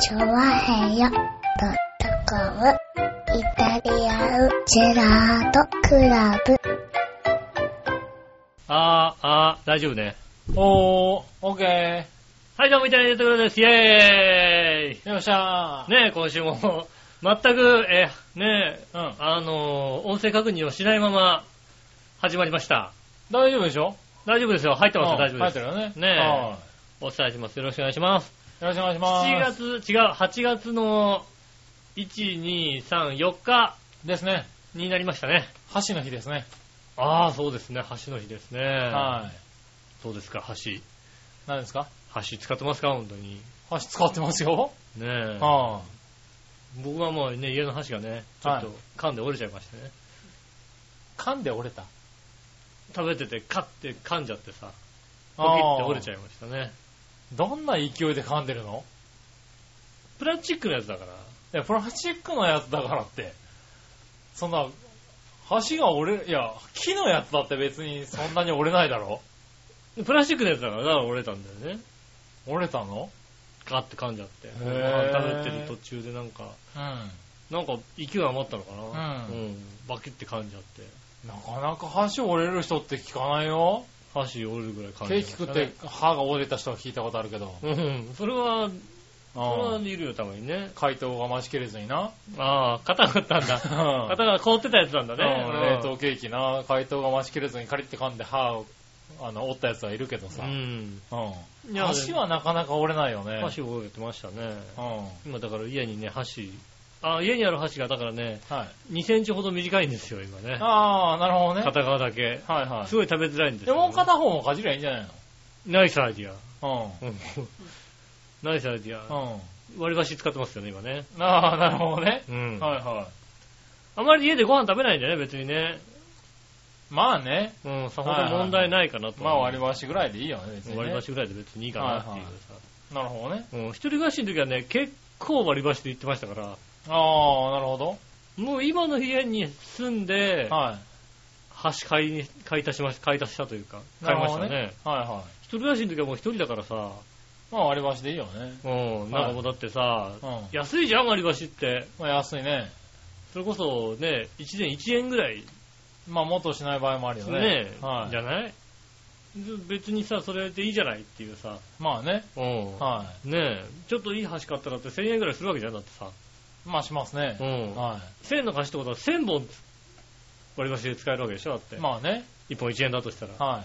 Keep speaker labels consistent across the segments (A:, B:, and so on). A: チョワヘヨドットコムイタリアンジェラートクラブ。
B: あー、あー、大丈夫ね。
C: おー、オッケー。
B: はい、どうも、イタリアンジェラートクラブです。イェー
C: よっしゃ
B: イねえ、今週も、 全く、えー、ねえ、
C: ー。うん。
B: あのー、音声確認をしないまま、始まりました。
C: 大丈夫でしょ
B: 大丈夫ですよ。入ってますよ、大
C: う
B: 丈
C: ん
B: 夫
C: 入
B: で
C: って
B: す。
C: るよね。
B: ねえ
C: は
B: お伝えします。よろしくお願いします。
C: いよろしくお願いします。
B: 7月、違う、8月の、1、2、3、4日
C: ですね。
B: になりましたね。
C: 箸の日ですね。
B: ああ、そうですね。橋の日ですね。
C: はい。
B: そうですか、橋。
C: 何ですか
B: 橋使ってますか、本当に。
C: 箸使ってますよ。
B: ねえ。
C: は
B: 僕はもうね、家の橋がね、ちょっと噛んで折れちゃいましたね。
C: い。噛んで折れた。
B: 食べてて、カッて噛んじゃってさ、ポキ
C: あ
B: って折れちゃ
C: う。
B: いましたね。
C: どんな勢いで噛んでるの
B: プラスチックのやつだから。
C: いや、プラスチックのやつだからって。そんな、箸が折れ、いや、木のやつだって別にそんなに折れないだろ
B: プラスチックのやつだから、だから折れたんだよね。
C: 折れたの
B: カッて噛んじゃって。ご
C: ー
B: 飯食べてる途中でなんか、
C: うん。
B: なんか勢い余ったのかな。
C: うん
B: バキって噛んじゃって。
C: なかなか箸折れる人って聞かないよ。
B: 箸折るぐらい噛んじ
C: ケ
B: ゃいま
C: ーキ
B: した
C: 食
B: ね
C: って。歯が折れた人は聞いたことあるけど。
B: うん、それは、それは
C: うん
B: いるよ、たまにね。
C: 解凍が待ちきれずにな。
B: ああ、硬か ったんだ。
C: 型
B: 型が凍ってたやつなんだね。
C: 冷凍ケーキな、解凍が待ちきれずにカリッて噛んで歯をあの折ったやつはいるけどさ。
B: う
C: うん。
B: ん。いや
C: 箸はなかなか折れないよね。
B: 箸折れてましたね。
C: うん。は
B: 今だから家にね、箸、あ、家にある箸がだからね、
C: い。
B: 2センチほど短いんですよ、今ね。
C: ああ、なるほどね。
B: 片側だけ。
C: はいは
B: すごい食べづらいんで
C: い。
B: す
C: で
B: よ、
C: もう片方もかじりゃいいんじゃない
B: ナイスアイディア。
C: の
B: うんナイスアイディ
C: う
B: ア。
C: ん。うん。
B: 割り箸使ってますよね、今ね。
C: ああ、なるほどね。
B: うん
C: はいは
B: あまり家でご飯食べないんだよね、別にね。
C: い。まあね。
B: うん、さほど問題ないかなと。
C: まあ割り
B: 箸。
C: 箸ぐらいでいいよね、別に、ね。
B: 割り箸ぐらいで別にいいかなっていうさ。
C: なるほどね。
B: うん、一人暮らしの時はね、結構割り箸で行ってましたから、
C: ああ、なるほど。
B: もう今の家に住んで、
C: は
B: 箸買いに、買い足しました、買い足したというか、
C: い。
B: 買いました
C: なる
B: ね。
C: ほどはいはい。
B: 一人暮らしの時はもう一人だからさ、
C: まあ割り箸でいいよね。
B: うん、なんかもうだってさ、
C: うん。
B: 安いじゃん、割り箸って。
C: まあ安いね。
B: それこそね、1年1円ぐらい
C: まあ元しない場合もあるよね。
B: ね、
C: は
B: じゃない別にさ、それでいいじゃないっていうさ、
C: い。まあね。
B: うん。
C: は
B: ねえ、ちょっといい箸買ったらって1000円ぐらいするわけじゃん、だってさ。
C: い。まあしますね
B: う。ん。
C: は
B: 1000の箸ってことは1000本割り箸で使えるわけでしょ、だって。
C: い。まあね。
B: 1本1円だとしたら。
C: は
B: ね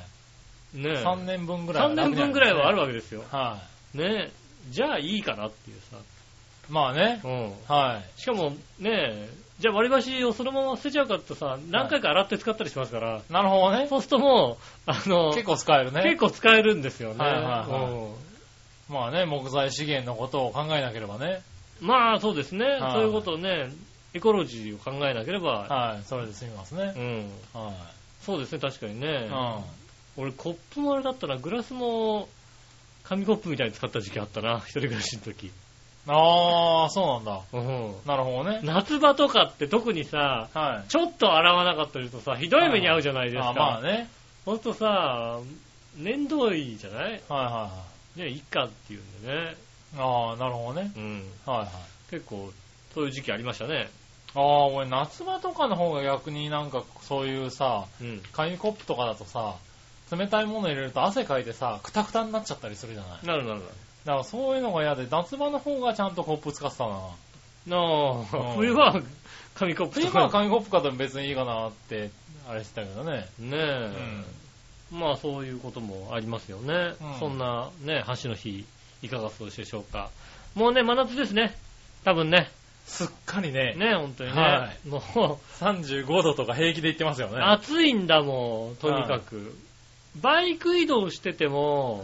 C: い。
B: え。
C: 3年分ぐらい
B: 3年分ぐらいはある
C: わ
B: わけですよ。
C: け。は
B: ねえ。じゃあいいかなっていうさ。
C: い。まあね。
B: うん。
C: はい。
B: しかもね、じゃあ割り箸をそのまま捨てちゃうかってさ、何回か洗って使ったりしますから、
C: なるほどね。
B: そうするともう、あの、結
C: 結
B: 構,、
C: 構使えるね。
B: 使えるんですよね。
C: はいはいはい
B: うん
C: まあね、木材資源のことを考えなければね。
B: まあそうですね、
C: はい
B: そういうことをね、エコロジーを考えなければ、
C: はい。それで済みますね
B: う。ん、
C: は
B: そうですね、確かに
C: い。
B: ね
C: う、ん。
B: 俺コップもあれだったな、グラスも紙コップみたいに使った時期あったな、一 人暮らしの時。
C: ああ、そうなんだ。
B: うん
C: なるほどね。
B: 夏場とかって特にさ、
C: はい。
B: ちょっと洗わなかったりするとさ、ひどい目に遭うじゃないですか。
C: あまあね。
B: ほんとさ、面倒いじゃない
C: はいはいは
B: ね、いっかっていうんでね。
C: い。ああ、なるほどね。
B: うん。
C: はいはい。
B: 結構、そういう時期ありましたね。
C: ああ、俺夏場とかの方が逆になんかそういうさ、
B: うん。
C: 紙コップとかだとさ、冷たいもの入れると汗かいてさ、クタクタになっちゃったりするじゃない。だ
B: なるなるなる。
C: からそういうのが嫌で、夏場の方がちゃんとコップ使ってたな。
B: なあ、
C: うん
B: 冬は紙コップ
C: 冬
B: と
C: 場は
B: か。
C: 紙コップ買っても別にいいかなって、あれしてたけどね。
B: ねえ、まあそういうこともありますよね。
C: うん
B: そんなね、橋の日、いかがお過ごしでしょうか。もうね、真夏ですね。多分ね。
C: すっかりね、
B: ね、本当にね。
C: は
B: もう、
C: 35度とか平気で行ってますよね。はい、
B: 暑いんだもん、とにかく。バイク移動してても、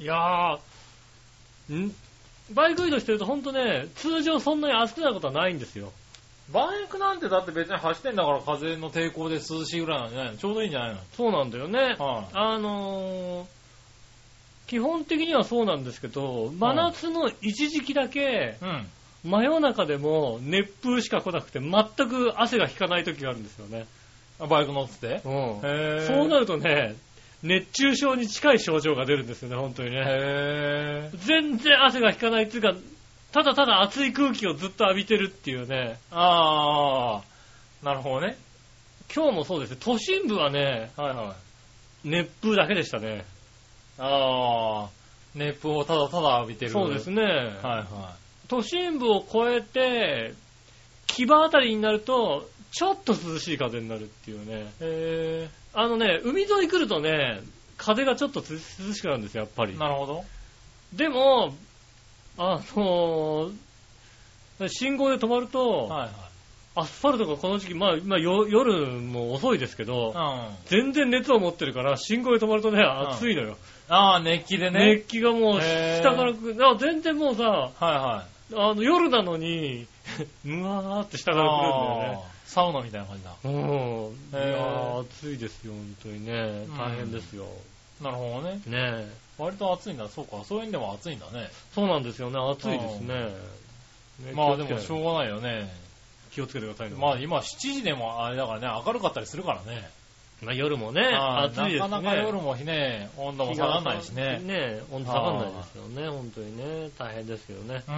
B: いやー、んバイク移動してるとほんとね、通常そんなに暑くなることはないんですよ。
C: バイクなんてだって別に走ってんだから風の抵抗で涼しいぐらいなんじゃないのちょうどいいんじゃないの
B: そうなんだよね。
C: はい、
B: あのー、基本的にはそうなんですけど、真夏の一時期だけ、
C: うん。
B: 真夜中でも熱風しか来なくて、全く汗が引かない時があるんですよね。
C: あバイク乗ってて
B: うん
C: へー
B: そうなるとね、熱中症に近い症状が出るんですよね、本当にね。
C: へぇー。
B: 全然汗が引かないっていうか、ただただ熱い空気をずっと浴びてるっていうね。
C: あー、なるほどね。
B: 今日もそうですね。都心部はね、
C: はいはい。
B: 熱風だけでしたね。
C: あー、熱風をただただ浴びてる。
B: そうです
C: ね。
B: ね。
C: はいは
B: 都心部を越えて、木場あたりになると、ちょっと涼しい風になるっていうね。
C: い。へ
B: あのね、海沿い来るとね、風がちょっとつ涼しくなるんですよ、やっぱり
C: ー、。なるほど。
B: でも、あのー信号で止まると、
C: はい
B: アスファルトがこの時期、まあ、まあ、よ夜も遅いですけど、
C: はい。う
B: 全
C: ん。
B: 然熱を持ってるから、信号で止まるとね、暑いのよ。
C: あー、熱気でね。
B: 熱気がもう、
C: へー
B: 下からく、あ全然もうさ、
C: はいはい。
B: あの、夜なのに、 むわーって下から
C: あーサウナみたいな感じだ。
B: 来るんだよね。うん。い
C: へー
B: やー、暑いですよ、本当にね。大変ですよ。
C: なるほどね。
B: ねえ。
C: 割と暑いんだ。そうか。そういう意味でも暑いんだね。
B: そうなんですよね、暑いですね。ね
C: まあでもし
B: 気
C: ょ
B: をつけないう
C: がないよね。
B: 気をつけてくださいね。
C: まあ今7時でもあれだからね、明るかったりするからね。
B: まあ夜もね、
C: あ
B: 暑
C: ー
B: いですね。
C: なかなか夜もね、温度も下がらないしね。
B: ね温度下がらないですよね、本当にね。大変ですよね。
C: う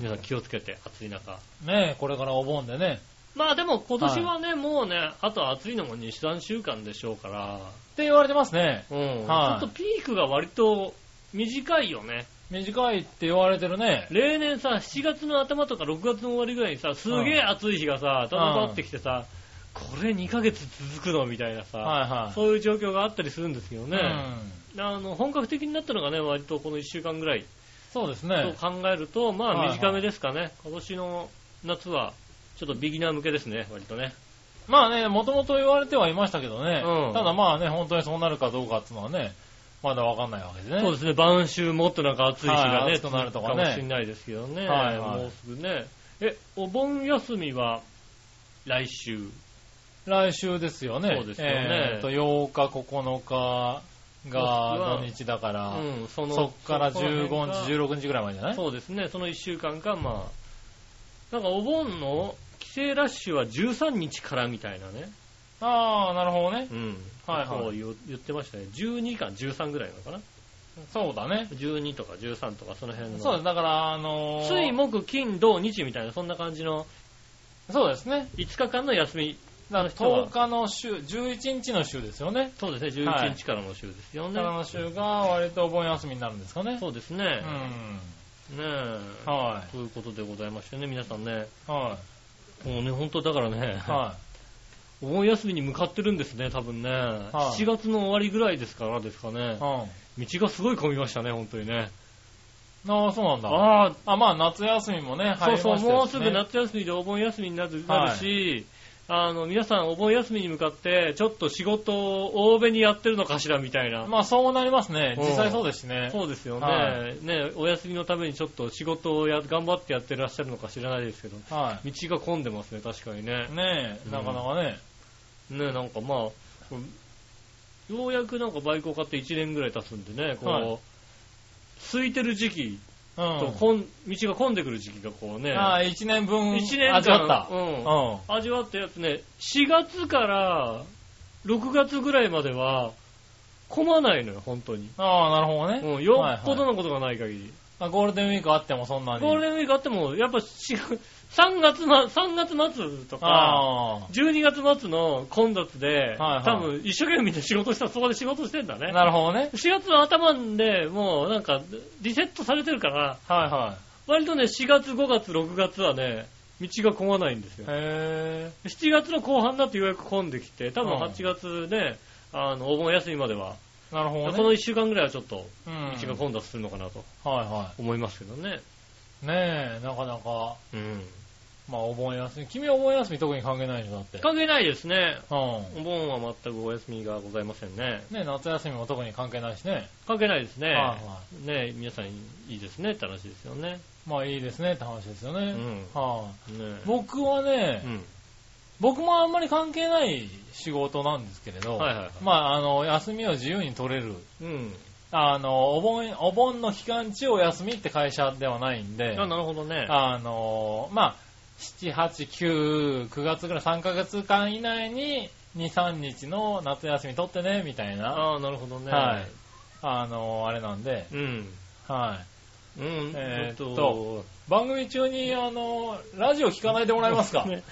B: 皆さん気をつけて、暑い中。
C: ん。ねえこれからお盆でね。
B: まあでも今年はね、もうね、あと暑いのも2、3週間でしょうから、
C: って言われてますね。
B: うん。
C: はい
B: ちょっとピークが割と短いよね。
C: 短いって言われてるね。
B: 例年さ、7月の頭とか6月の終わりぐらいにさ、すげえ暑い日がさ、だんだんってきてさ、これ2ヶ月続くのみたいなさ、
C: はいはい。
B: そういう状況があったりするんですけど
C: う
B: ね。
C: ん。
B: あの本格的になったのがね、割とこの1週間ぐらい
C: そうです
B: と
C: ね。
B: 考えると、ま
C: はい
B: あ
C: はい
B: 短めですかね、今年の夏はちょっとビギナー向けですね、割とね。
C: まあね、もともと言われてはいましたけどね。
B: うん
C: ただまあね、本当にそうなるかどうかっていうのはね、まだわかんないわけでね。
B: そうですね、晩秋もっとなんか暑い日が
C: はい
B: ね、
C: 暑くなるとかね
B: 続もしれないですけどね、
C: はいはい
B: もうすぐね。え、お盆休みは来週。
C: 来週ですよね。
B: そうですよね
C: えーと、8日、9日が土日だから、
B: うん、その
C: そっから
B: そこ辺が
C: 15日、16日ぐらいまでじゃない
B: そうですね、その1週間か、まあ、なんかお盆の帰省ラッシュは13日からみたいなね。
C: ああ、なるほどね。
B: うん。
C: はいはい
B: そう言う言ってましたね。12か13ぐらいなのかな。
C: そうだね。
B: 12とか13とかその辺の。
C: そうです。だから、あのー
B: つい木、金、土、日みたいな、そんな感じの
C: そうですね。
B: 5日間の休み。
C: だから
B: 人は
C: 10日の週、11日の週ですよね。
B: そうですね、
C: はい
B: 11日からの週ですよね。
C: からの週が割とお盆休みになるんですかね。
B: そうですね。
C: う
B: ね
C: ん。
B: え。
C: は
B: ということでございましてね、皆さんね。
C: い。は
B: もうね、本当だからね、
C: い。は
B: お盆休みに向かってるんですね、多分ね。7月の終わりぐらいですからですかね
C: い。。うん。
B: 道がすごい混みましたね、本当にね。
C: ああ、そうなんだ。
B: ああ、
C: あ、まあ、夏休みもね、入り
B: そ
C: ま
B: う
C: し
B: そう、
C: た
B: もうすぐ
C: な
B: 夏休みでお盆休みになるなるし、あの、皆さんお盆休みに向かって、ちょっと仕事を多めにやってるのかしらみたいな。
C: まあ、そうなりますね。
B: うん
C: 実際そうですしね。
B: そうですよね、
C: は
B: ね、お休みのためにちょっと仕事をや頑張ってやってらっしゃるのか知らないですけど、
C: はい。
B: 道が混んでますね、確かにね。
C: ね
B: う
C: え、
B: ん
C: なかなかね。
B: ね、なんかまあ、うんようやくなんかバイクを買って1年ぐらい経つんでね、こう、
C: はい
B: 空いてる時期
C: う
B: と、
C: ん。
B: こん、道が混んでくる時期がこうね、
C: ああ、一年分
B: 一年間
C: 味わった。
B: うん
C: うん。
B: 味わったやつね、4月から6月ぐらいまでは、混まないのよ、本当に。
C: ああ、なるほどね。
B: うん、よっぽど
C: はいは
B: の
C: い
B: ことがない限り。
C: あゴールデンウィークあってもそんなに。
B: ゴールデンウィークあっても、やっぱし、3月ま、3月末とか、
C: あ
B: 12月末の混雑で、
C: はいはい
B: 多分一生懸命みんな仕事した、そこで仕事してんだ
C: あ。
B: ね。
C: なるほどね。
B: 4月の頭でもうなんかリセットされてるから、
C: はいは
B: 割とね、4月、5月、6月はね、道が混まないんですよ
C: い。。へ
B: 7月の後半だとようやく混んできて、多分
C: うん
B: 8月ね、あの、お盆休みまでは、
C: え。なる
B: こ
C: ほどね。
B: の1週間ぐらいはちょっと、
C: うん
B: 道が混雑するのかなと
C: はいは
B: 思いますけどね。
C: い。ねえ、なかなか、
B: うん。
C: まあお盆休み。君はお盆休み特に関係ないでしょ、だって。
B: 関係ないですね。
C: う
B: お盆は全くお休みがございませんね。
C: ん。ねえ、夏休みも特に関係ないしね。
B: 関係ないですね。
C: はいは
B: ね皆さんいいですねって話ですよね。
C: い。まあいいですねって話ですよ
B: う
C: ね。
B: ん。
C: は
B: ね
C: い。僕はね
B: う、ん。
C: 僕もあんまり関係ない仕事なんですけれ
B: は
C: ど、
B: いはいはい
C: まあ、あの、休みを自由に取れる。
B: うん。
C: あの、お盆、お盆の期間中お休みって会社ではないんで、
B: あ、なるほどね。
C: あの、まあ、7、8、9、9月ぐらい3ヶ月間以内に2、3日の夏休み取ってね、みたいな、
B: ああ、なるほどね。
C: はいあの、あれなんで、
B: うん。
C: は
B: うん。
C: えーっと、い。番組中に、あの、ラジオ聞かないでもらえますか、
B: ね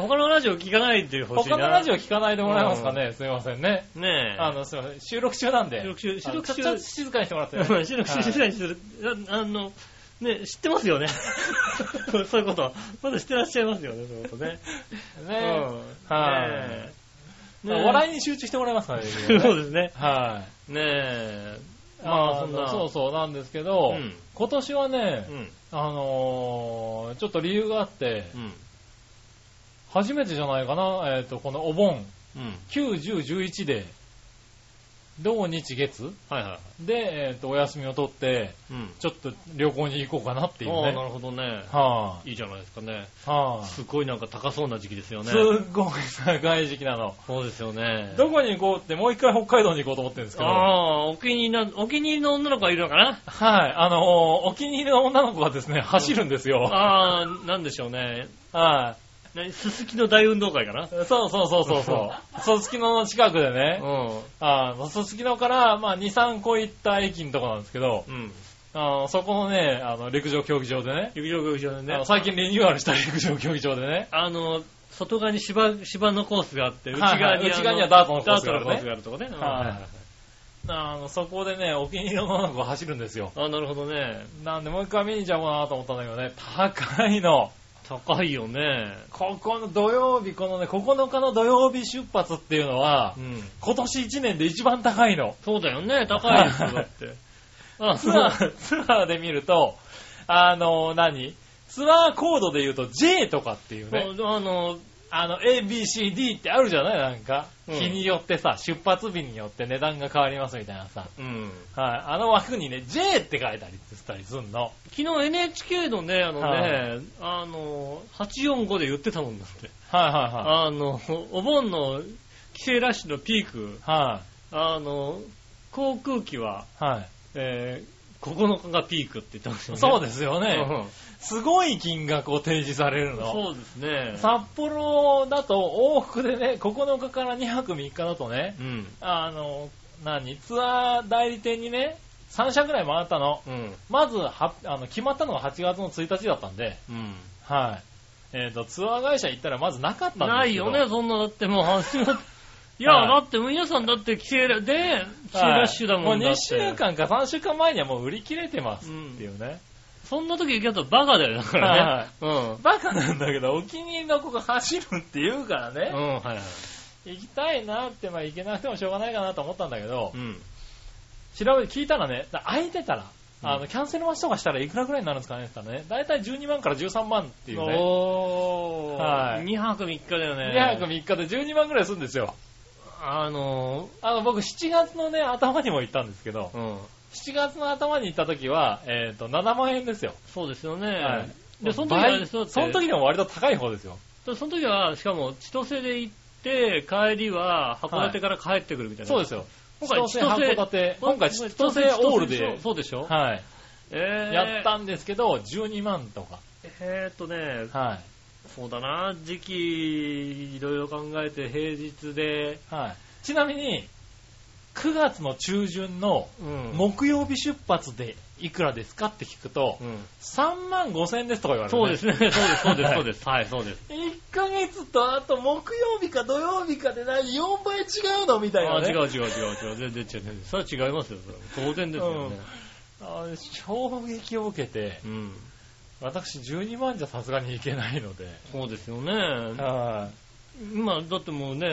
B: 他のラジオ聞かないでほしいな。
C: 他のラジオ聞かないでもらえますかね、すいませんね。
B: オねえ。
C: あの、すいません。収録中なんで。
B: 収録中収録中
C: あのちょちょっと静かにしてもらって ね。
B: うん収録してないする。ああの、ね、知ってますよね。 そうそういうこと。まだ知ってらっしゃいますよね、そういうことね。
C: ね
B: うん
C: はい
B: ねえねえ
C: 笑いに集中してもらえます かね。
B: そうですね。
C: はい。
B: ねえ。ま
C: ま
B: あ、
C: あ、
B: そんな。
C: そうそうなんですけど、
B: うん
C: 今年はね、
B: うん。
C: あのーちょっと理由があって、
B: うん。
C: 初めてじゃないかな、えっ、と、このお盆、
B: うん。
C: 9、10、11で、土日月
B: はいはい。
C: で、えっ、と、お休みを取って、
B: うん。
C: ちょっと旅行に行こうかなっていう
B: ああ、な
C: ね。
B: るほどね。
C: はい
B: いじゃないですかね。
C: い、はい、
B: すごいなんか高そうな時期ですよね。
C: すっごい長い時期なの。
B: そうですよね。
C: どこに行こうって、もう一回北海道に行こうと思ってるんですけど。はい。
B: ああ、お気に入りな、お気に入りの女の子がいるのかな
C: あのーお気に入りの女の子がですね、走るんですよ。
B: ああ、なんでしょうね。
C: はい。
B: 何すすきの大運動会かな
C: そうそうそうそう そう。すすきのの近くでね、
B: う
C: あの、すすきのから、まあ、2、3個行った駅のとこなんですけど、
B: ん。うん。
C: あの、そこのね、あの、陸上競技場でね、
B: 陸上競技場で
C: あ
B: ね
C: の。最近リニューアルした陸上競技場でね、
B: あの、外側に芝、芝のコースがあって、内
C: はい
B: 側
C: はい
B: にあの、
C: 内側にはダートのコースがある
B: ダートの
C: ね
B: コースがあるとこね。
C: はいあの、そこでね、お気に入りの女の子が走るんですよ。
B: あ、なるほどね。
C: なんで、もう一回見に行っちゃおうかなと思ったんだけどね、高いの。
B: 高いよね。
C: ここの土曜日、このね、9日の土曜日出発っていうのは
B: う、ん。
C: 今年1年で一番高いの。
B: そうだよね、高いですよ、だ って。あ、
C: ツ
B: そう
C: アー、ツアーで見ると、あの、何ツアーコードで言うと J とかっていうね、
B: あの、
C: あの、ABCD ってあるじゃないなんか、
B: うん
C: 日によってさ、出発日によって値段が変わりますみたいなさ。
B: うん。
C: はい。あの枠にね、J って書いたりしたりすんの。
B: 昨日 NHK のね、あの
C: は
B: ね、あの、845で言ってたもんだって。
C: はいは
B: あの、お盆の帰省ラッシュのピーク、
C: いはい。は
B: あの、航空機は、
C: い。はい。
B: えー、9日がピークって言ってましたね。
C: そうですよ
B: ね
C: ね。すごい金額を提示されるの。
B: そうですね。
C: 札幌だと往復でね、9日から2泊3日だとね、
B: うん。
C: あの、何ツアー代理店にね、3社ぐらい回ったの。
B: うん。
C: まずは、あの、決まったのが8月の1日だったんで、
B: うん。
C: はい。えっ、と、ツアー会社行ったらまずなかったんですけど
B: ないよね、そんな、だってもう始まっいや、
C: は
B: だ
C: い
B: って皆さんだって帰省ラ、で、帰省
C: はい
B: ラッシュだもん
C: もう
B: だっ
C: 2
B: て。
C: 週間か3週間前にはもう売り切れてますっていうね。
B: そんな時行けたらバカだよ、だからね。うん。
C: バカなんだけど、お気に入りの子が走るって言うから
B: うん、
C: ね、
B: はいはい。
C: 行きたいなって、まあ行けなくてもしょうがないかなと思ったんだけど
B: う、ん。
C: 調べて聞いたらね、だ空いてたら、あの、キャンセル待ちとかしたらいくらぐらいになるんですかねって言ったらね、だいたい12万から13万っていうね。
B: おー。
C: はい
B: 2泊3日だよね。
C: 2泊3日で12万ぐらいするんですよ。
B: あの
C: あの、僕7月のね、頭にも行ったんですけど
B: ー、、うん。
C: 7月の頭に行った時は、えっ、と、7万円ですよ。
B: そうですよね。
C: はい。
B: で、その時はあれですよ
C: 倍その時でも割と高い方ですよ。
B: でその時は、しかも、千歳で行って、帰りは、函館から帰ってくるみたいな。
C: そうですよ。
B: 今回
C: 千歳函館、今回千歳オールで、
B: そうでしょ
C: はい、
B: えー
C: やったんですけど、12万とか。
B: えーっとね、
C: は
B: そうだな、時期、いろいろ考えて、平日で、
C: い。はい。ちなみに、9月の中旬の
B: うん
C: 木曜日出発でいくらですかって聞くと、
B: うん
C: 3万5千円ですとか言われる、ね。
B: そうです ね、そうです、そうです、そうです。はい、そうです。
C: 1ヶ月とあと木曜日か土曜日かでな4倍違うのみたい
B: あ
C: な、
B: ー
C: ね。
B: 違う違う違う違う、全然違う全然。それは違いますよ、それは当然ですよね。
C: あー衝撃を受けて、
B: うん。
C: 私12万じゃさすがにいけないので。
B: そうですよね。
C: は
B: 今、だってもうね、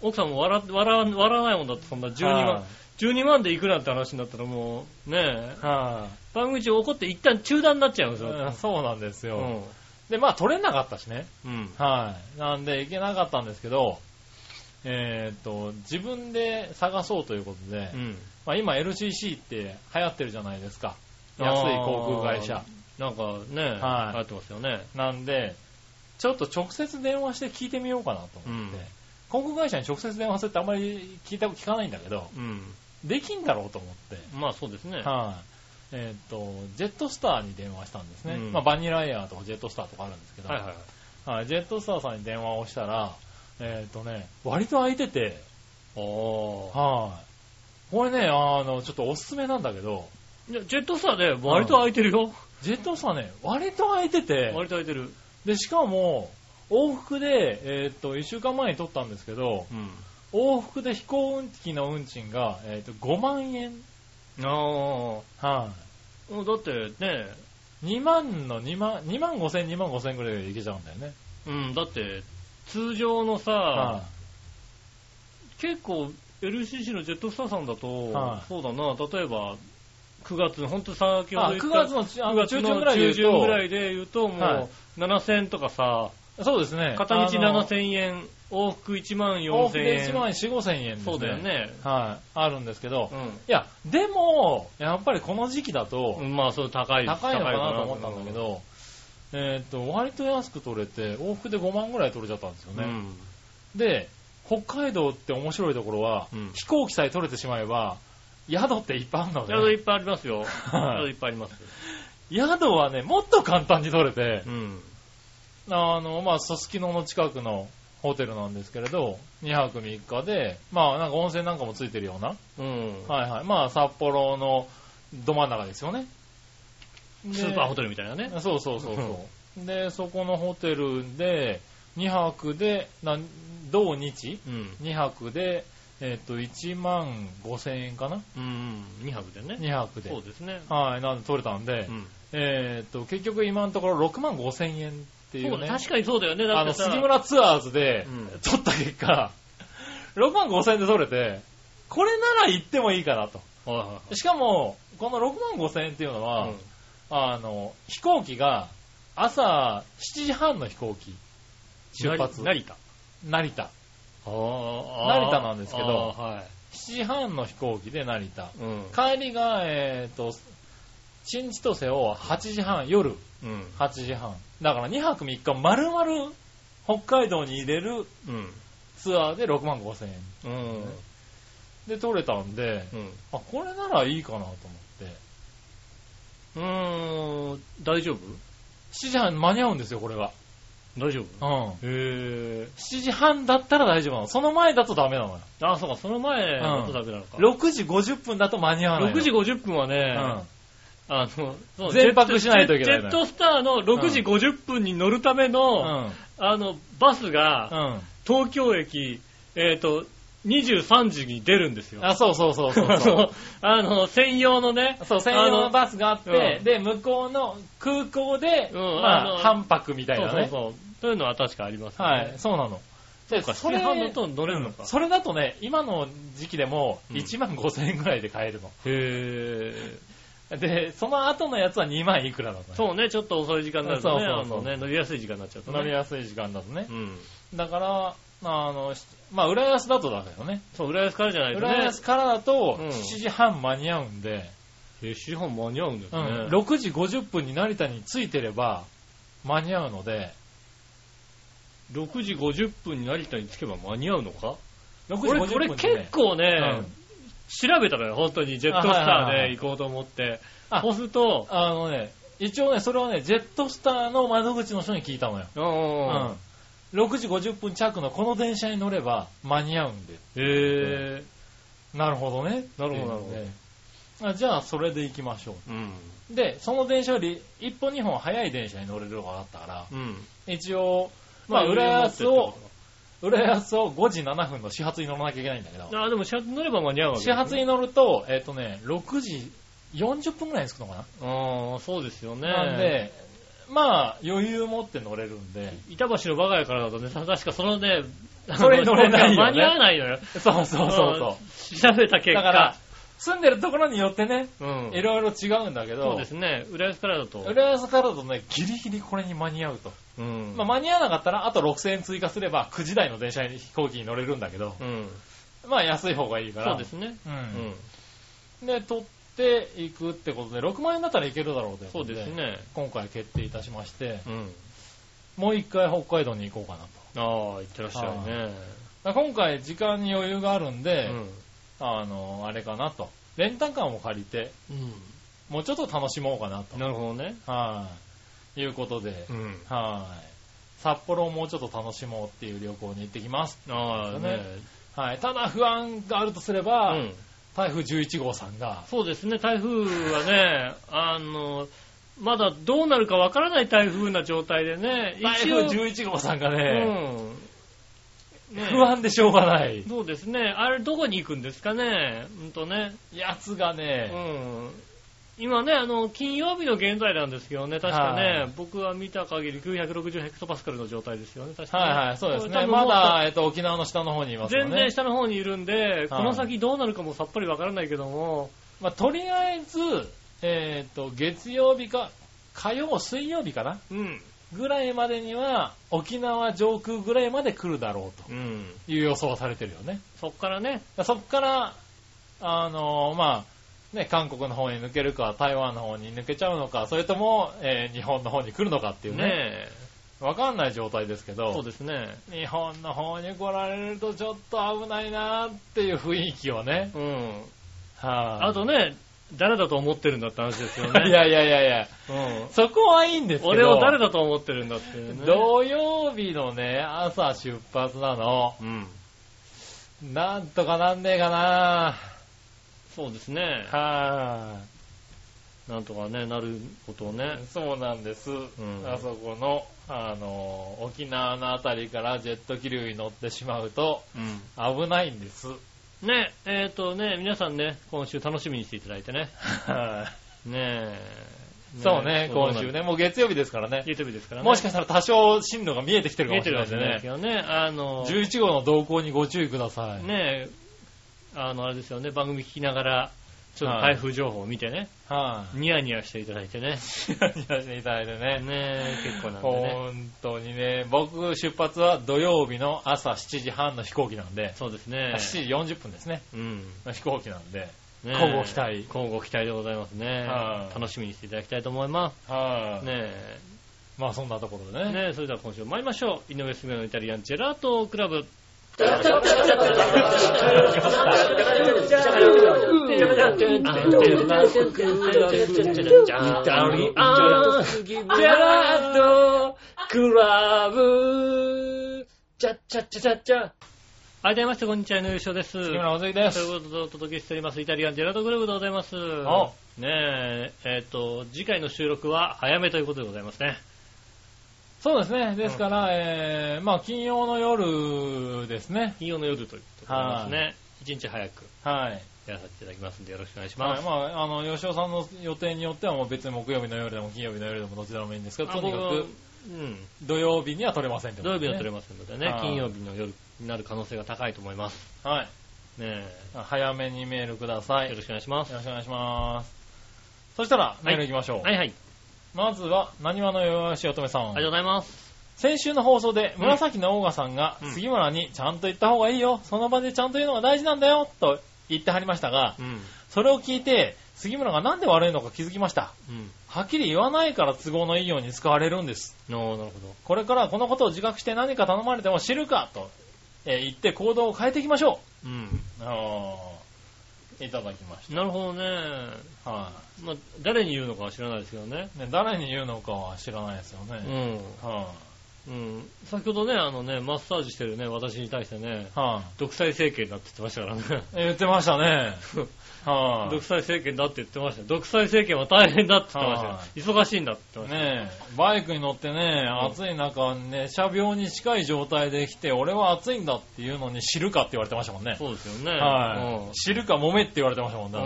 B: 奥さんも笑って笑わ笑わないもんだって、そんな12万
C: はい、
B: 12万でいくらって話になったらもう、ねえ
C: い。、は
B: 番組中怒って一旦中断になっちゃうんで
C: い
B: すよ。
C: そうなんです
B: う
C: よ。
B: ん。
C: で、まあ取れなかったしね。
B: うん。
C: はい。なんで行けなかったんですけど、えーっと、自分で探そうということで、
B: うん。
C: まあ今 LCC って流行ってるじゃないですか。安い航空会社。
B: なんかね、
C: は
B: 流
C: い
B: 行ってますよね。
C: なんで、ちょっと直接電話して聞いてみようかなと思って、
B: うん
C: 航空会社に直接電話するってあんまり聞いた聞かないんだけど、
B: うん。
C: できんだろうと思って、
B: まあそうですね。
C: はい。えーっと、ジェットスターに電話したんですね。
B: うん
C: まあ、バニラエアーとかジェットスターとかあるんですけど、
B: はいはいはい。
C: はいジェットスターさんに電話をしたら、えっ、とね、割と空いてて、
B: おー。
C: はい。これね、あの、ちょっとおすすめなんだけど、
B: いやジェットスターね、割と空いてるよ。
C: ジェットスターね、割と空いてて、
B: 割と空いてる。
C: で、しかも、往復で、えっ、と、1週間前に撮ったんですけど、
B: うん。
C: 往復で飛行運機の運賃が、えっ、と、5万円。
B: あ
C: は
B: あ。もうだってね、
C: い。2万の2万、2万5千、2万5千ぐらいで行けちゃうんだよね。
B: うん、だって、通常のさ、
C: は
B: 結構 LCC のジェットスターさんだと、
C: はい
B: そうだな、例えば、9月、ほんと先
C: い。
B: ほ
C: あ
B: ど言った
C: 9月のちあ
B: 9
C: の
B: 月
C: 中
B: の
C: 旬ぐらいで
B: 中
C: 言う
B: 旬
C: と
B: ぐらいで言うと、もう、
C: はい
B: 7000とかさ、
C: そうですね。
B: 片道
C: あの
B: 7000円、往復1万4000
C: 往復で1
B: 円。
C: 万4、5千円です、
B: そうだよ。ね。
C: はい。あるんですけど、
B: う
C: い
B: ん
C: や、でも、やっぱりこの時期だと、
B: うん。まあ、そう高い。
C: 高いのかなと思ったんだけど、えーっと、割と安く取れて、往復で5万ぐらい取れちゃったんですよ
B: 高いかなと
C: ね。
B: 思った。
C: で、北海道って面白いところは、
B: うん
C: 飛行機さえ取れてしまえば、宿っていっぱいあるの
B: うん。宿い
C: で、
B: っぱいありますよ。
C: はい
B: 宿いっぱいあります。
C: 宿はね、もっと簡単に取れて
B: う、ん。
C: あの、まあ、すすきのの近くのホテルなんですけれど、2泊3日で、まあ、なんか温泉なんかもついてるような、
B: うん。
C: はいはい、まあ、札幌のど真ん中ですよね。
B: スーパーホ
C: テ
B: テルみたいなね。
C: ルそうそうそうそう。で、そこのホテルで、2泊で、な同日
B: うん。
C: 2泊で、えっ、と、1万5千円かな
B: うん。2泊でね。
C: ?2 泊で。
B: そうですね。
C: はい、なんで取れたんで、
B: うん。
C: えっ、と、結局今のところ6万5千円っていうね、
B: 確かにそうだよね。だ
C: あ
B: って
C: の、
B: さ、
C: 杉村ツアーズで
B: うん
C: 取った結果、6万5千円で取れて、これなら行ってもいいかなと。
B: はいはいはい
C: しかも、この6万5千円っていうのは、あの、飛行機が朝7時半の飛行機、出発。
B: 成田。
C: 成田。
B: あー
C: 成田なんですけ
B: あ
C: ど
B: ーはい。
C: 7時半の飛行機で成田。
B: うん。
C: 帰りが、えっ、と、新千歳を8時半、夜
B: うん。
C: 8時半。だから2泊3日丸々北海道に入れる
B: うん。
C: ツアーで6万5千円。
B: うん。
C: で取れたんで、
B: うん。
C: あ、これならいいかなと思って。
B: うーん、大丈夫
C: 7時半間に合うんですよ、これは。
B: 大丈
C: う
B: 夫
C: ん。
B: へえ。
C: 7時半だったら大丈夫なの。その前だとダメなのよ。
B: あ、そうか、その前だとダメなのか。
C: 6時50分だと間に合わないの。
B: 6時50分は
C: う
B: ね、
C: ん。
B: あの、そう
C: 全泊しないといけない
B: ジ
C: の
B: ェッ
C: よ
B: トスターの6時50分に乗るため
C: う
B: の、
C: ん。
B: あの、バスが、
C: うん。
B: 東京駅、えっ、と、23時に出るんですよ。
C: あ、そうそうそうそう
B: あ
C: そう。
B: の、あの、専用のね、
C: そう、専用のバスがあっ
B: あの
C: て
B: う、ん
C: で、向こうの空港で、
B: うんあ
C: ま
B: の
C: あ、半泊みたい
B: そう
C: な
B: そう
C: ね。
B: そう。そういうのは確かありますよね。
C: はい、そうなの。
B: そうか、
C: そ
B: 7
C: れ
B: 時半のと乗れるのか。
C: それだとね、今の時期でも
B: うん
C: 1万5千円ぐらいで買えるの。
B: へえ。
C: で、その後のやつは2万いくらなのよ。
B: そうね、ちょっと遅い時間になるとね、
C: そうそ
B: あ
C: うそう
B: のね、乗りやすい時間になっちゃうとね。
C: 乗りやすい時間だとね
B: う。ん。
C: だから、あの、しまあ、浦安だとだけどね。
B: そう、浦安からじゃないとね。
C: 浦安からだと
B: うん
C: 7時半間に合うんで、
B: えー、市販間に合うんです
C: う
B: ね。
C: ん6時50分に成田に着いてれば間に合うので、
B: 6時50分に成田に着けば間に合うのか
C: 6時
B: 俺、
C: 50
B: 俺
C: 分にね
B: 結構ね
C: う、ん
B: 調べたのよ、本当に。ジェットスタ
C: あはいは
B: ー
C: いは
B: で
C: い
B: 行こうと思って。
C: あ
B: そうすると、
C: あのね、一応ね、それはね、ジェットスターの窓口の人に聞いたのよ。
B: うん
C: うん。6時50分着のこの電車に乗れば間に合うんで。
B: へえ。
C: なるほどね。
B: なるほどなるほど
C: っていうのであじゃあ、それで行きましょ
B: うん。
C: う。で、その電車より1本2本早い電車に乗れるのがあったから、
B: うん。
C: 一応、まあ、浦安を、。浦安を5時7分の始発に乗らなきゃいけないんだけど、
B: あ、でも始発乗れば間に合うわけ、
C: 始発。に乗ると、えっ、とね、6時40分ぐらいに着くのかな、
B: うん、そうですよね。
C: なん、で、まあ、余裕持って乗れるんで、
B: 板橋の我が家からだとね、確かそのね、
C: それに乗れないよね
B: 間に合わないのよ。
C: そうそうそうそう。
B: う。調べた結果。
C: だから、住んでるところによってね、
B: うん。
C: いろいろ違うんだ
B: そ
C: け
B: う
C: ど
B: で、すね。浦安からだと。
C: 浦安からだとね、ギリギリこれに間に合うと。
B: うん。
C: まあ、間に合わなかったら、あと6000円追加すれば、9時台の電車に飛行機に乗れるんだけど、
B: うん。
C: まあ安い方がいいから。
B: そうですね。
C: う。
B: うんん。
C: で、取っていくってことで、6万円だったらいけるだろうという
B: そ
C: こ
B: う
C: と
B: です。ね。
C: 今回決定いたしまして、
B: うん。
C: もう一回北海道に行こうかなと。
B: ああ、行ってらっしゃるね。
C: だから今回時間に余裕があるん
B: う
C: で、
B: ん。
C: あの、あれかなと。レンタカーも借りて、
B: う
C: もうちょっと楽しもうかなと
B: ん。。なるほどね。
C: はい、いうことで、
B: ん。
C: はい、札幌をもうちょっと楽しもうっていう旅行に行ってきます。
B: ああ、ね
C: はい。ただ不安があるとすれば、
B: うん。
C: 台風11号さんが、
B: そうですね、台風はね、あの、まだどうなるかわからない台風な状態でね、
C: 台
B: 一応
C: 風11号さんがね、
B: うん。ね
C: 不安でしょうがない。
B: そうですね。あれ、どこに行くんですかね。うんとね。
C: やつが
B: う
C: ね、
B: ん。今ね、あの、金曜日の現在なんですけどね、確か
C: は
B: ね
C: い、
B: 僕は見た限り960ヘクトパスカルの状態ですよね、確かね
C: はいはい、そうです
B: これ多
C: ね。
B: 分も
C: まだ、えっと、沖縄の下の方にいますよ
B: 全
C: ね。
B: 然下の方にいるんで、この先どうなるかもさっぱりわからないけども、
C: まあ、とりあえず、えっと、月曜日か、火曜、水曜日かな
B: うん。
C: ぐらいまでには、沖縄上空ぐらいまで来るだろう
B: うん。
C: という予想はされてるよね。
B: そっからね、
C: だからそこから、あのまあ、ね、韓国の方に抜けるか、台湾の方に抜けちゃうのか、それとも、えー日本の方に来るのかっていうね、
B: ね
C: わかんない状態ですけ
B: えそう
C: ど、
B: ですね。
C: 日本の方に来られるとちょっと危ないなーっていう雰囲気をね、
B: うん。
C: はい、
B: あとね、誰だと思ってるんだって話ですよ
C: い
B: ね。
C: やいやいやいや、
B: うん。
C: そこはいいんですけど、
B: 俺を誰だと思ってるんだっていうね。
C: 土曜日のね、朝出発なの、
B: うん。
C: なんとかなんねえかな
B: そうですね。
C: は
B: なんとかね、なることをね
C: い。。そうなんです。
B: ん
C: あそこの、あの、沖縄のあたりからジェット気流に乗ってしまうと
B: うん。
C: 危ないんです。
B: ね、えっ、とね、皆さんね、今週楽しみにしていただいてね。ねえ。
C: そうね、今週
B: ね。
C: ね。もう月曜日ですからね。
B: 月曜日ですからね。
C: もしかしたら多少進路が見えてきてるか
B: 見え
C: も
B: て
C: し
B: る
C: れ
B: かも
C: ない
B: し
C: で
B: れないですすけど
C: ね。
B: ね。あの、
C: 11号の動向にご注意ください。
B: ねえ、あの、あれですよね、番組聞きながら、ちょっと台風情報を見てね、
C: は
B: ニヤニヤしていただいてね。
C: い。ニヤニヤしていただいてね。
B: ねえ、結構なんでね。
C: 本当にね、僕出発は土曜日の朝7時半の飛行機なんで、
B: そうですね。
C: 7時40分ですね、
B: うん。
C: の飛行機なんで、
B: ねえ
C: 乞うご期待
B: 乞うご期待でございますね
C: は。い
B: 楽しみにしていただきたいと思いま
C: は
B: す。
C: い
B: ねえ。
C: まあそんなところでね。
B: ねえ、それでは今週も参りましょう。井上すみのイタリアンジェラートクラブ。あいまして、こんにちは、井上翔です。
C: 木村和之で
B: と
C: す。
B: いうことでお届けしております、イタリアンジェラートクラブでございます。
C: お
B: ねえ、えっ、と、次回の収録は早めということでございますね。
C: そうですね。ですから、えー、まあ金曜の夜ですね。
B: 金曜の夜ということでございますね。一日早く
C: はい。
B: やらさせていただきますんで、よろしくお願いし
C: ま
B: ま
C: あ、
B: す。
C: まあ、あの、吉尾さんの予定によってはもう別に木曜日の夜でも金曜日の夜でもどちらでもいいんですけど、
B: あ
C: とにか
B: 僕は
C: く
B: うん、
C: 土曜日には取れませんってこ
B: 土
C: と
B: 曜日
C: で
B: は
C: すね
B: 取れますのでね
C: は、い
B: 金曜日の夜になる可能性が高いと思います。
C: はい。
B: ね
C: 早めにメールくださ
B: え、よ
C: い。よ
B: ろしくお願いします。
C: ろしくお願いします。そしたら、メール行きましょう。
B: はいはい、
C: まずは、なにわのよよしおとめさ
B: あ
C: ん
B: りがとう。ございます。
C: 先週の放送で、
B: うん
C: 紫のオーガさんが
B: うん、
C: 杉村にちゃんと言った方がいいよ、その場でちゃんと言うのが大事なんだよ、と言ってはりましたが、
B: うん、
C: それを聞いて、杉村がなんで悪いのか気づきました。
B: うん、
C: はっきり言わないから都合のいいように使われるんです。
B: のなるほど。
C: これからはこのことを自覚して何か頼まれても知るか、と、えー言って行動を変えていきましょ
B: うん、
C: う。あーいただきまし
B: なるほどね。
C: た。は
B: まあ、誰に言うのかは知らないですけどね。
C: い、ね誰に言うのかは知らないですよ
B: う
C: ね。
B: ん、
C: は
B: うん。先ほどね、あのね、マッサージしてるね、私に対してね、
C: いはい
B: 独裁政権だって言ってましたからね。
C: 言ってました ね。はい、
B: 独裁政権だって言ってましたよ。独裁政権は大変だって言ってま
C: は
B: したよ。忙しいんだって言ってましたよ。
C: ねえ、バイクに乗ってね、暑い中ね、車両に近い状態で来て、俺は暑いんだっていうのに知るかって言われてましたもんね。
B: そうですよね。
C: は
B: うん
C: い。知るか揉めって言われてましたもんね。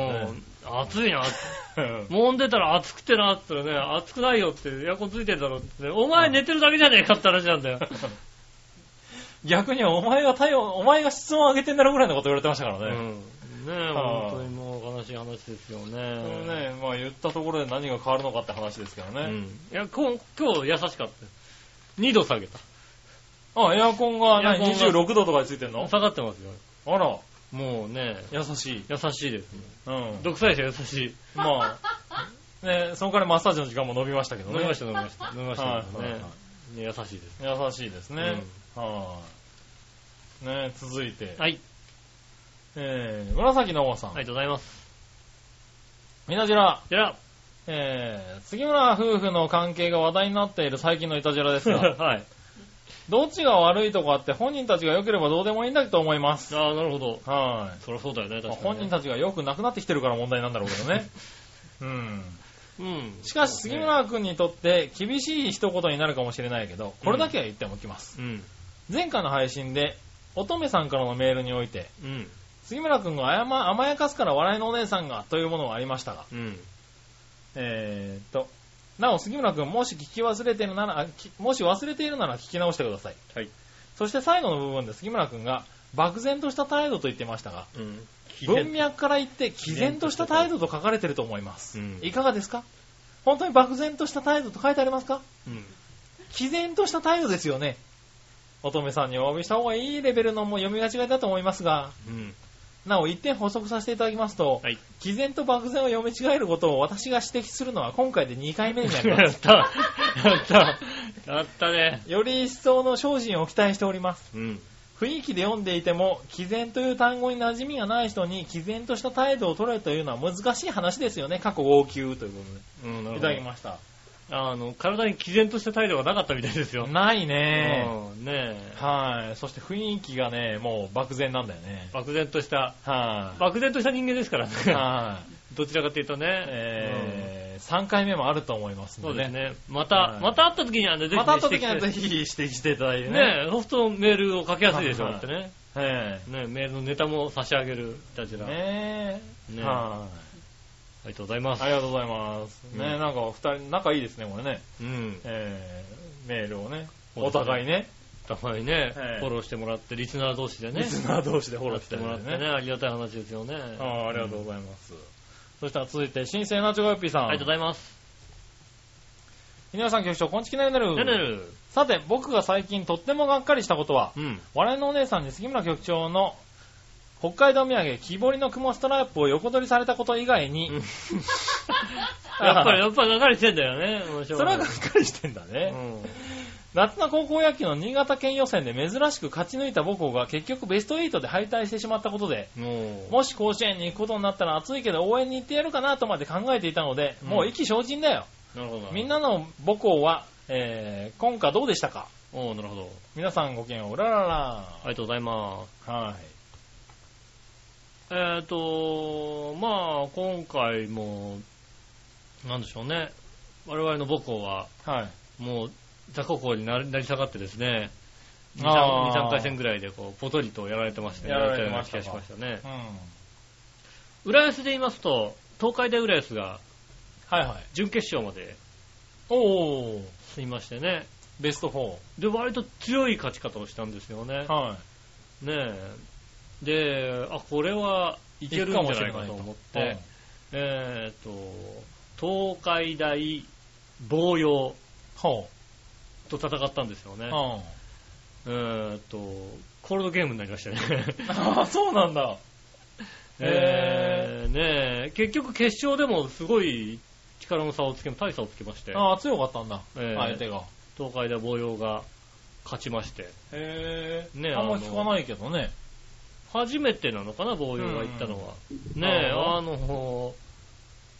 B: うん、暑いな、
C: うん
B: 揉んでたら暑くてなって言ったらね、暑くないよって、エアコンついてんだろって、お前寝てるだけじゃねえかって話なんだよ。
C: 逆にお前が体温、お前が室温上げてんだろぐらいのこと言われてましたから
B: うん、
C: ね。
B: ねえ、
C: はい
B: 本当にもう悲しい話ですよね。
C: そのね、まあ言ったところで何が変わるのかって話ですけど
B: う
C: ね。
B: ん、いやこん今日優しかったよ。2度下げた。
C: あ、エアコンが
B: エアコン
C: 何
B: が
C: 26度とかについてんの
B: 下がってますよ。
C: あら、
B: もうね、
C: 優しい。
B: 優しいです、ね。
C: うん。
B: 独裁者優しい。
C: まあ、ね、そのからマッサージの時間も伸びましたけど
B: 飲
C: ね。
B: みました、飲みました。飲みました
C: はい
B: けどね。ね優しいです。
C: 優しいですね。はい、ね続いて、
B: はい、
C: えー、紫の王さん。
B: ありがとうございます。
C: みなじら、
B: じゃあ、
C: えー、杉村夫婦の関係が話題になっている最近のいたじらですが、
B: はい。
C: どっちが悪いとかって本人たちが良ければどうでもいいんだと思います。
B: ああ、なるほど。
C: はい。
B: そりゃそうだよね、
C: まあ
B: 確か
C: 本
B: に、ね。
C: 人たちが良くなくなってきてるから問題なんだろうけどね。うん。
B: うん。
C: しかし、杉村君にとって厳しい一言になるかもしれないけど、これだけは言っておきます。
B: うん。
C: 前回の配信で、乙女さんからのメールにおいて、
B: うん。
C: 杉村君が甘や甘やかすから笑いのお姉さんがというものがありましたが、
B: うん。
C: えーっと、なお杉村君もし聞き忘れているなら、あきもし忘れているなら聞き直してください。
B: はい。
C: そして最後の部分で杉村君が、漠然とした態度と言ってましたが、
B: うん。
C: 文脈から言って、毅然とした態度と書かれてると思います。
B: うん
C: いかがですか本当に漠然とした態度と書いてありますか
B: うん。
C: 毅然とした態度ですよね。乙女さんにお詫びした方がいいレベルのもう読み間違いだと思いますが、
B: うん。
C: なお一点補足させていただきますと、
B: はい。
C: 毅然と漠然を読み違えることを私が指摘するのは今回で2回目になり ま
B: やった。やった。やったね。
C: す。より一層の精進を期待しております。
B: うん。
C: 雰囲気で読んでいても、毅然という単語に馴染みがない人に毅然とした態度を取れというのは難しい話ですよね。過去号泣ということ
B: うん、なる
C: で。
B: ほ
C: いた
B: ど
C: だき。ました。
B: あの、体に毅然とした態度がなかったみたいですよ。
C: ないね。
B: うんねえ。
C: はい。そして雰囲気がね、もう漠然なんだよね。
B: 漠然とした、
C: はい。
B: 漠然とした人間ですからね。
C: はい。
B: どちらかというとね。
C: えー、3回目もあると思います
B: うんそ
C: の
B: う
C: で
B: です
C: ね。
B: ね。また
C: は、い
B: また会った時にはね、ぜひね。
C: また後的にはぜ
B: 指摘して
C: ひ指摘していただいてね。
B: ねえ、そうするとメールを書きやすいでしょ、
C: はい
B: だってね。
C: え
B: ねえメールのネタも差し上げる、いたち
C: え
B: ら。
C: ね
B: ね
C: え
B: え
C: は
B: ありがとうございま
C: い。
B: す
C: あ。りがとうございます。
B: うん
C: ねえなんかお二人、仲いいですね、これね。
B: うん。
C: えー、メールをね。
B: そうですね
C: お互いね。
B: たまにね、
C: ええ
B: フォローしてもらって、リスナー同士でね。
C: リスナー同士でフォ
B: フォ
C: ロ
B: ロ
C: ー
B: ーし
C: して
B: て
C: も
B: もら
C: ら
B: っ
C: って
B: てね、
C: ね。
B: ありがたい話ですよね。
C: ああ、ありがとう
B: ござい
C: ございます。そしたら続いて、新生ナチョコヨッピーさん。
B: ます。ありがとうございます。
C: 皆さん局長、こんちきなりなる。
B: ねねる。
C: さて、僕が最近とってもがっかりしたことは、
B: うん。
C: 我のお姉さんに杉村局長の北海道土産木彫りの雲ストライプを横取りされたこと以外に、
B: やっぱり、やっぱりがっかりしてんだよね。面
C: そ
B: 白い
C: れはがっかりしてんだね、夏の高校野球の新潟県予選で珍しく勝ち抜いた母校が結局ベスト8で敗退してしまったことで、
B: うん。もう。
C: もし甲子園に行くことになったら暑いけど応援に行ってやるかなとまで考えていたので、
B: うん
C: もう意気消沈だよ。
B: なるほど。
C: みん。なの母校は、えー、今夏どうでしたか
B: おうなるほど。
C: 皆さんごきげんよう、うららら。
B: ありがとうございます。
C: はい。
B: えっ、と、まあ、今回も、なんでしょうね。我々の母校は、
C: はい。
B: もう、雑魚校になりなり下がってですね、2、
C: あー
B: 3回戦ぐらいで、こう、ポトリとやられてましたね。
C: やられてました
B: や
C: から
B: れような気がしましたね。
C: うん。
B: 浦安で言いますと、東海大浦安が
C: はいはい。
B: 準決勝まで
C: おー、
B: 進みましてね。
C: ベスト4。
B: で、割と強い勝ち方をしたんですよね。
C: は
B: ねえ。で、あ、これはい
C: い。
B: けるんじゃないかと思って、
C: うん
B: えっ、と、東海大防洋
C: ほ
B: と戦ったんですよ
C: う。
B: ね
C: う。ん。
B: えっと、コールドゲームになりましたね。
C: ああ、そうなんだ。
B: え
C: へ
B: ー、ねえ、結局決勝でもすごい力の差をつけ、大差をつけまして、
C: ああ、強かったんだ。
B: えー
C: 相手が。
B: 東海大防洋が勝ちまして、
C: へえ。
B: ね
C: あんま
B: あの
C: 聞かないけどね。
B: 初めてなのかな、防洋が行ったのは。
C: ん
B: ねえ、
C: あ
B: あの、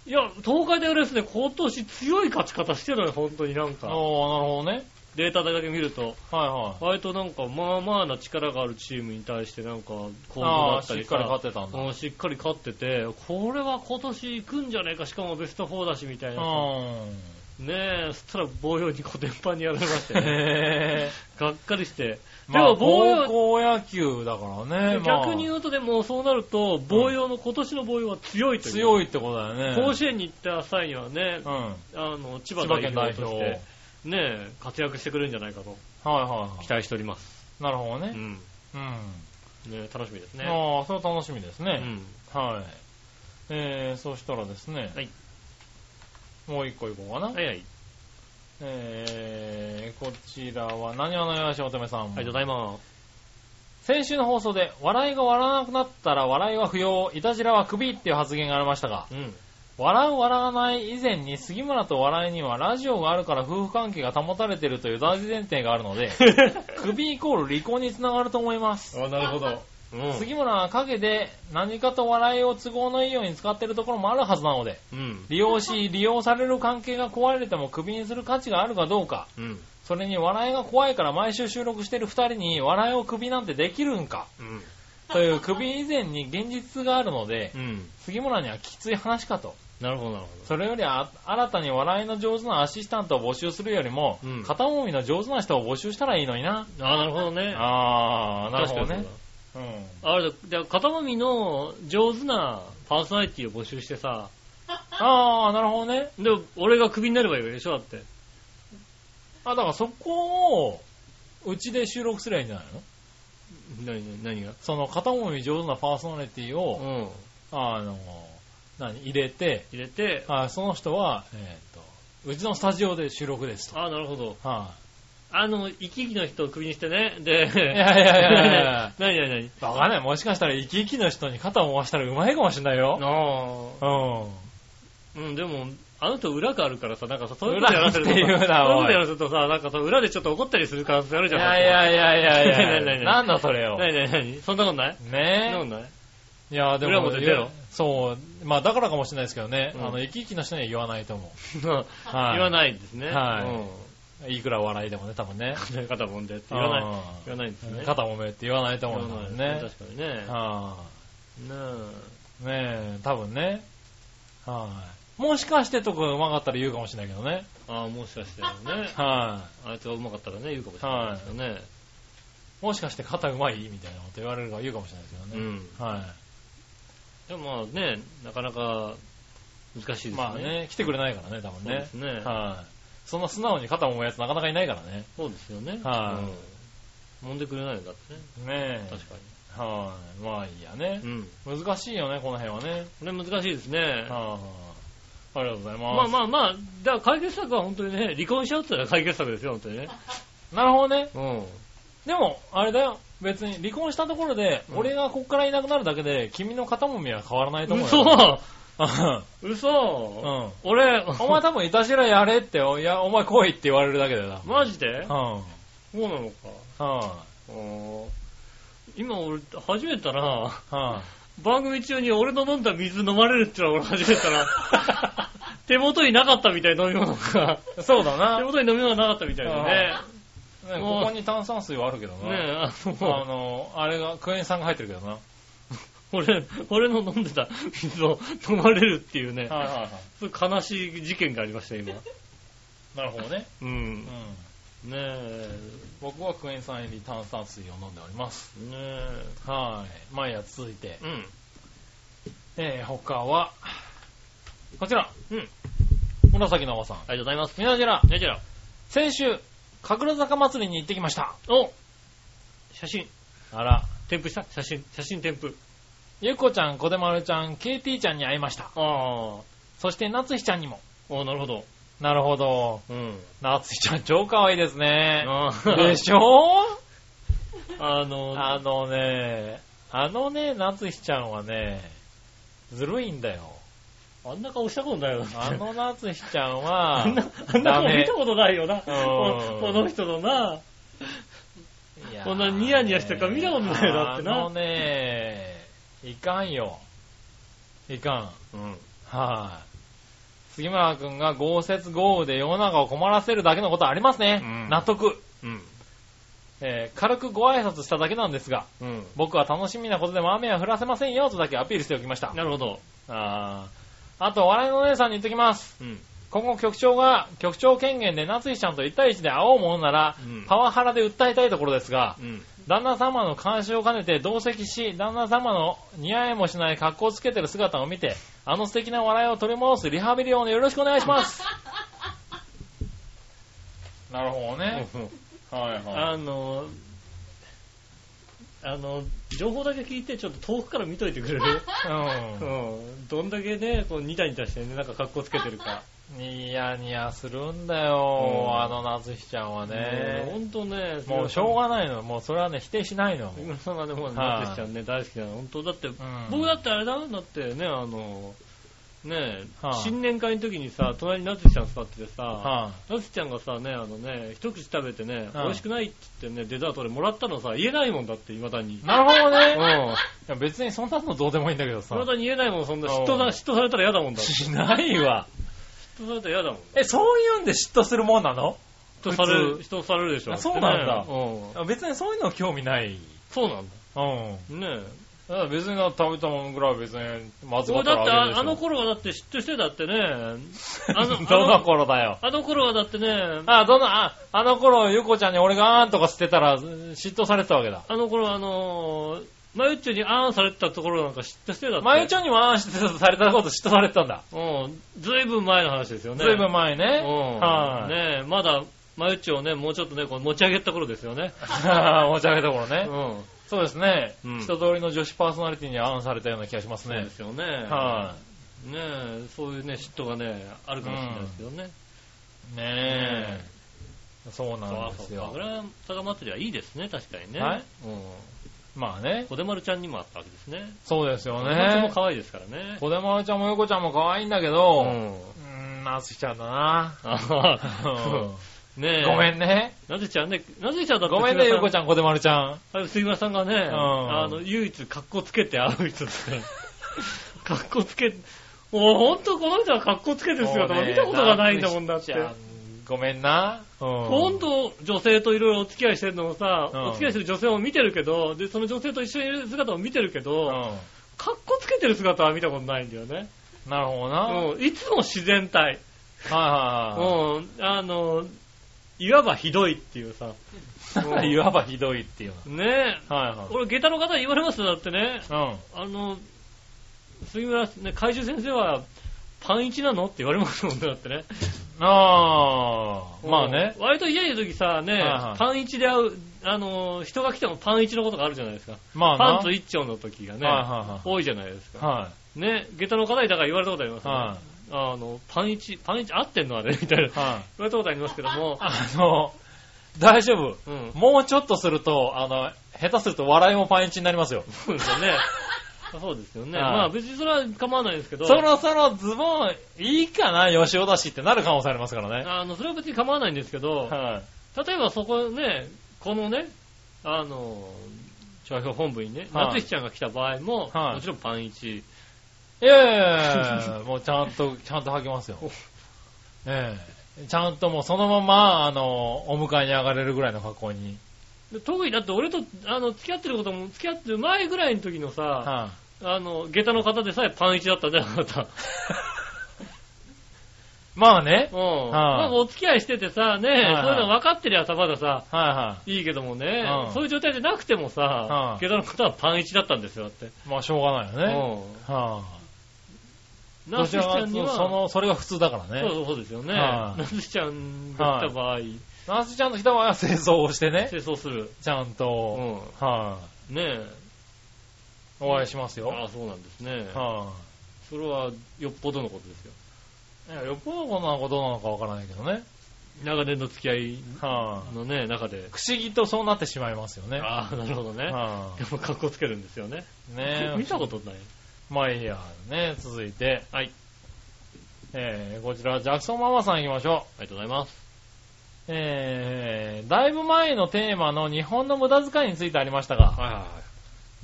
B: いや、東海大浦安ね、今年強い勝ち方してるのよ、本当になん
C: ああ、なる
B: か。
C: ほどね。
B: データだけ見ると、
C: はいはい。
B: 割となんか、まあまあな力があるチームに対して、なんか、こう
C: あ
B: な
C: あ、
B: った
C: し
B: り
C: っ
B: さ
C: かり勝ってたんだ。うん。
B: うんしっかり勝ってて、これは今年行くんじゃねえか、しかもベスト4だし、みたいな。ねえ、そしたら防衛にコテンパンにやられまして、ね、
C: へえ。
B: がっかりして。で
C: まあ
B: も防
C: 高
B: 衛、
C: 校野球だからね。まあ
B: 逆に言うとでもそうなると、防衛の今年の防衛は強いという。
C: 強いってことだよね。
B: 甲子園に行った際にはね、
C: うん。はい
B: あの、千葉代表とし
C: 千葉
B: て
C: 県、
B: ねえ、活躍してくれるんじゃないかと
C: は
B: 期待しております。
C: い。なるほど
B: う
C: ね。
B: ん。
C: うん。
B: ねえ楽しみですね。
C: ああ、それは楽しみです
B: う
C: ね。
B: ん。
C: はい。えー、そしたらですね。
B: はい。
C: もう一個いこうかな。
B: はいはい。
C: えー、こちらは、何わのよしおとめさん。
B: ありがとうございます。
C: 先週の放送で、笑いが笑わなくなったら笑いは不要、いたじらは首っていう発言がありましたが、
B: うん。
C: 笑う笑わない以前に杉村と笑いにはラジオがあるから夫婦関係が保たれてい るという大事前提があるので、首イコール離婚につながると思います。
B: あ、なるほど。うん。
C: 杉村は陰で何かと笑いを都合のいいように使ってるところもあるはずなので、
B: うん。
C: 利 用し、利用される関係が壊れてもクビにする価値があるかどうか、
B: うん。
C: それに笑いが怖いから毎週収録してる二人に笑いをクビなんてできるんか、
B: うん。
C: というクビ以前に現実があるので、
B: うん。
C: 杉村にはきつい話かと。
B: なるほど、なるほ
C: それよりあ新たに笑いの上手なアシスタントを募集するよりも、
B: うん
C: 片思いの上手な人を募集したらいいのにな。
B: ど。ああ、なるほどね。
C: あー、なる
B: 確か
C: ほ
B: にそ
C: ど
B: う
C: ね
B: だ。。
C: うん。
B: あれだ、じゃあ片もみの上手なパーソナリティを募集してさ、
C: あー、なるほどね。
B: で、俺がクビになればいいわけでしょ、だって。
C: あ、だからそこを、うちで収録すればいいんじゃないの
B: 何、何が
C: その片思い上手なパーソナリティ
B: う
C: を、
B: ん。
C: あの、何、入れて、
B: 入れて、
C: あその人は、えーっと、うちのスタジオで収録ですと。
B: ああ、なるほど。
C: は
B: あの、生き生きの人をクビにしてね。で、
C: いいやいやいやいやいや
B: 何何何
C: い。わかんない。もしかしたら生き生きの人に肩を回したらうまいかもしれないよ。
B: あ
C: う
B: あ。
C: ん。
B: うん、でも、あの人裏があるからさ、なんかさ、そういうこ
C: 裏
B: とやらせるとさ、
C: っていうな
B: そういう
C: お
B: こ
C: い
B: とやらせるとさ、なんかさ、裏でちょっと怒ったりする可能性ある
C: い
B: じゃん。
C: やいやいやい
B: 何
C: やいや
B: 何何
C: なんだそれよ。
B: 何何何そんなことないそん
C: ね
B: なこ
C: え
B: と。ない
C: いや、で
B: 裏
C: も
B: 表出ろ、
C: そう。まあ、だからかもしれないですけどね。
B: う
C: あ
B: ん
C: の、生き生きの人には言わないと思
B: 言
C: はい
B: わないんですね。
C: はい
B: うん
C: う。いくら笑いでもね、多分ね。
B: 肩もんでって言わない。言わないんです
C: う
B: ね。
C: ん肩もめって言わないと思
B: も
C: うんだもん
B: ん
C: ね。
B: 確かにね。ね
C: は
B: え
C: い。ねえ、多分ね。はい。もしかしてとこうまかったら言うかもしれないけどね。
B: ああ、もしかしてね。
C: はい。
B: あいつがうまかったらね、言うかもしれないですよね。
C: もしかして肩うまいみたいなこと言われるか言うかもしれないです
B: う
C: けどね。
B: ん。
C: は
B: でもまあね、なかなか難しいです
C: い。
B: ね。
C: まあね、来てくれないからね、多
B: そ
C: 分
B: うで
C: ね
B: す。ね。
C: はい。そんな素直に肩揉むやつなかなかいないからね。
B: そうですよね。
C: は
B: うん揉んでくれないんだってね。
C: ねえ。
B: 確か
C: はい。まあいいやね。
B: に。うん。
C: 難しいよね、この辺はね。
B: これ難しいですね。
C: はい。ありがとうございます。
B: まあまあまあ、だから解決策は本当にね、離婚しちゃうっていうのは解決策ですよ、本当にね。
C: なるほどね。
B: うん。
C: でも、あれだよ。別に離婚したところで、
B: うん
C: 俺がこっからいなくなるだけで、君の肩もみは変わらないと思うよ。
B: 嘘
C: う
B: 嘘、
C: ん。うん。
B: 俺、
C: お前多分いたしらやれって、いや、お前来いって言われるだけだよな。
B: マジで
C: うん。
B: そうなのか。
C: は
B: うん今俺、初めてだな。
C: い。はい。
B: 番組中に俺の飲んだ水飲まれるってのは俺初めてだ な。手元になかったみたい飲み物が。
C: そうだな。
B: 手
C: ね
B: 元に飲み物なかったみたいでね。もう
C: ここに炭酸水はあるけどな。
B: ねえ、あ
C: あ
B: の、
C: の、あれが、クエン酸が入ってるけどな。はい
B: 俺、俺の飲んでた水を飲まれるっていうね、
C: はいは
B: そういう悲しい事件がありました、今。
C: い。なるほどね。
B: うん。
C: う
B: ね
C: ん。
B: え、
C: 僕はクエン酸入り炭酸水を飲んでおります。
B: ねえ、
C: はい。毎夜続いて。
B: うん。
C: えー、他は、こちら。
B: うん。
C: 紫のおばさん。
B: ありがとうございます。
C: みなじら、
B: ねじゃあ、
C: 先週、神楽坂祭りに行ってきました。
B: お写真、
C: あら。
B: 添付した写真、写真添付。
C: ゆっこちゃん、こでまるちゃん、KT ちゃんに会いました。
B: ああ、
C: そして、なつひちゃんにも。
B: おなるほど。
C: なるほど。
B: うん。
C: なつひちゃん、超可愛いですね。
B: あー
C: でし ょ
B: あの、
C: あのね、あのね、夏日ちゃんはね、ずるいんだよ。
B: あんな顔したことないよな。
C: あの夏日ちゃん
B: あ
C: は
B: んな、、あんな
C: ダ
B: 顔見
C: メ
B: た。ことないよな。
C: ん
B: この人のな。
C: いやー
B: こんなニヤニヤしてる顔見たことないよだってな
C: あのね、いかんよ。いかん。は
B: う
C: い、
B: ん。
C: 杉村くんが豪雪豪雨で世の中を困らせるだけのことありますね。
B: うん
C: 納得。
B: うん。
C: えー軽くご挨拶しただけなんですが、
B: うん。
C: 僕は楽しみなことでも雨は降らせませんよとだけアピールしておきました。
B: なるほど。
C: あーあと、笑いのお姉さんに言ってきます。
B: うん。
C: 今後局長が、局長権限で夏日ちゃんと1対1で会おうものなら、
B: うん
C: パワハラで訴えたいところです が、
B: うん。
C: 旦那様の監視を兼ねて同席し、旦那様の似合いもしない格好をつけてる姿を見て、あの素敵な笑いを取り戻すリハビリをよろしくお願いします。 なるほどね。はいはい。
B: あの、あの、情報だけ聞いて、ちょっと遠くから見といてくれる
C: うん
B: うん。どんだけね、こう、ニタニタしてね、なんか格好つけてるか。
C: ニヤニヤするんだよ、
B: うん
C: あの夏日ちゃん
B: ほ
C: はね。
B: んとね、
C: もうしょうがないの。もうそれはね、否定しないの。
B: 今さんがね、もう、
C: はい
B: なつしちゃんね、大好きなの。本当だって、
C: ん
B: 僕だってあれだもんだってね、あの、ねえ、
C: はあ
B: 新年会の時にさ、隣になつちゃん座っててさ、
C: は
B: なつちゃんがさ、ね、あのね、一口食べてね、
C: はあ
B: 美味しくないって言ってね、デザートでもらったのさ、言えないもんだって、未だに
C: い。。なるほどね。
B: う
C: い
B: ん。
C: や別にそんなのどうでもいいんだけどさ。
B: 未だに言えないもん、そんな
C: ああ
B: 嫉妬だ、嫉妬されたら嫌だもんだ。嫉
C: しないわ。
B: 妬されたら嫌だもんだ。
C: え、そういうんで嫉妬するもんなの
B: 嫉妬される、
C: 普
B: 嫉妬されるでしょ。
C: あそうなんだ
B: ってねうん。
C: あ別にそういうの興味ない。
B: そうなんだ。
C: うん。
B: ねえ。
C: だから別に食べたものぐらいは別にまずか
B: 俺だ
C: った
B: って
C: らあげるでしょ
B: あ、あの頃はだって嫉妬してたってね、 あの、あ
C: どの
B: の、
C: 頃だよ。
B: あの頃はだってね、
C: あ、どの、あ、あの頃、ゆこちゃんに俺があーんとか捨てたら、嫉妬されてたわけだ。
B: あの頃あのー、マユッチョにあーんされてたところなんか嫉妬してたって。
C: まゆちょにもあーんしてたされたこと嫉妬されてたんだ。
B: うん、ずいぶん前の話ですよね。
C: ずいぶん前
B: う
C: ね。
B: ん。
C: はい、
B: ねえ、まだ、マユッチョをね、もうちょっとね、こう持ち上げた頃ですよね。
C: 持ち上げた頃
B: う
C: ね。
B: ん。
C: そうですね、
B: うん
C: 一通りの女子パーソナリティにあーんされたような気がします
B: そう
C: ね
B: で。すよね。
C: は
B: ねえ、そういうね、嫉妬がね、あるかもしれないですよね。
C: い、ねえ。そ
B: そ
C: うなん
B: う
C: です
B: そうそう。
C: よ
B: こ。れは、高祭りはいいですね、確かにね。
C: はい
B: うん。
C: まあね。
B: 小手丸ちゃんにもあったわけですね。
C: そうですよ
B: 小手丸ちゃんも
C: ね。
B: 可愛いですからね。
C: 小出丸ちゃんもゆこちゃんも可愛いんだけど、う
B: うん。
C: ーん、なつきちゃんだな。
B: あは
C: うん
B: はねえ。
C: ごめんね。
B: なぜちゃんね、なぜちゃんだって
C: ごめんね、ゆうこち
B: ゃん
C: ゃん、こでまるちゃん。。
B: あれ杉村さんがね、
C: ん
B: あの、唯一格好つけて会う人です ね。格好つけ、もうほんとこの人は格好つけてる姿
C: もう
B: は
C: ね
B: 見たことがないんだもんだって。。
C: ごめんな。うん。
B: ほんと女性といろいろお付き合いしてるのをさ、
C: うん
B: お付き合いしてる女性を見てるけど、で、その女性と一緒にいる姿を見てるけ
C: う
B: ど、
C: ん。
B: 格好つけてる姿は見たことないんだよね。
C: なるほどな。はい
B: うん、いつも自然体。
C: は
B: うん、あの、いわばひどいっていうさ。
C: いはい。いわばひどいっていう
B: ねえ、
C: の。はいはい。
B: 俺、下駄の方に言われますよだってね。
C: うん。
B: あの、杉村、ね、怪獣先生は、パンイチなのって言われますもんね、だってね。
C: あ あ、まあね
B: う。ん。割と家にいる時さ、ね、
C: はいはい
B: パンイチで会う、あの、人が来てもパンイチのことがあるじゃないですか。
C: まあな。
B: パンツ一丁の時がね、
C: はいはい
B: 多いじゃないですか。
C: は
B: ね、下駄の方にだから言われたことあります
C: い。
B: ね、
C: は
B: あの、パンイチ、パンイチ合ってんのあれみたいな。
C: い。はい。
B: 言われたことありますけども、
C: あの、大丈夫。
B: うん。
C: もうちょっとすると、あの、下手すると笑いもパンイチになりますよ。
B: そうですよ ね。そうですよね。
C: はい
B: まあ別にそれは構わないですけど。
C: そろそろズボンいいかな、吉尾だしってなる可能性ありますからね。
B: あの、それは別に構わないんですけど、
C: はい。
B: 例えばそこね、このね、あの、調票本部にね、
C: はい
B: 夏日ちゃんが来た場合も、
C: はい
B: もちろんパンイチ。
C: いやいやいやいやもうちゃんと、ちゃんと履きますよ。ええちゃんともうそのまま、あの、お迎えに上がれるぐらいの格好に。
B: で特にだって俺と、あの、付き合ってることも、付き合ってる前ぐらいの時のさ、
C: は
B: あの、下駄の方でさえパンイチだったじゃん、あな た。
C: いまあね。
B: うん。
C: い
B: まあお付き合いしててさ、ね、
C: はいはい
B: そういうの分かってりゃさ、まださ、
C: はいはい
B: いけどもね、
C: うん
B: そういう状態でなくてもさ、
C: はい
B: 下駄の方はパンイチだったんですよ、だって。
C: い。まあしょうがないよね。
B: う
C: は
B: ん。
C: い。ど
B: 夏
C: ち
B: 日ち
C: らか
B: ゃ
C: と
B: ん
C: い
B: に
C: う
B: は、
C: とその、それが普通だから
B: そう
C: ね。
B: そうそうですよね。
C: はい
B: なずきちゃんが来た場合、
C: ナースちゃんと来た場合は清掃をしてね。
B: 清掃する。
C: ちゃん
B: う
C: と、
B: ん。
C: は
B: ねえ。
C: い。お会いしますよ。
B: ああ、そうなんですね。
C: は
B: それはよっぽどのことですよ。
C: い。いや、よっぽどこんなことなのかわからないけどね。
B: 長年の付き合い
C: は
B: のね、中で
C: い。。不思議とそうなってしまいますよね。
B: ああ、なるほどね。
C: は
B: でも格好つけるんですよね。
C: い。ねえ
B: 見たことない。
C: まあいいや、ね、続いて。はい。えー、こちら、ジャクソンママさん行きましょう。
B: ありがとうございます。
C: えー、だいぶ前のテーマの日本の無駄遣いについてありましたが、
B: はいは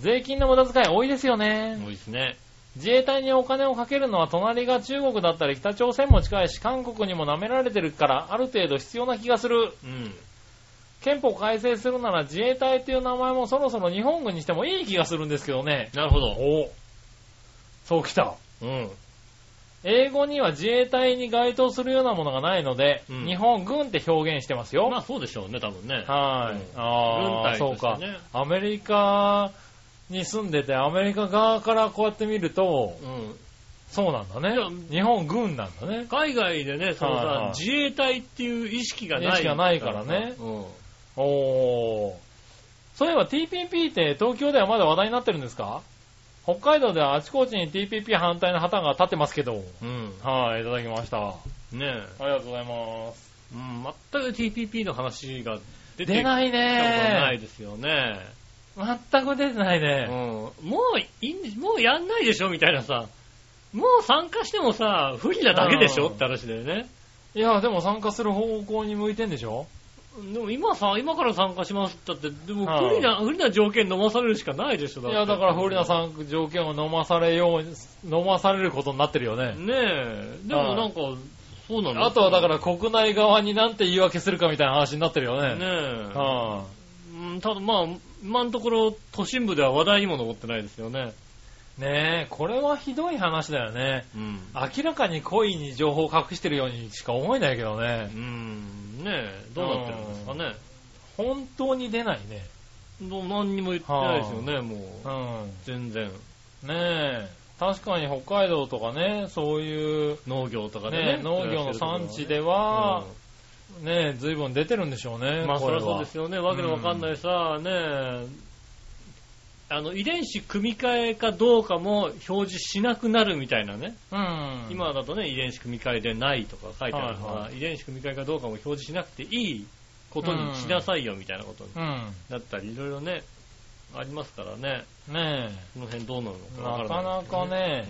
C: 税金の無駄遣い多いですよ
B: いはい。
C: ね。
B: 多いですね。
C: 自衛隊にお金をかけるのは隣が中国だったり北朝鮮も近いし、韓国にも舐められてるから、ある程度必要な気がする。
B: うん。
C: 憲法改正するなら自衛隊という名前もそろそろ日本軍にしてもいい気がするんですけどね。
B: なるほど。
C: おそうきた。
B: うん。
C: 英語には自衛隊に該当するようなものがないので、
B: うん
C: 日本軍って表現してますよ。
B: まあそうでしょうね、多分ね。
C: はい。
B: うん軍
C: ああ、
B: 隊
C: そ
B: と
C: う
B: して
C: か。
B: ね。
C: アメリカに住んでて、アメリカ側からこうやって見ると、
B: うん。
C: そうなんだ
B: いや
C: ね。日本軍なんだね。
B: 海外でね、その
C: はいはい
B: さ、自衛隊っていう意識がない。
C: 意識がないからね
B: うん。
C: おー。そういえば TPP って東京ではまだ話題になってるんですか北海道ではあちこちに TPP 反対の旗が立ってますけど。
B: うん。
C: はい、いただきました。あ
B: ね
C: りがとうございます。
B: え。うん、全く TPP の話が出て
C: 出な
B: た
C: い
B: ことない
C: ね
B: ですよね。
C: 全く出てないね。
B: うん。もういいん、もうやんないでしょみたいなさ。もう参加してもさ、不利なだけでしょって話だよね。
C: いや、でも参加する方向に向いてんでしょ
B: でも今さ、今から参加しますって言ったって、でも
C: はい
B: 不利な、不利な条件飲まされるしかないでしょ、
C: いや、だから不利な
B: さ
C: 参加条件を飲まされように、飲まされることになってるよね。
B: ねえ。でもなんか、そうなんだ。
C: あとはだから国内側になんて言い訳するかみたいな話になってるよね。
B: ねえ。
C: は
B: うんただまあ、今のところ都心部では話題にも上ってないですよね。
C: いねえ、これはひどい話だよね。
B: うん。
C: 明らかに故意に情報を隠してるようにしか思えないけどね
B: う。ん、ねえ、どうなってるんですかね。
C: 本当に出ないね。
B: どう何にも言ってないですよね、も
C: う
B: う。
C: ん。
B: 全然。
C: ねえ、確かに北海道とかね、そういう、
B: 農業とかでね
C: ね、農業の産地で
B: は
C: は
B: ね、
C: ねえ、随分出てるんでしょうね。
B: まあそ
C: こ
B: り
C: れ
B: ゃ
C: は
B: そうですよね。わけのわかんないさ、ねえ、あの、遺伝子組み換えかどうかも表示しなくなるみたいなね。
C: うん。
B: 今だとね、遺伝子組み換えでないとか書いてあるから、
C: はいは
B: 遺伝子組み換えかどうかも表示しなくていいことにしなさいよみたいなことに
C: うん。
B: なったり、いろいろね、ありますからね。
C: ね
B: その辺どうなるの
C: え、
B: かわか
C: なから
B: ない
C: な
B: です
C: か
B: ね。
C: ね、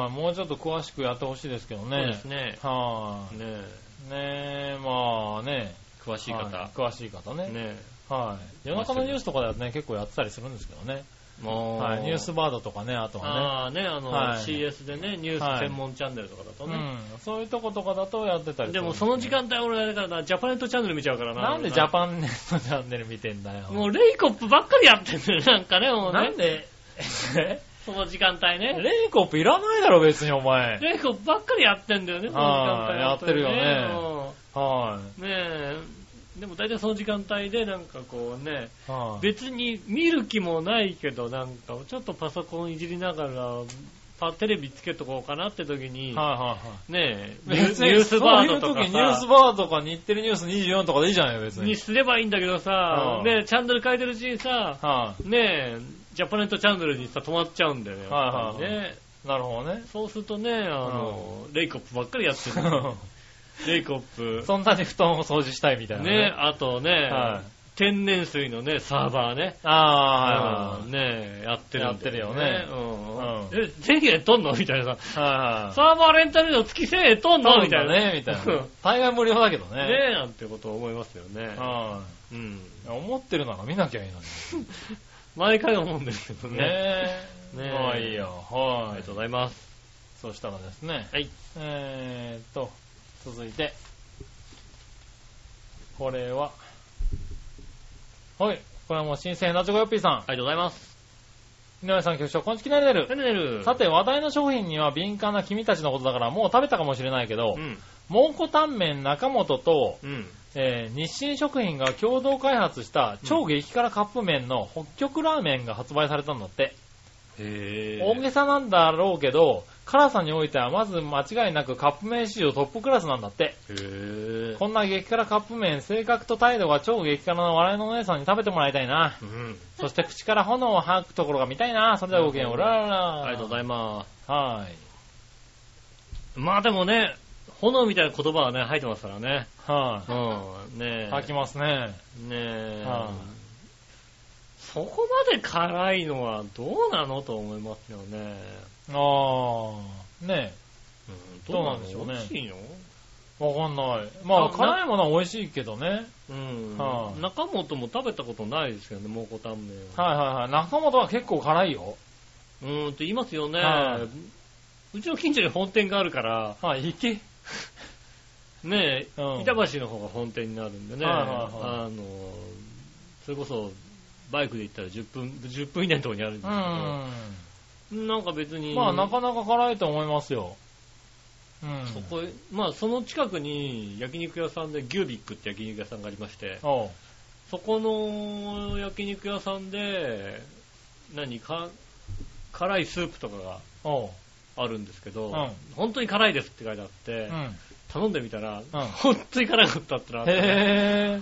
C: はい、もうちょっと詳しくやってほしいですけど
B: うんそうで
C: ね
B: す。ね。
C: は
B: ねえ
C: い、ねえ、まあね。
B: 詳しい方。
C: はい
B: ね
C: 詳しい方ね。
B: え。
C: はい。夜中のニュースとかだとね、結構やってたりするんですけどね。
B: もう
C: はい。ニュースバードとかね、あとは
B: ああね、あの、
C: はい
B: CS でね、ニュース専門チャンネルとかだと
C: ね。
B: ね。
C: うん。そういうとことかだとやってたりするんすけどね
B: でもその時間帯俺あれからな、ジャパネットチャンネル見ちゃうからな。
C: なんでジャパンネットチャンネル見てんだよ。
B: もうレイコップばっかりやってんだよ、なんかね、もう
C: な
B: ね
C: ん。で、え
B: その時間帯ね。
C: レイコップいらないだろ別にお前。
B: レイコップばっかりやってんだよね、その時間帯。
C: あーやってるよねは
B: うんねえ。でも大体その時間帯でなんかこうね、
C: い。はい。
B: 別に見る気もないけど、なんかちょっとパソコンいじりながら、パテレビつけとこうかなって時に、
C: はいはいはい。
B: ねえ、ニュ
C: 別に
B: ニュースバードと
C: そうい
B: か
C: う時ニュース
B: さ、
C: バードとか日テレニュース24とかでいいじゃないよ、別に。
B: にすればいいんだけどさ
C: う、ん
B: ねえ、チャンネル変えてるうちにさ、
C: は
B: ねえ、ジャパネットチャンネルにさ、止まっちゃうんだよね。やっぱり
C: はいはい
B: ね。
C: い。なるほ どね。
B: そうするとね、あの、レイコップばっかりやってる。 レイコップ。
C: そんなに布団を掃除したいみたいな
B: ね、。あとね、
C: はい
B: 天然水のね、サーバーね。
C: ああ、
B: うんねやってるんだ
C: やってるよね
B: うん。
C: う
B: え、1000円とんのみたいなさ。
C: はいはいはい。
B: サーバーレンタル料月1000円とんのみたいな。
C: ね、みたい な。大概無料だけどね。
B: ねなんてことを思いますよね。
C: は
B: うん。
C: い。思ってるなら見なきゃいいの
B: 毎回思うんですけど
C: に。
B: ね。
C: ねえ。
B: ねえ
C: まあいいよ。
B: あ
C: は
B: りが
C: い
B: と。うございます。
C: そしたらですね。
B: はい。
C: えーっと、続いて。これは。はい。これはもう新鮮なチョコヨッピーさ
B: ありがとうございます。
C: ん。井上さん、局長、こんちきなれてる
B: ね。ねる。
C: さて、話題の商品には敏感な君たちのことだから、もう食べたかもしれないけど
B: う、ん。
C: 蒙古タンメン中本と、
B: うん。
C: えー日清食品が共同開発した超激辛カップ麺の北極ラーメンが発売されたんだって。
B: へ
C: 大げさなんだろうけど、辛さにおいてはまず間違いなくカップ麺史上トップクラスなんだって。
B: へぇ
C: こんな激辛カップ麺、性格と態度が超激辛の笑いのお姉さんに食べてもらいたいな。
B: うん。
C: そして口から炎を吐くところが見たいな。それではごきげんよう、うららら。
B: ありがとうございま
C: は
B: す。まあでもね、炎みたいな言葉はね、入ってますからね。
C: い。は
B: うん。ね
C: い。
B: え。
C: 吐きますね。
B: ねえ
C: は。
B: そこまで辛いのはどうなのと思いますよね。
C: あー。ね
B: うん
C: どうなんでしょうね
B: 美味しいの
C: え。わかんない。まあ、
B: あな
C: 辛いものは美味しいけどね。
B: うん
C: は。い
B: 中本も食べたことないですけどね、蒙古タンメンは。
C: はいはいはい。中本は結構辛いよ。
B: うーんって言いますよね
C: は。
B: うちの近所に本店があるから、
C: はい、行け。
B: ねえ、
C: うん
B: 板橋の方が本店になるんでね、
C: はいはい
B: あの、それこそ、バイクで行ったら10分、10分以内のところにあるんで
C: う
B: すけど、
C: ん。
B: なんか別に、
C: まあ、なかなか辛いと思いますよ。うん。
B: そこへまあその近くに焼肉屋さんでギュービックって焼肉屋さんがありまして、
C: おう
B: そこの焼肉屋さんで、何か、辛いスープとかが
C: おう
B: あるんですけど、
C: うん
B: 本当に辛いですって書いてあって、
C: うん。
B: 頼んでみたら、
C: うん
B: 本当に辛かったってなって、
C: へ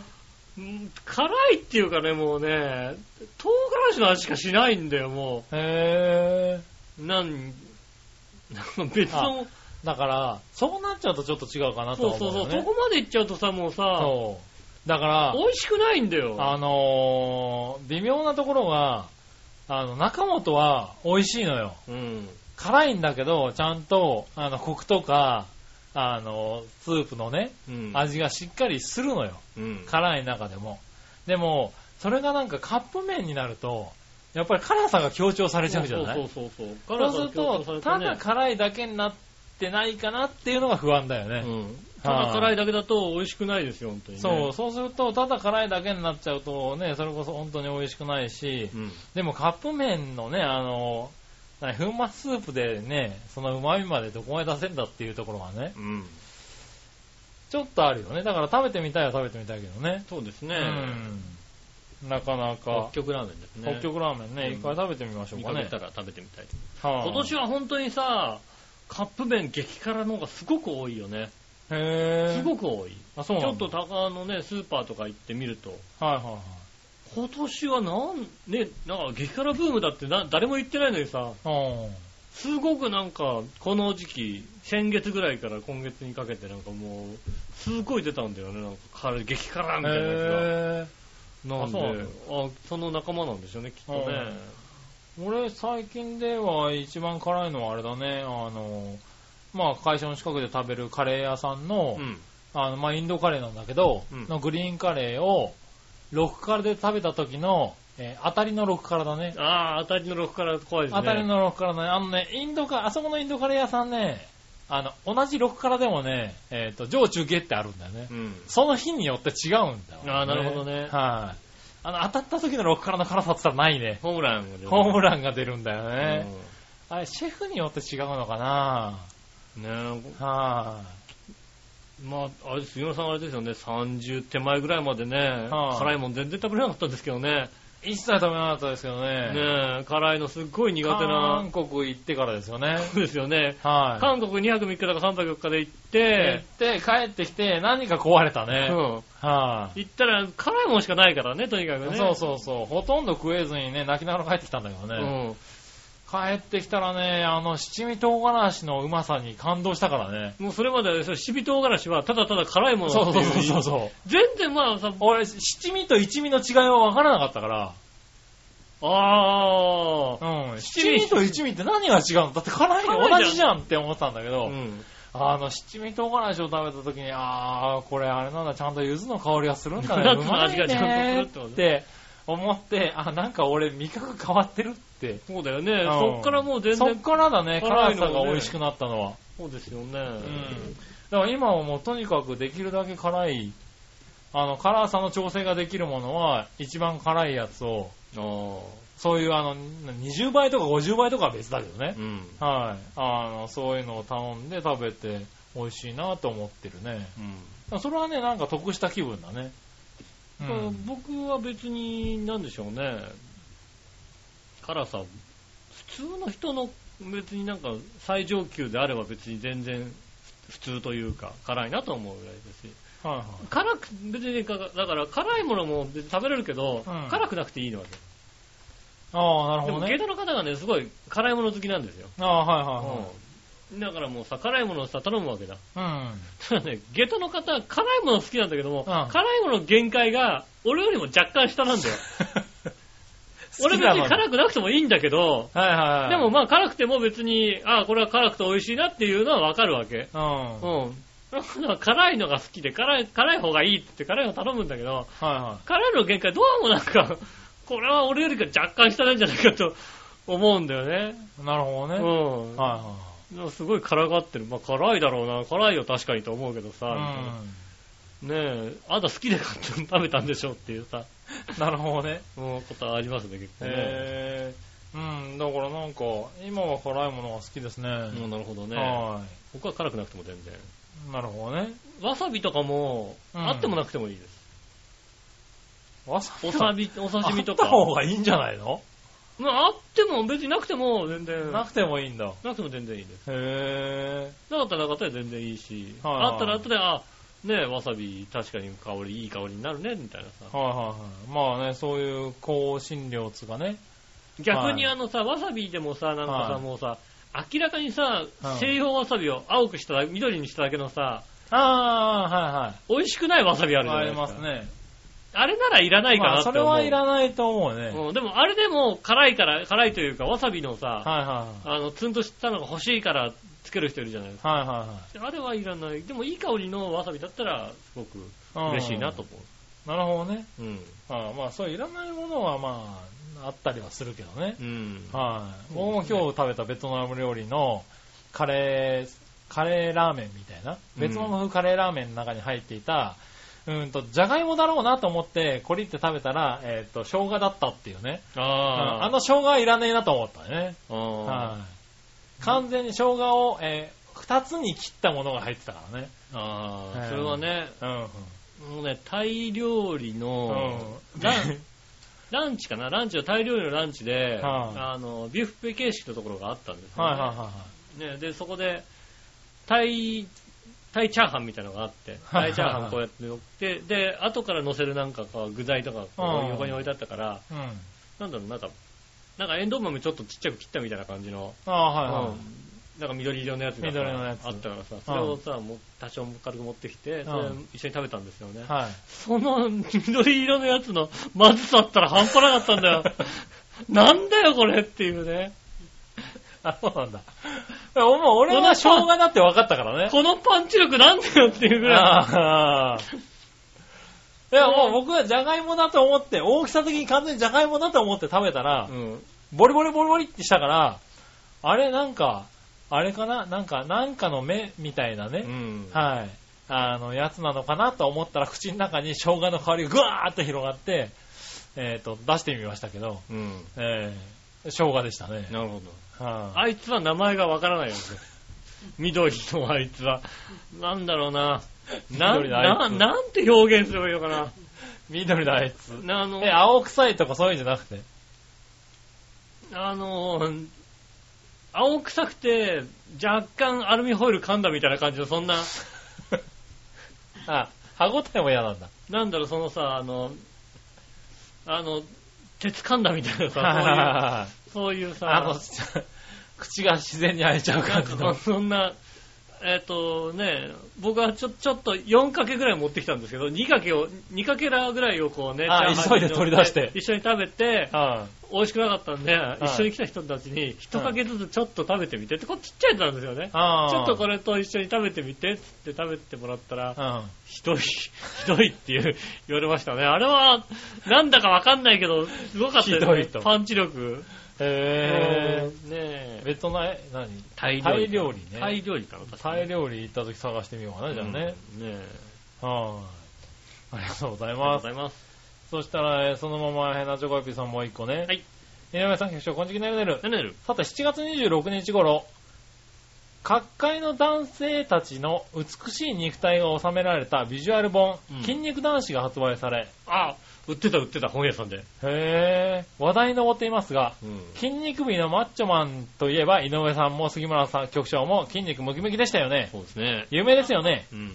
B: うん辛いっていうかね、もうね、唐辛子の味しかしないんだよ、も
C: ぇー。へ
B: う。なん、なんか別の、
C: ぇー。だから、そうなっちゃうとちょっと違うかなと
B: そう
C: は思
B: そう
C: う
B: そ
C: よ
B: う、そ
C: ね。
B: こまで行っちゃうとさ、もうさ、
C: そうだから、
B: 美味しくないんだよ。
C: あのー、微妙なところが、あの、中本は美味しいのよ。
B: うん。
C: 辛いんだけど、ちゃんと、あの、コクとか、あの、スープのね、
B: うん。
C: 味がしっかりするのよ。
B: うん。
C: 辛い中でも。でも、それがなんかカップ麺になると、やっぱり辛さが強調されちゃうじゃない
B: そうそうそうそう。
C: そうすると、た
B: 辛
C: だ辛いだけになってないかなっていうのが不安だよ
B: い、う
C: ね。
B: ん。ただ辛いだけだと美味しくないですよ、本当に、ね。
C: そう、そうすると、ただ辛いだけになっちゃうとね、それこそ本当に美味しくないし、
B: うん。
C: でもカップ麺のね、あの、何粉末スープでね、その旨味までどこまで出せんだっていうところがね、
B: うん。
C: ちょっとあるよね。だから食べてみたいは食べてみたいけどね。
B: そうですね。
C: うん。なかなか
B: 北、極ラーメンですね。
C: 北極ラーメンね、
B: うん
C: 一回食べてみましょう
B: 見
C: か
B: かけ
C: ね
B: た。ら食べてみたい。
C: 今
B: 今年は本当にさ、カップ麺激辛の方がすごく多いよね。
C: へー
B: すごく多い。
C: あ、そう
B: ち
C: な
B: ょ
C: ん
B: っ
C: だ
B: と高のね、スーパーとか行ってみると、
C: はいはいはい。
B: 今年はなん、ね、なんか激辛ブームだってな誰も言ってないのにさ、
C: うん。
B: すごくなんか、この時期、先月ぐらいから今月にかけてなんかもう、すごい出たんだよね、なんか辛い、激辛みたいなや
C: へ
B: つが。なんで
C: あそうなんだ
B: あ、その仲間なんでしょうね、きっとね。
C: ー俺、最近では一番辛いのはあれだね、あの、まあ、会社の近くで食べるカレー屋さんの、
B: うん。
C: あの、まあ、インドカレーなんだけど、
B: うん
C: のグリーンカレーを、ロックカレで食べた時の、えー当たりのロックカレだね。
B: ああ、当たりの6から怖いですね。
C: 当たりのロックカレだね。あのね、インドカ、あそこのインドカレー屋さんね、あの、同じロックカレでもね、えっ、と、上中下ってあるんだよね。
B: うん。
C: その日によって違うんだよ、
B: あーなるほどね
C: はい、あの、当たった時のロックカレの辛さって言ったらないね。
B: ホームランが出る
C: ホームランが出るんだよね。
B: うん
C: あれ、シェフによって違うのかな
B: ねえ、
C: は
B: まあ、あれです、杉村さんあれですよね、30手前ぐらいまでね、
C: はい
B: 辛いもん全然食べれなかったんですけどね、
C: い。一切食べなかったですけどね。
B: ねえ、辛いのすっごい苦手な
C: 韓、国行ってからですよね。
B: そうですよね。
C: はい。
B: 韓国2泊3日だか3泊4日で行っ、
C: 行ってて、帰ってきて、何か壊れた
B: う
C: ね。
B: ん
C: は
B: 行
C: い、
B: ったら辛いもんしかないからね、とにかくね。
C: そうそうそう。ほとんど食えずにね、泣きながら帰ってきたんだけど
B: う
C: ね。
B: ん。
C: 帰ってきたらね、あの、七味唐辛子のうまさに感動したからね。
B: もうそれまであれですよ、シビ唐辛子はただただ辛いものだ
C: そう
B: って
C: そ
B: いう
C: そうそうそう。
B: 全然まあさ、
C: 俺、七味と一味の違いは分からなかったから。
B: ああ、
C: うん。
B: 七
C: 七
B: 味
C: 味と一味って何が違うのだって辛い
B: 辛いじゃ
C: の
B: ん
C: 同じじゃんって思ったんだけど、
B: うん
C: あの、七味唐辛子を食べた時に、あー、これあれなんだ、ちゃんと柚子の香りがするんだ ね。
B: 夏
C: う
B: の
C: ま
B: 味
C: い
B: がちゃんとする
C: ね
B: ってこと
C: ー
B: ね
C: って思って、あ、なんか俺味覚変わってるって。
B: そうだよね、
C: うん
B: そっからもう全
C: そっ
B: 然、
C: からだね、
B: 辛
C: 辛
B: いの
C: さ
B: がね
C: が美味しくなったのは。
B: そうですよね。
C: うん。だから今はもうとにかくできるだけ辛い、あの、辛さの調整ができるものは、一番辛いやつを、
B: あ
C: そういうあの、20倍とか50倍とかは別だけどね
B: あ、う。ん。
C: はい。あの、そういうのを頼んで食べて美味しいなと思ってるね。
B: うん
C: それはね、なんか得した気分だね。う
B: まあ
C: ん。
B: 僕は別に、なんでしょうね。辛さ、普通の人の別になんか最上級であれば別に全然普通というか、辛いなと思うぐらいですし。
C: はいはい。
B: 辛く、別にか、だから辛いものも別に食べれるけど、
C: うん
B: 辛くなくていいので。
C: ああ、なる
B: で
C: ほ
B: も
C: ど
B: 芸
C: ね。
B: 人の方がね、すごい辛いもの好きなんですよ。
C: ああ、はいは
B: うんだからもうさ、辛いものをさ、頼むわけだ。
C: いはい。うん。
B: ただね、下駄の方は辛いもの好きなんだけども、
C: ん
B: 辛いものの限界が、俺よりも若干下なんだよ。 俺別
C: 好きなの
B: に辛くなくてもいいんだけど、
C: はいはいはい。
B: でも、まあ辛くても別に、ああ、これは辛くて美味しいなっていうのはわかるわけ。
C: う。
B: うん
C: はい
B: ん。だから辛いのが好きで、辛い、辛い方がいいって言って辛いの頼むんだけど、
C: は
B: 辛いの限界どうもなんか、これは俺よりか若干下なんじゃないかと 思うんだよね。
C: い。なるほど
B: う
C: ね。はい
B: ん。
C: は
B: でもすごい辛がってる。まあ辛いだろうな、辛いよ確かにと思うけどさ、
C: い
B: みたいな
C: はい。
B: ねえ、あなた好きで買って食べたんでしょっていうさ、
C: うん。なるほどね。
B: うんことはありますね、結構ね。
C: へえ。うん、だからなんか、今は辛いものが好きですね。
B: もうなるほどね。
C: は
B: 僕は辛くなくても全然。
C: い。なるほどね。
B: わさびとかも、
C: うん
B: あってもなくてもいいです。
C: わさ
B: おさび、お刺身と
C: あ
B: か
C: った。方がいいんじゃないの
B: まあ、あっても、別になくても全然、
C: な
B: な
C: くてもいいんだ。へ
B: くても全然いいです。
C: え。
B: なかったらなかったら全然いいし、
C: はいはい
B: あったらあったで、あ、ねえ、わさび、確かに香り、いい香りになるね、みたいなさ。
C: はいはいはい。まあね、そういう香辛料つうかね。
B: 逆にあのさ、わさびでもさ、なんかさ、
C: はい
B: もうさ、明らかにさ
C: は、い
B: 西洋わさびを青くしただ、緑にしただけのさ、
C: ああ、はいはい。
B: 美味しくないわさびあるじゃない
C: あ
B: で
C: り
B: すか。
C: ますね。
B: あれならいらないか
C: ま
B: な
C: あ
B: って
C: そ
B: 思
C: れ
B: う。
C: はいらないと思うね。
B: うん、でもあれでも辛いから、辛いというか、わさびのさ、
C: はいは
B: あの、ツンとしたのが欲しいからつける人いるじゃないです
C: い。はいは
B: か。あれはいらない。でもいい香りのわさびだったら、すごく
C: いはい。うん
B: 嬉しいなと。思
C: なるほどね。
B: う。うん。
C: ああまあそういらないものはまあ、あったりはするけどね。
B: うん。
C: はい。
B: そう
C: もう
B: ですね
C: 今日食べたベトナム料理のカレー、カレーラーメンみたいな、
B: うん
C: ベトナム風カレーラーメンの中に入っていた、うんと、じゃがいもだろうなと思って、コリって食べたら、えっ、と、生姜だったっていうね。うんあ
B: あ
C: の生姜はいらねえなと思ったね。
B: あ。あ
C: はい。完全に生姜を、えー二つに切ったものが入ってたからね。
B: あ。あ
C: は
B: あ。
C: い
B: それはね、
C: う
B: もうね、タイ料理の、
C: うん
B: ランランチかなランチの、タイ料理のランチで、
C: はい
B: あの、ビュッフェ形式のところがあったんですよ、ね。
C: はいはいはいはい。
B: ね、で、そこで、タイ、タイチャーハンみたいなのがあって、
C: はい
B: タイチャーハンこうやって置いて、で、後から乗せるなんかこう具材とかこ
C: うん
B: う横に置いてあったから、
C: うん。
B: なんだろう、なんか、なんかエンドウ豆ちょっとちっちゃく切ったみたいな感じの、
C: ああ、はいはい。
B: うんなんか緑色のやつがさ
C: 緑のやつ
B: あったからさ、それをさ、もう多少軽く持ってきて、それ
C: うん
B: 一緒に食べたんですよね。
C: はい。
B: その緑色のやつのまずさったら半端なかったんだ よ。なんだよこれっていうね。
C: あ、そうなんだ。もう俺は生姜だって分かったからね。
B: このパンチ力なんだよっていうぐらい。
C: ああ。 いや、もう僕はジャガイモだと思って、大きさ的に完全にジャガイモだと思って食べたら、
B: うん
C: ボリボリボリボリってしたから、あれ、なんか、あれかななんか、なんかの目みたいなね。はい。あの、やつなのかなと思ったら、口の中に生姜の香りがぐわーっと広がって、えっ、と、出してみましたけど、
B: うん。
C: えー、生姜でしたね。
B: なるほど。
C: は
B: あ
C: い
B: いつは名前がわからないよね。緑のあいつは。なんだろうな。な、
C: 緑のあ
B: な、
C: いつ
B: なんて表現すればいいのかな。
C: 緑だあいつ。
B: なあの
C: え、、青臭いとかそういうんじゃなくて。
B: あの、青臭くて、若干アルミホイル噛んだみたいな感じの、そんな、
C: あ、歯応えも嫌なんだ。
B: なんだろう、そのさ、あの、あの、鉄噛んだみたいな さ、
C: あ
B: そういう、そういうさ、
C: の、口が自然に開いちゃう
B: な
C: 感
B: ん
C: じ
B: かこう
C: の。
B: そんな、えっ、とね、僕はちょちょっと4かけぐらい持ってきたんですけど、2かけを、2かけらぐらいをこうね、
C: あ
B: チャーハンに
C: 急いで取り出して
B: 一緒に食べて、
C: あ
B: 美味しくなかったんで、
C: い
B: 一緒に来た人たちに、1かけずつちょっと食べてみてって、これちっちゃいやつなんですよね。
C: あ
B: ちょっとこ
C: れ。
B: れと一緒に食べてみてっつって食べてもらったら
C: う、ん。
B: ひどい、 ひどいっていう言われましたね。あれは、なんだかわかんないけど、すごかったよね
C: ひどいと
B: パンチ力。
C: へ
B: うんね
C: ぇ
B: え
C: ベトナム、何
B: タイ
C: タイ料理ね
B: タイ料理かな、確かに
C: タイ料理行った時探してみようかな、じゃあね。
B: うん。ねえ。
C: はい。ありがとうござい
B: ありがとうご
C: ます
B: ざ。います。
C: そしたら、えーそのままヘナチョコヨッピーさんもう一個ね。
B: はい。
C: 井上さん、局長、こんちきなるねる。
B: ねねる。
C: さて、7月26日頃、各界の男性たちの美しい肉体が収められたビジュアル本、
B: うん
C: 筋肉男子が発売され、
B: あ、売ってた売ってた、本屋さんで。
C: へー、話題に上っていますが、
B: うん。
C: 筋肉美のマッチョマンといえば、井上さんも杉村さん局長も筋肉ムキムキでしたよね。
B: そうですね。
C: 有名ですよね。
B: うん。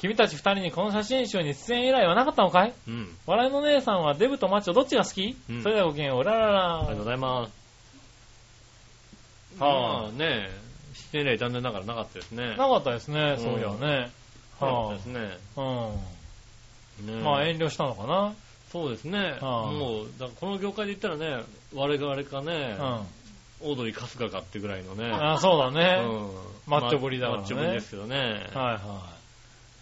C: 君たち二人にこの写真集に出演依頼はなかったのかい
B: うん。
C: 笑いの姉さんはデブとマッチョどっちが好き、
B: うん
C: それではごきげんよう、うらら
B: ありが
C: ら
B: とうございます。
C: は
B: ま
C: あ
B: あねえ、出演例残念ながらなかったですね。
C: なかったですね、そうい
B: な
C: やね。
B: かった
C: は
B: ですね。
C: あ、うん。
B: ねえ
C: まあ遠慮したのかな。
B: そうですね。
C: ああ
B: もう、だからこの業界で言ったらね、我々かね、
C: う
B: オードリー春日かってぐらいのね、
C: ん。あ、そうだね。
B: うん
C: マッチョぶりだからね
B: マッチョぶりですけどね。
C: はいは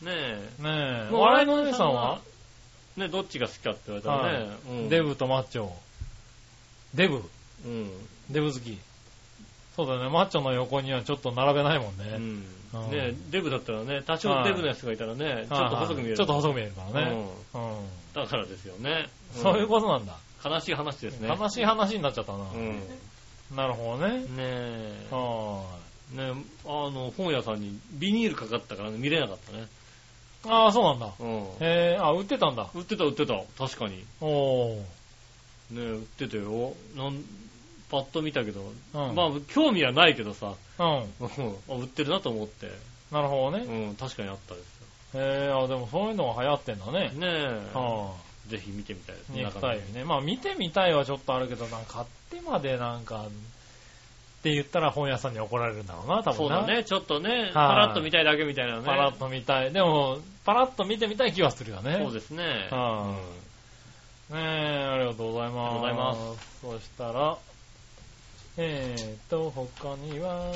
B: ねえ。
C: い。ねえ。
B: もう
C: 笑いのお姉さんは
B: ね、どっちが好きかって言われたらね、うん
C: デブとマッチョ。デブ
B: うん。
C: デブ好き。そうだね。マッチョの横にはちょっと並べないもん
B: う
C: ね。
B: ん
C: うん
B: ねデブだったらね、多少デブのやつがいたらね、ちょっと細く見える。
C: ちょっと細く見えるからね。
B: う
C: うん。
B: んだからですよね。ん
C: そういうことなんだ。
B: 悲しい話ですね。
C: 悲しい話になっちゃったな。
B: うん。ね
C: なるほどね。
B: え。
C: は
B: ねあの、本屋さんにビニールかかったからね、見れなかったね。
C: ーい。ああ、そうなんだ。
B: う
C: へえ、あ、売ってたんだ。
B: ん。売ってた売ってた。確かに。
C: おー。
B: ね売ってたよ。なんパッと見たけど、
C: うん。
B: まあ、興味はないけどさ、
C: うん。
B: うんあ売ってるなと思って、
C: なるほどね。
B: うん、確かにあったです
C: へえ、あ、でもそういうのが流行ってんだね。
B: よ。ねえ。
C: はあ。
B: ぜひ見てみたいですね。
C: 肉体美ね。まあ見てみたいはちょっとあるけど、なんか買ってまでなんか、って言ったら本屋さんに怒られるんだろうな、多分な。
B: そうだ。ね、ちょっとね、パラッと見たいだけみたいなね。
C: パラッと見たい。でも、パラッと見てみたい気はするよね。
B: そうですね。
C: はあ、ねえ、ありがとうございま
B: あり
C: す。
B: がとう
C: ございます。そしたら、えーっと、他には、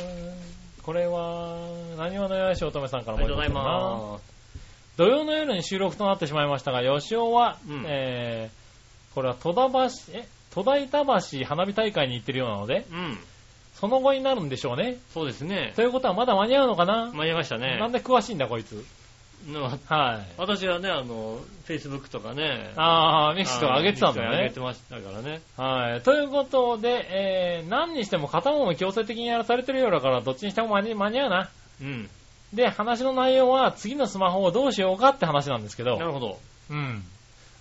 C: これは、何話のよしおとめさんか
B: あ
C: ら
B: り
C: も
B: がとうござい
C: す。
B: ます。
C: 土曜の夜に収録となってしまいましたが、吉尾は、
B: うん
C: えー、これは戸田橋、え戸田板橋花火大会に行ってるようなので、
B: うん。
C: その後になるんでしょうね。
B: そうですね。
C: ということはまだ間に合うのかな、
B: 間に合いましたね。
C: なんで詳しいんだこいつ。
B: の
C: はい。
B: 私はね、あの、Facebook とかね、
C: ああ、ミ
B: ミ
C: クシーとか上げてたんだ
B: 上げ
C: ね
B: て。ましたからね。
C: はい。ということで、えー、何にしても片方も強制的にやらされてるようだから、どっちにしても間に間に合うな。
B: うん。
C: で、話の内容は、次のスマホをどうしようかって話なんですけど。
B: なるほど。
C: うん。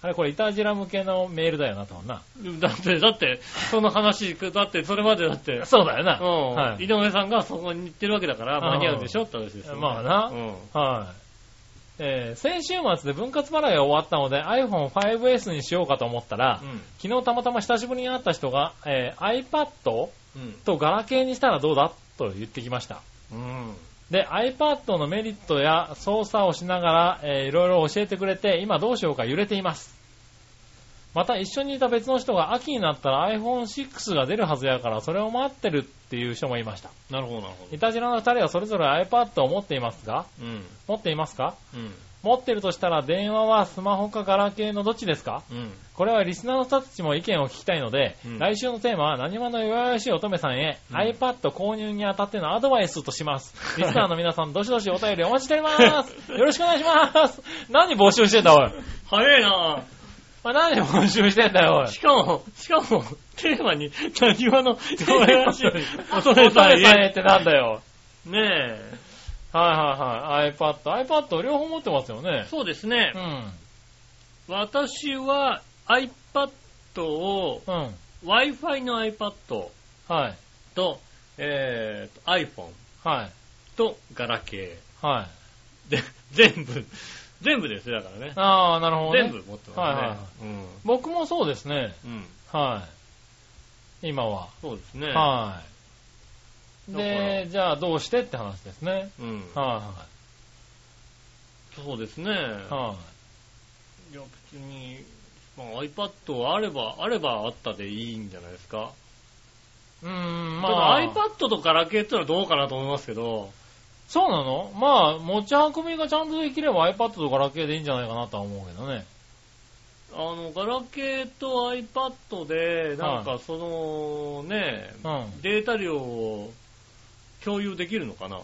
C: あれ、これ、イタジラ向けのメールだよな、と思うな。
B: でもだって、だって、その話、だって、それまでだって、
C: そうだよ
B: うん、
C: な。 はい
B: 井上さんがそこに行ってるわけだから、間に合うでしょって話ですよ、ね。
C: まあな
B: うん。
C: はい。えー、先週末で分割払いが終わったので iPhone5S にしようかと思ったら、昨日たまたま久しぶりに会った人が、えー、iPad
B: うん。
C: とガラケーにしたらどうだと言ってきました。
B: うん。
C: で、iPad のメリットや操作をしながら、えーいろいろ教えてくれて、今どうしようか揺れています。また一緒にいた別の人が秋になったら iPhone6 が出るはずやから、それを待ってるっていう人もいました。
B: なるほど、なるほど
C: い。たじらの二人はそれぞれ iPad を持っていますが、
B: うん。
C: 持っていますか
B: うん。
C: 持ってるとしたら電話はスマホかガラケーのどっちですか
B: うん。
C: これはリスナーの人たちも意見を聞きたいので、
B: うん
C: 来週のテーマは何者よよよしい乙女さんへ、
B: うん
C: iPad 購入にあたってのアドバイスとし ます。リスナーの皆さん、どしどしお便りお待ちしており ます。よろしくお願いします。何募集してんだ、おい。
B: 早いな
C: お前何募集してんだよ、おい。
B: しかも、しかも、テーマに、何話の、
C: 乙
B: そういう
C: 女
B: 話
C: さんへ
B: 乙女さんへ。
C: ってなんだよ。
B: ねえ。
C: はいはいはい。iPad、iPad 両方持ってますよね。
B: そうですね
C: う。ん。
B: 私は iPad を、
C: うん。
B: Wi-Fi の iPad
C: はい。
B: と、えーと、iPhone
C: はい。
B: とガラケ
C: はい。
B: ー。で、 全部、全部ですね、だからね。
C: ああ、なるほど、ね。
B: 全部持ってますね。
C: 僕もそうですね。
B: うん。うん。
C: はい。今は。
B: そうですね。
C: はい。
B: だから
C: で、じゃあどうしてって話ですね。
B: うん。
C: は
B: そうですね。
C: い。はい
B: や、別に、まあ、iPad はあれば、あればあったでいいんじゃないですか。
C: い。うーん、
B: ま
C: ま
B: あ、
C: あ。
B: iPad とガラケーってのはどうかなと思いますけど、
C: そうなのまあ、持ち運びがちゃんとできれば iPad とガラケーでいいんじゃないかなとは思うけどね。
B: あの、ガラケーと iPad で、なんかその、ね、
C: うん。
B: データ量を共有できるのかな。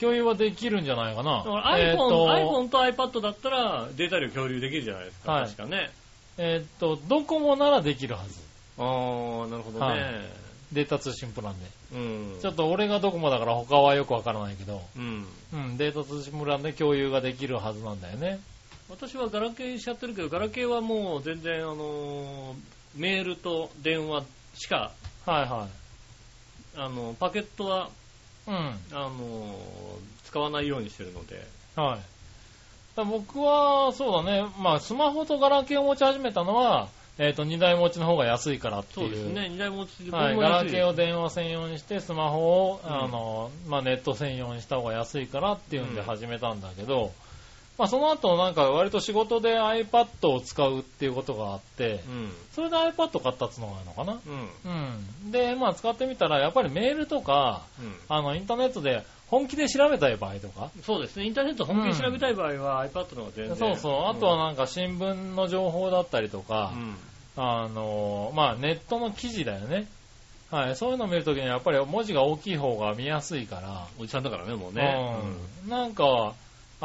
C: 共有はできるんじゃないかな
B: だか。ら iPhone,、
C: えーと
B: iPhone と iPad だったらデータ量共有できるじゃないですか、
C: はい
B: 確かね。
C: えーと、ドコモならできるはず。
B: あー、なるほどね。
C: はいデータ通信プランで。
B: うん。
C: ちょっと俺がドコモだから他はよくわからないけど。
B: うん。
C: うん、データ通信プランで共有ができるはずなんだよね。
B: 私はガラケーにしちゃってるけど、ガラケーはもう全然、あのーメールと電話しか、
C: はいは
B: あのパケットは、
C: い。うん。
B: あのー使わないようにしてるので。
C: はい。だから僕は、そうだね、まあ、スマホとガラケーを持ち始めたのは、えっ、と、二台持ちの方が安いからって
B: そ
C: いうう。
B: ですね、二台持ちで
C: はい、
B: 僕も
C: ガ
B: 安
C: ラ
B: い
C: ケーを電話専用にして、スマホを、
B: うん
C: あの、まあ、ネット専用にした方が安いからっていうんで始めたんだけど、まあ、その後なんか割と仕事で iPad を使うっていうことがあって、
B: うん。
C: それで iPad 買ったっつうのがあるのかな
B: うん。
C: うん。で、まあ、使ってみたら、やっぱりメールとか、
B: うん。
C: あの、インターネットで本気で調べたい場合とか、
B: そうですね、インターネット本気に調べたい場合は、iPad の方が全然。
C: そうそう。あとはなんか新聞の情報だったりとか
B: う、ん。
C: あのー、まあネットの記事だよね。はい。そういうのを見るときにはやっぱり文字が大きい方が見やすいから。
B: おじさんだからね、もうね。
C: うん。なんか、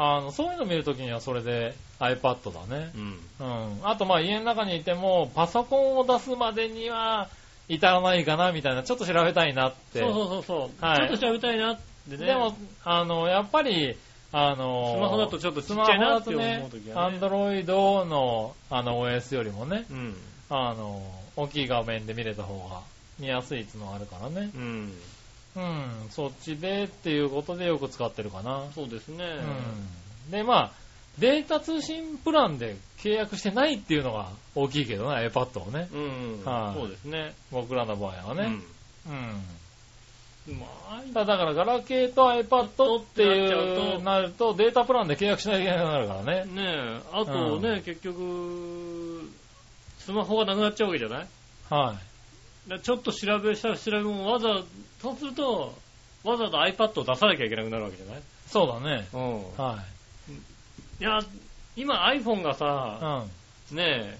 C: あの、そういうの見るときにはそれで iPad だね。
B: うん。うん
C: うん。あとまあ家の中にいてもパソコンを出すまでには至らないかなみたいな、ちょっと調べたいなって。
B: そうそうそうそう、
C: はい
B: ちょっと調べたいなってね。
C: でも、あの、やっぱり、あのー、
B: スマホだとちょっとち
C: ス
B: っ
C: マ
B: ちゃい
C: ホ
B: な
C: だ
B: って
C: と
B: 思
C: ね
B: うとき、
C: ア
B: は
C: ン
B: ね。
C: ドロイドの、あの、OS よりもね、
B: うん。
C: あの、大きい画面で見れた方が見やすいっていうのはあるからね。
B: うん。
C: うん、そっちでっていうことでよく使ってるかな。
B: そうですね。
C: うん。で、まあ、データ通信プランで契約してないっていうのが大きいけどね、iPad をね。
B: うん。
C: はい
B: そうですね。
C: 僕らの場合はね。
B: う
C: うん。
B: まあ、
C: だからガラケーと iPad って
B: なっちゃ
C: いうう
B: と
C: なるとデータプランで契約しなきゃいけなくなるからね。
B: ねえ、あとね、
C: う
B: 結局、スマホがなくなっちゃうわけじゃないだか
C: は
B: らちょっと調べしたら調べもわざ、そうすると、わざわざ iPad を出さなきゃいけなくなるわけじゃない
C: い。そうだね。
B: うん。
C: はい
B: や、今 iPhone が
C: い。
B: さ、
C: うん。
B: ねえ、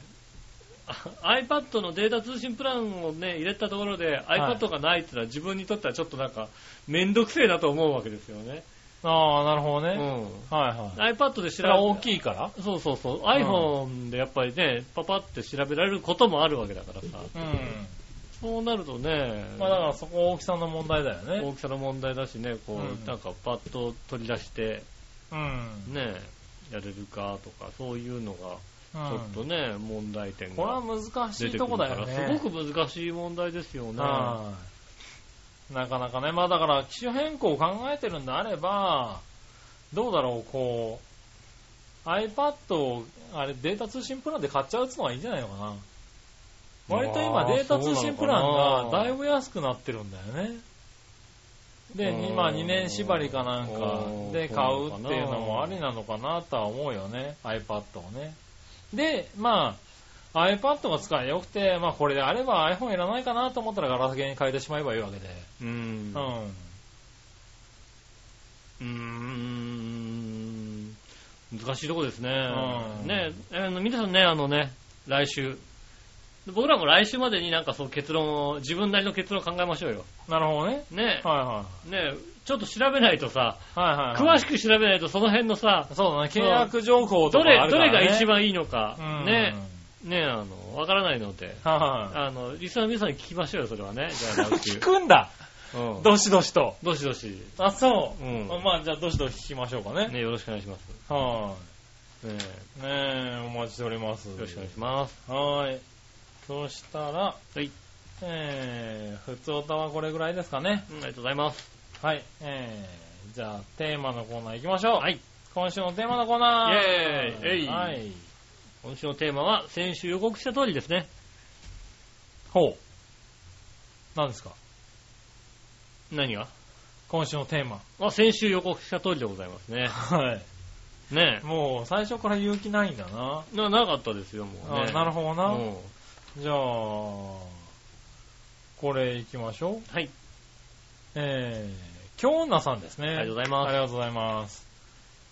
B: あ iPad のデータ通信プランをね、入れたところで
C: い
B: iPad がないってのは自分にとってはちょっとなんか、めんどくせえなと思うわけですよね。
C: ああ、なるほど
B: う
C: ね。
B: ん。
C: はいはい。
B: iPad で調
C: そ
B: べ
C: れは大きいから
B: そうそうそう。iPhone でやっぱりね、パパって調べられることもあるわけだからさ。
C: うん。
B: そうなるとね、
C: まあだからそこ大きさの問題だよね。
B: 大きさの問題だしね、こう、
C: うん
B: なんかパッと取り出して、
C: うん。
B: ね、やれるかとか、そういうのが、
C: ち
B: ちょっとね、問題点
C: これは
B: が
C: 難し
B: 出
C: い
B: てく
C: と
B: る
C: こ
B: か
C: だよ
B: ら、
C: ね。
B: すごく難しい問題ですよね。
C: はいなかなかね、まあだから機種変更を考えてるんであれば、どうだろう、こう、iPad を、あれ、データ通信プランで買っちゃうってのがいいんじゃないのかな。割と今
B: あー
C: データ通信プラ
B: そうなの
C: ン
B: かな
C: がだいぶ安くなってるんだよね。で、
B: うん
C: 今2年縛りかなんか
B: うん
C: で買うっていうのもありなのかなとは思うよね、iPad をね。で、まあ、iPad が使いよくて、まあこれであれば iPhone いらないかなと思ったらガラケーに変えてしまえばいいわけで。
B: うん
C: うん。
B: うーん難しいとこですね。
C: うん
B: ねあの皆さんね、あのね、来週。僕らも来週までになんかそう結論を、自分なりの結論を考えましょうよ。
C: なるほどね。
B: ね
C: は
B: ねちょっと調べないとさ、
C: いはい。はいはい、
B: 詳
C: し
B: しく調べないとその辺のさ、
C: そうだね、契約情報と
B: ど
C: かあ
B: れ、
C: る
B: ど
C: から、
B: れ
C: ね。
B: が一番いいのか、
C: うん
B: ね、ねあの、わからないので、
C: は
B: あの、リスナーの皆さんに聞きましょうよ、それはね。じゃ あ
C: いはい。
B: 来週
C: 聞くんだ
B: うん
C: どしどしと。
B: どしどし、
C: あ、そう。
B: うん
C: まあ、じゃあ、どしどし聞きましょうかね。
B: ね、よろしくお願いします。
C: は
B: ねよ
C: い。ねえ、お待ちしております。
B: ろしくお願いします。
C: はい。そしたら、
B: はい。
C: えー、普通歌はこれぐらいですかね。
B: うんありがとうございます。
C: はい。えー、じゃあ、テーマのコーナー行きましょう。
B: はい。
C: 今週のテーマのコーナー。
B: イェーイえい
C: はい。
B: 今週のテーマは、先週予告した通りですね。
C: ほう。何ですか
B: 何が
C: 今週のテーマ。
B: あ、先週予告した通りでございますね。
C: はい。
B: ね
C: もう、最初から勇気ないんだな。
B: え。な、なかったですよ、もう
C: あ
B: ね。
C: なるほどな。
B: うん
C: じゃあ、これ行きましょう。
B: はい。
C: えー、京女さんですね。
B: ありがとうございます
C: ありがとうございます。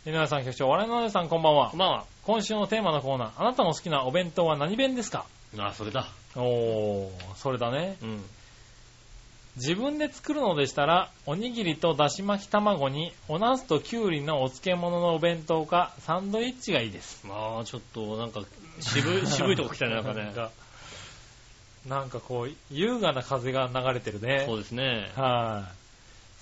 C: 井上さん、局長、我々のお姉さん、こんばんは
B: こん。ばんは。
C: 今週のテーマのコーナー、あなたの好きなお弁当は何弁ですか
B: あ、それだ。
C: おー、それだね。
B: うん。
C: 自分で作るのでしたら、おにぎりとだし巻き卵に、お茄子ときゅうりのお漬物のお弁当か、サンドイッチがいいです。
B: まあ、ちょっと、なんか、 渋い、 渋いとこ来たね、なんか
C: な
B: ね
C: ん。か、なんかこう、優雅な風が流れてるね。
B: そうですね。
C: はい。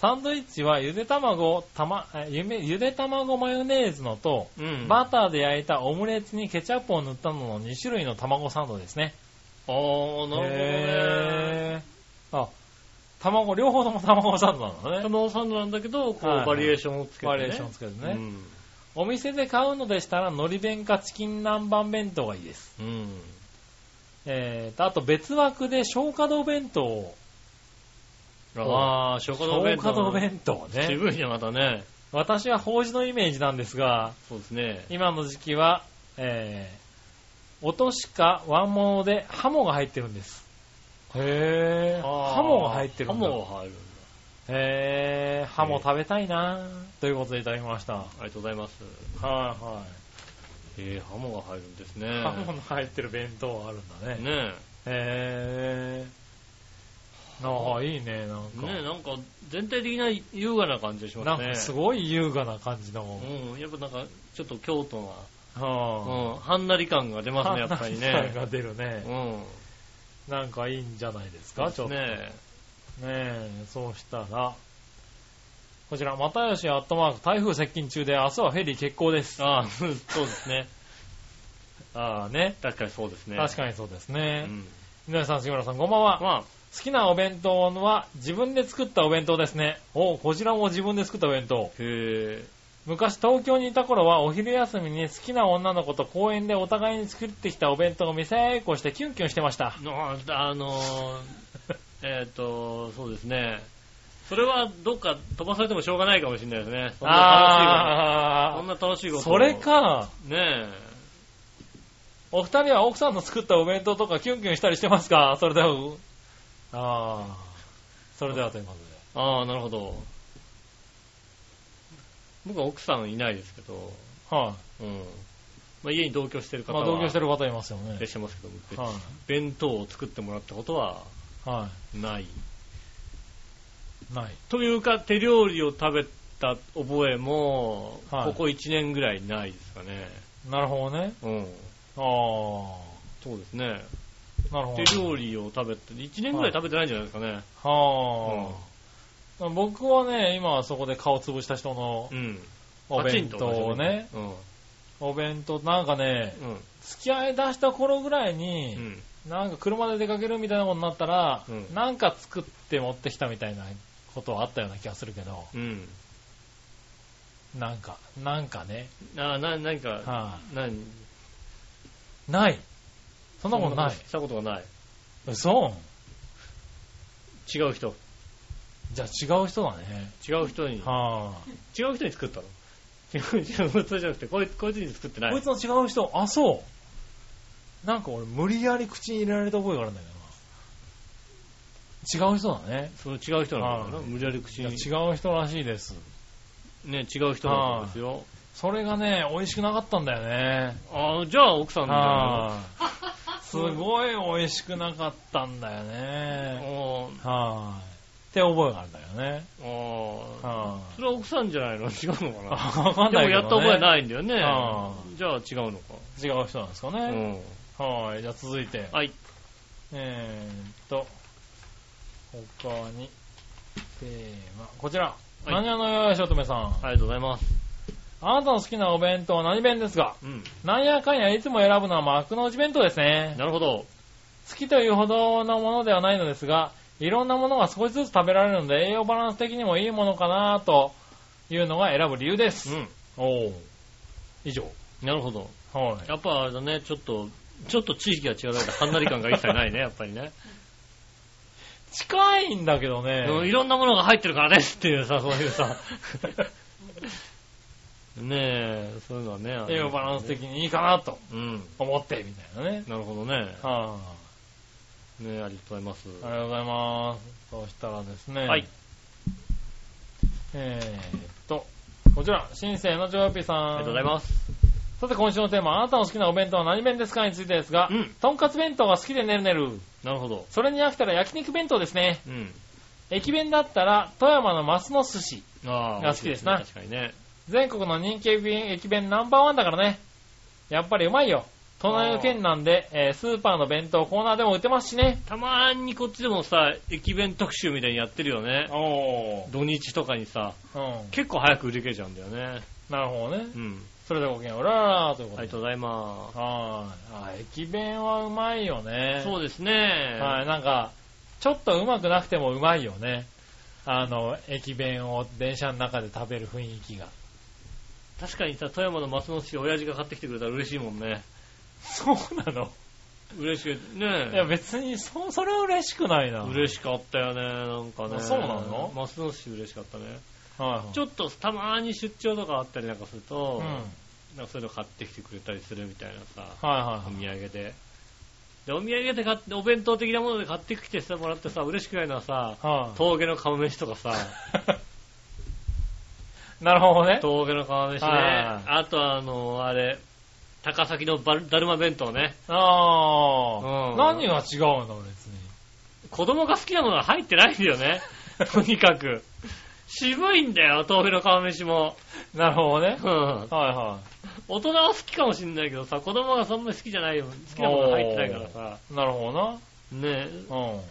C: サンドイッチはゆで卵、たま、えゆめゆで卵マヨネーズのと、
B: うん。
C: バターで焼いたオムレツにケチャップを塗ったのの2種類の卵サンドですね。
B: あー、なる
C: へーあ、卵、両方とも卵サンドな
B: ほどね。
C: のね。
B: 卵サンドなんだけど、こ
C: はいうは、い
B: バリエーションをつけてね。
C: バリエーションつけてね。
B: うん
C: お店で買うのでしたら、海苔弁かチキン南蛮弁当がいいです。
B: うん。
C: えーと、あと別枠で消化道弁当を。
B: あー、食堂
C: 消
B: 弁当。
C: 化道弁当ね。
B: 渋いね、またね。
C: 私は法事のイメージなんですが、
B: そうですね。
C: 今の時期は、えー、落としかワンモノでハモが入ってるんです。へぇハモが入ってる
B: ハ
C: んだ。
B: モが入るんだ。
C: へぇハモ食べたいなぁということでいただきました。はい
B: ありがとうございます。
C: は
B: えー、ハモが入るんですね。
C: い。ハモの入ってる弁当あるんだね。
B: ね
C: へぇー。ああ、いいね、なん
B: え。
C: か。
B: ねえ、なんか、全体的な優雅な感じがします
C: なん
B: ね。
C: かすごい優雅な感じだもん。
B: うん、やっぱなんか、ちょっと京都は、うん、
C: は
B: はんなり感が出
C: あ
B: ますね、やっぱ り
C: 花火
B: ね。
C: が出るね
B: う。ん。
C: なんかいいんじゃないですか、ちょっと。
B: ね
C: ねえ、そうしたら、こちら、又吉アットマーク、台風接近中で、明日はフェリー欠航です。
B: ああ、そうですね。
C: ああね。
B: 確かにそうですね。
C: 確かにそうですね
B: う。ん。
C: 皆、さん、杉村さん、こんばんは。
B: まあ、
C: 好きなお弁当は、自分で作ったお弁当ですね。おうこちらも自分で作ったお弁当。
B: へえ。
C: 昔、東京にいた頃は、お昼休みに好きな女の子と公園でお互いに作ってきたお弁当を見せ合いっこし て、キュンキュンしてました。
B: のあのー、えっと、そうですね。それはどっか飛ばされてもしょうがないかもしれないですね。そんな楽しいこと。そん
C: あ
B: な楽しいこ
C: ー、
B: と。
C: それ。か。
B: ね
C: お二人は奥さんの作ったお弁当とかキュンキュンしたりしてますかそれでは、ああ、それではということで。
B: え。ああ、なるほど。僕は奥さんいないですけど、
C: は
B: うん。まあ、家に同居してる
C: い。
B: 方
C: ま
B: は、
C: あ同居して
B: る。
C: る方いますよね
B: いらっ。しゃいますけど、僕
C: はい。
B: 弁当を作ってもらったことは
C: は
B: ない。
C: い。ない。
B: というか、手料理を食べた覚えも、
C: はい
B: ここ1年ぐらいないですかね。
C: なるほどね。
B: うん。
C: ああ
B: そうですね。、
C: なるほど。
B: 手料理を食べて、1年ぐらい食べてないんじゃないですかね。
C: はあ、僕はね、今はそこで顔潰した人の
B: うん。
C: お弁当をね、
B: うん。
C: お弁当、なんかね、
B: うん。
C: 付き合い出した頃ぐらいうに、
B: ん。
C: なんか車で出かけるみたいなことになったら、
B: うん
C: なんか作って持ってきたみたいなことはあったような気がするけど、
B: うん。
C: なんか、なんかね、
B: あ、な、何か、
C: は
B: 何
C: いない。そんなことない。
B: したことがない。
C: 嘘
B: 違う人。
C: じゃあ違う人だね。
B: 違う人に、
C: は
B: 違う人に作ったの違う、違う、そうじゃなくて、こいつ、こいつに作って
C: あ、
B: ない。
C: こいつの違う人、あ、そう。なんか俺無理やり口に入れられた覚えがあるんだけどな。違う人だね。
B: その違う人なのかな
C: はい
B: 無理やり口
C: いや
B: に。
C: 違う人らしいです。
B: ね、違う人なんですよ。
C: それがね、美味しくなかったんだよね。
B: ああ、じゃあ奥さんだ
C: はあ、すごい美味しくなかったんだよ
B: よ。
C: ね。
B: あ
C: はい、って覚えがあるんだよね。
B: ーあ
C: は
B: ー。それは奥さんじゃないの違うの
C: い
B: か
C: わか
B: なでも
C: んないけど、ね。
B: やった覚えないんだよね
C: あ。
B: じゃあ違うのか。
C: 違う人なんですか
B: う
C: ね。
B: ん。
C: はい、じゃあ続いて。
B: はい。
C: えーっと、他に、テーマ、こちら。
B: い
C: 何屋のよやしおとめさん。
B: ありがとうございます。
C: あなたの好きなお弁当は何弁ですが、
B: うん。
C: なんやかんやいつも選ぶのは幕の内弁当ですね。
B: なるほど。
C: 好きというほどのものではないのですが、いろんなものが少しずつ食べられるので、栄養バランス的にもいいものかなというのが選ぶ理由で
B: う
C: す。
B: ん。
C: おお。以上。
B: なるほど。
C: はい。
B: やっぱあれだね、ちょっと、ちょっと地域が違うだけで、離れ感が一切 ないね、やっぱりね。
C: 近いんだけどね。
B: うんいろんなものが入ってるから ですっていうさ、そういう さ。ねえ、そういうのはね。あの
C: 栄養バランス的にいいかなと
B: うん。
C: 思って、みたいなね。
B: なるほどね。
C: はい、
B: ねえ、ありがとうございます。
C: ありがとうございます。そしたらですね。
B: はい。
C: えーっと、こちら、新生のジョーピーさん。
B: ありがとうございます。
C: さて今週のテーマ、あなたの好きなお弁当は何弁ですかについてですが、
B: うん
C: とんかつ弁当が好きでねるねる。
B: なるほど。
C: それに飽きたら焼肉弁当ですね。
B: うん。
C: 駅弁だったら、富山のマスの寿司。
B: ああ。
C: が好きですな
B: 確かにね。
C: 全国の人気駅弁駅弁ナンバーワンだからね。やっぱりうまいよ。隣の県なんで、えースーパーの弁当コーナーでも売ってますしね。
B: たまーにこっちでもさ、駅弁特集みたいにやってるよね。
C: お
B: 土日とかにさ、
C: うん。
B: 結構早く売り切れちゃうんだよね。
C: なるほどね。
B: うん。
C: それではごきげんよう。うらららというこ
B: あ
C: と
B: り
C: で
B: が。とうございま
C: はい。あ、駅弁はうまいよね。
B: す。そうですね。
C: はい、なんか、ちょっとうまくなくてもうまいよね。あの、駅弁を電車の中で食べる雰囲気が。
B: 確かにさ、富山の松本市、親父が買ってきてくれたら嬉しいもんね。
C: そうなの
B: 嬉しい。ね
C: いや、別に、そ、それは嬉しくないな。
B: 嬉
C: し
B: しかったよね、なんかね。
C: あそうなの
B: 松戸市嬉しかったね。
C: い。はい。
B: ちょっとたまーに出張とかあったりなんかする
C: う
B: と、
C: ん。はい
B: なんかそういうの買ってきてくれたりするみたいなさ、
C: は
B: お土
C: い
B: 産で。で、お土産で買って、お弁当的なもので買ってきてさ、もらってさ、嬉しくないのはさ、
C: はい。はい。
B: 峠の釜飯とかさ、
C: なるほどね。
B: 峠の釜飯ね。
C: はい
B: あとあの、あれ、高崎のバルだるま弁当ね。
C: ああ、
B: うん
C: 何が違うの別に。
B: 子供が好きなものは入ってないんだよ ね。とにかく。渋いんだよ、峠の釜飯も。
C: なるほどね。
B: うん。
C: はいは
B: 大人は好きかもしんないけどさ、子供がそんなに好きじゃないよ。好きなものが入ってないからさ。
C: い。なるほどな。
B: ね
C: うん。
B: そ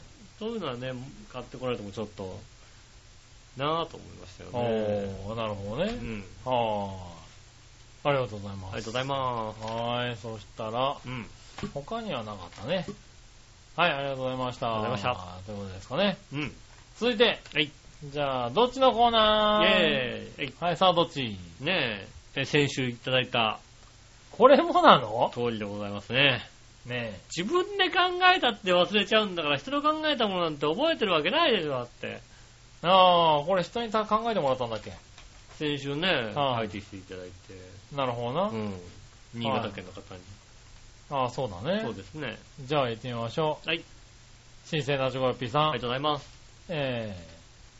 B: ういうのはね、買ってこられてもちょっと、なぁと思いましたよね。
C: おー、なるほど
B: う
C: ね。
B: ん。
C: はあ。ありがとうございま
B: あり
C: す。
B: がとうございます。
C: はい、そしたら、
B: うん。
C: 他にはなかったね。はい、ありがとうございました。
B: ありがとうございま
C: ということですかね。
B: うん。
C: 続いて、
B: はい。イ
C: じゃあ、どっちのコー
B: ェ
C: ナー
B: ーイ。はい
C: はい、さあ、どっち
B: ねええ、先週いただいた
C: これもなの
B: 通りでございますね。
C: ね
B: 自分で考えたって忘れちゃうんだから、人の考えたものなんて覚えてるわけないでしょ、だって。
C: え。ああ、これ人にた考えてもらったんだっけ
B: 先週ね、
C: は
B: 入
C: い
B: ってきていただいて、
C: なるほどな。
B: うん新潟県の方に。
C: ああ、そうだね。
B: そうですね。
C: じゃあ行ってみましょう。
B: はい。
C: 新鮮なチョコヨッピーさん。
B: ありがとうございます。
C: え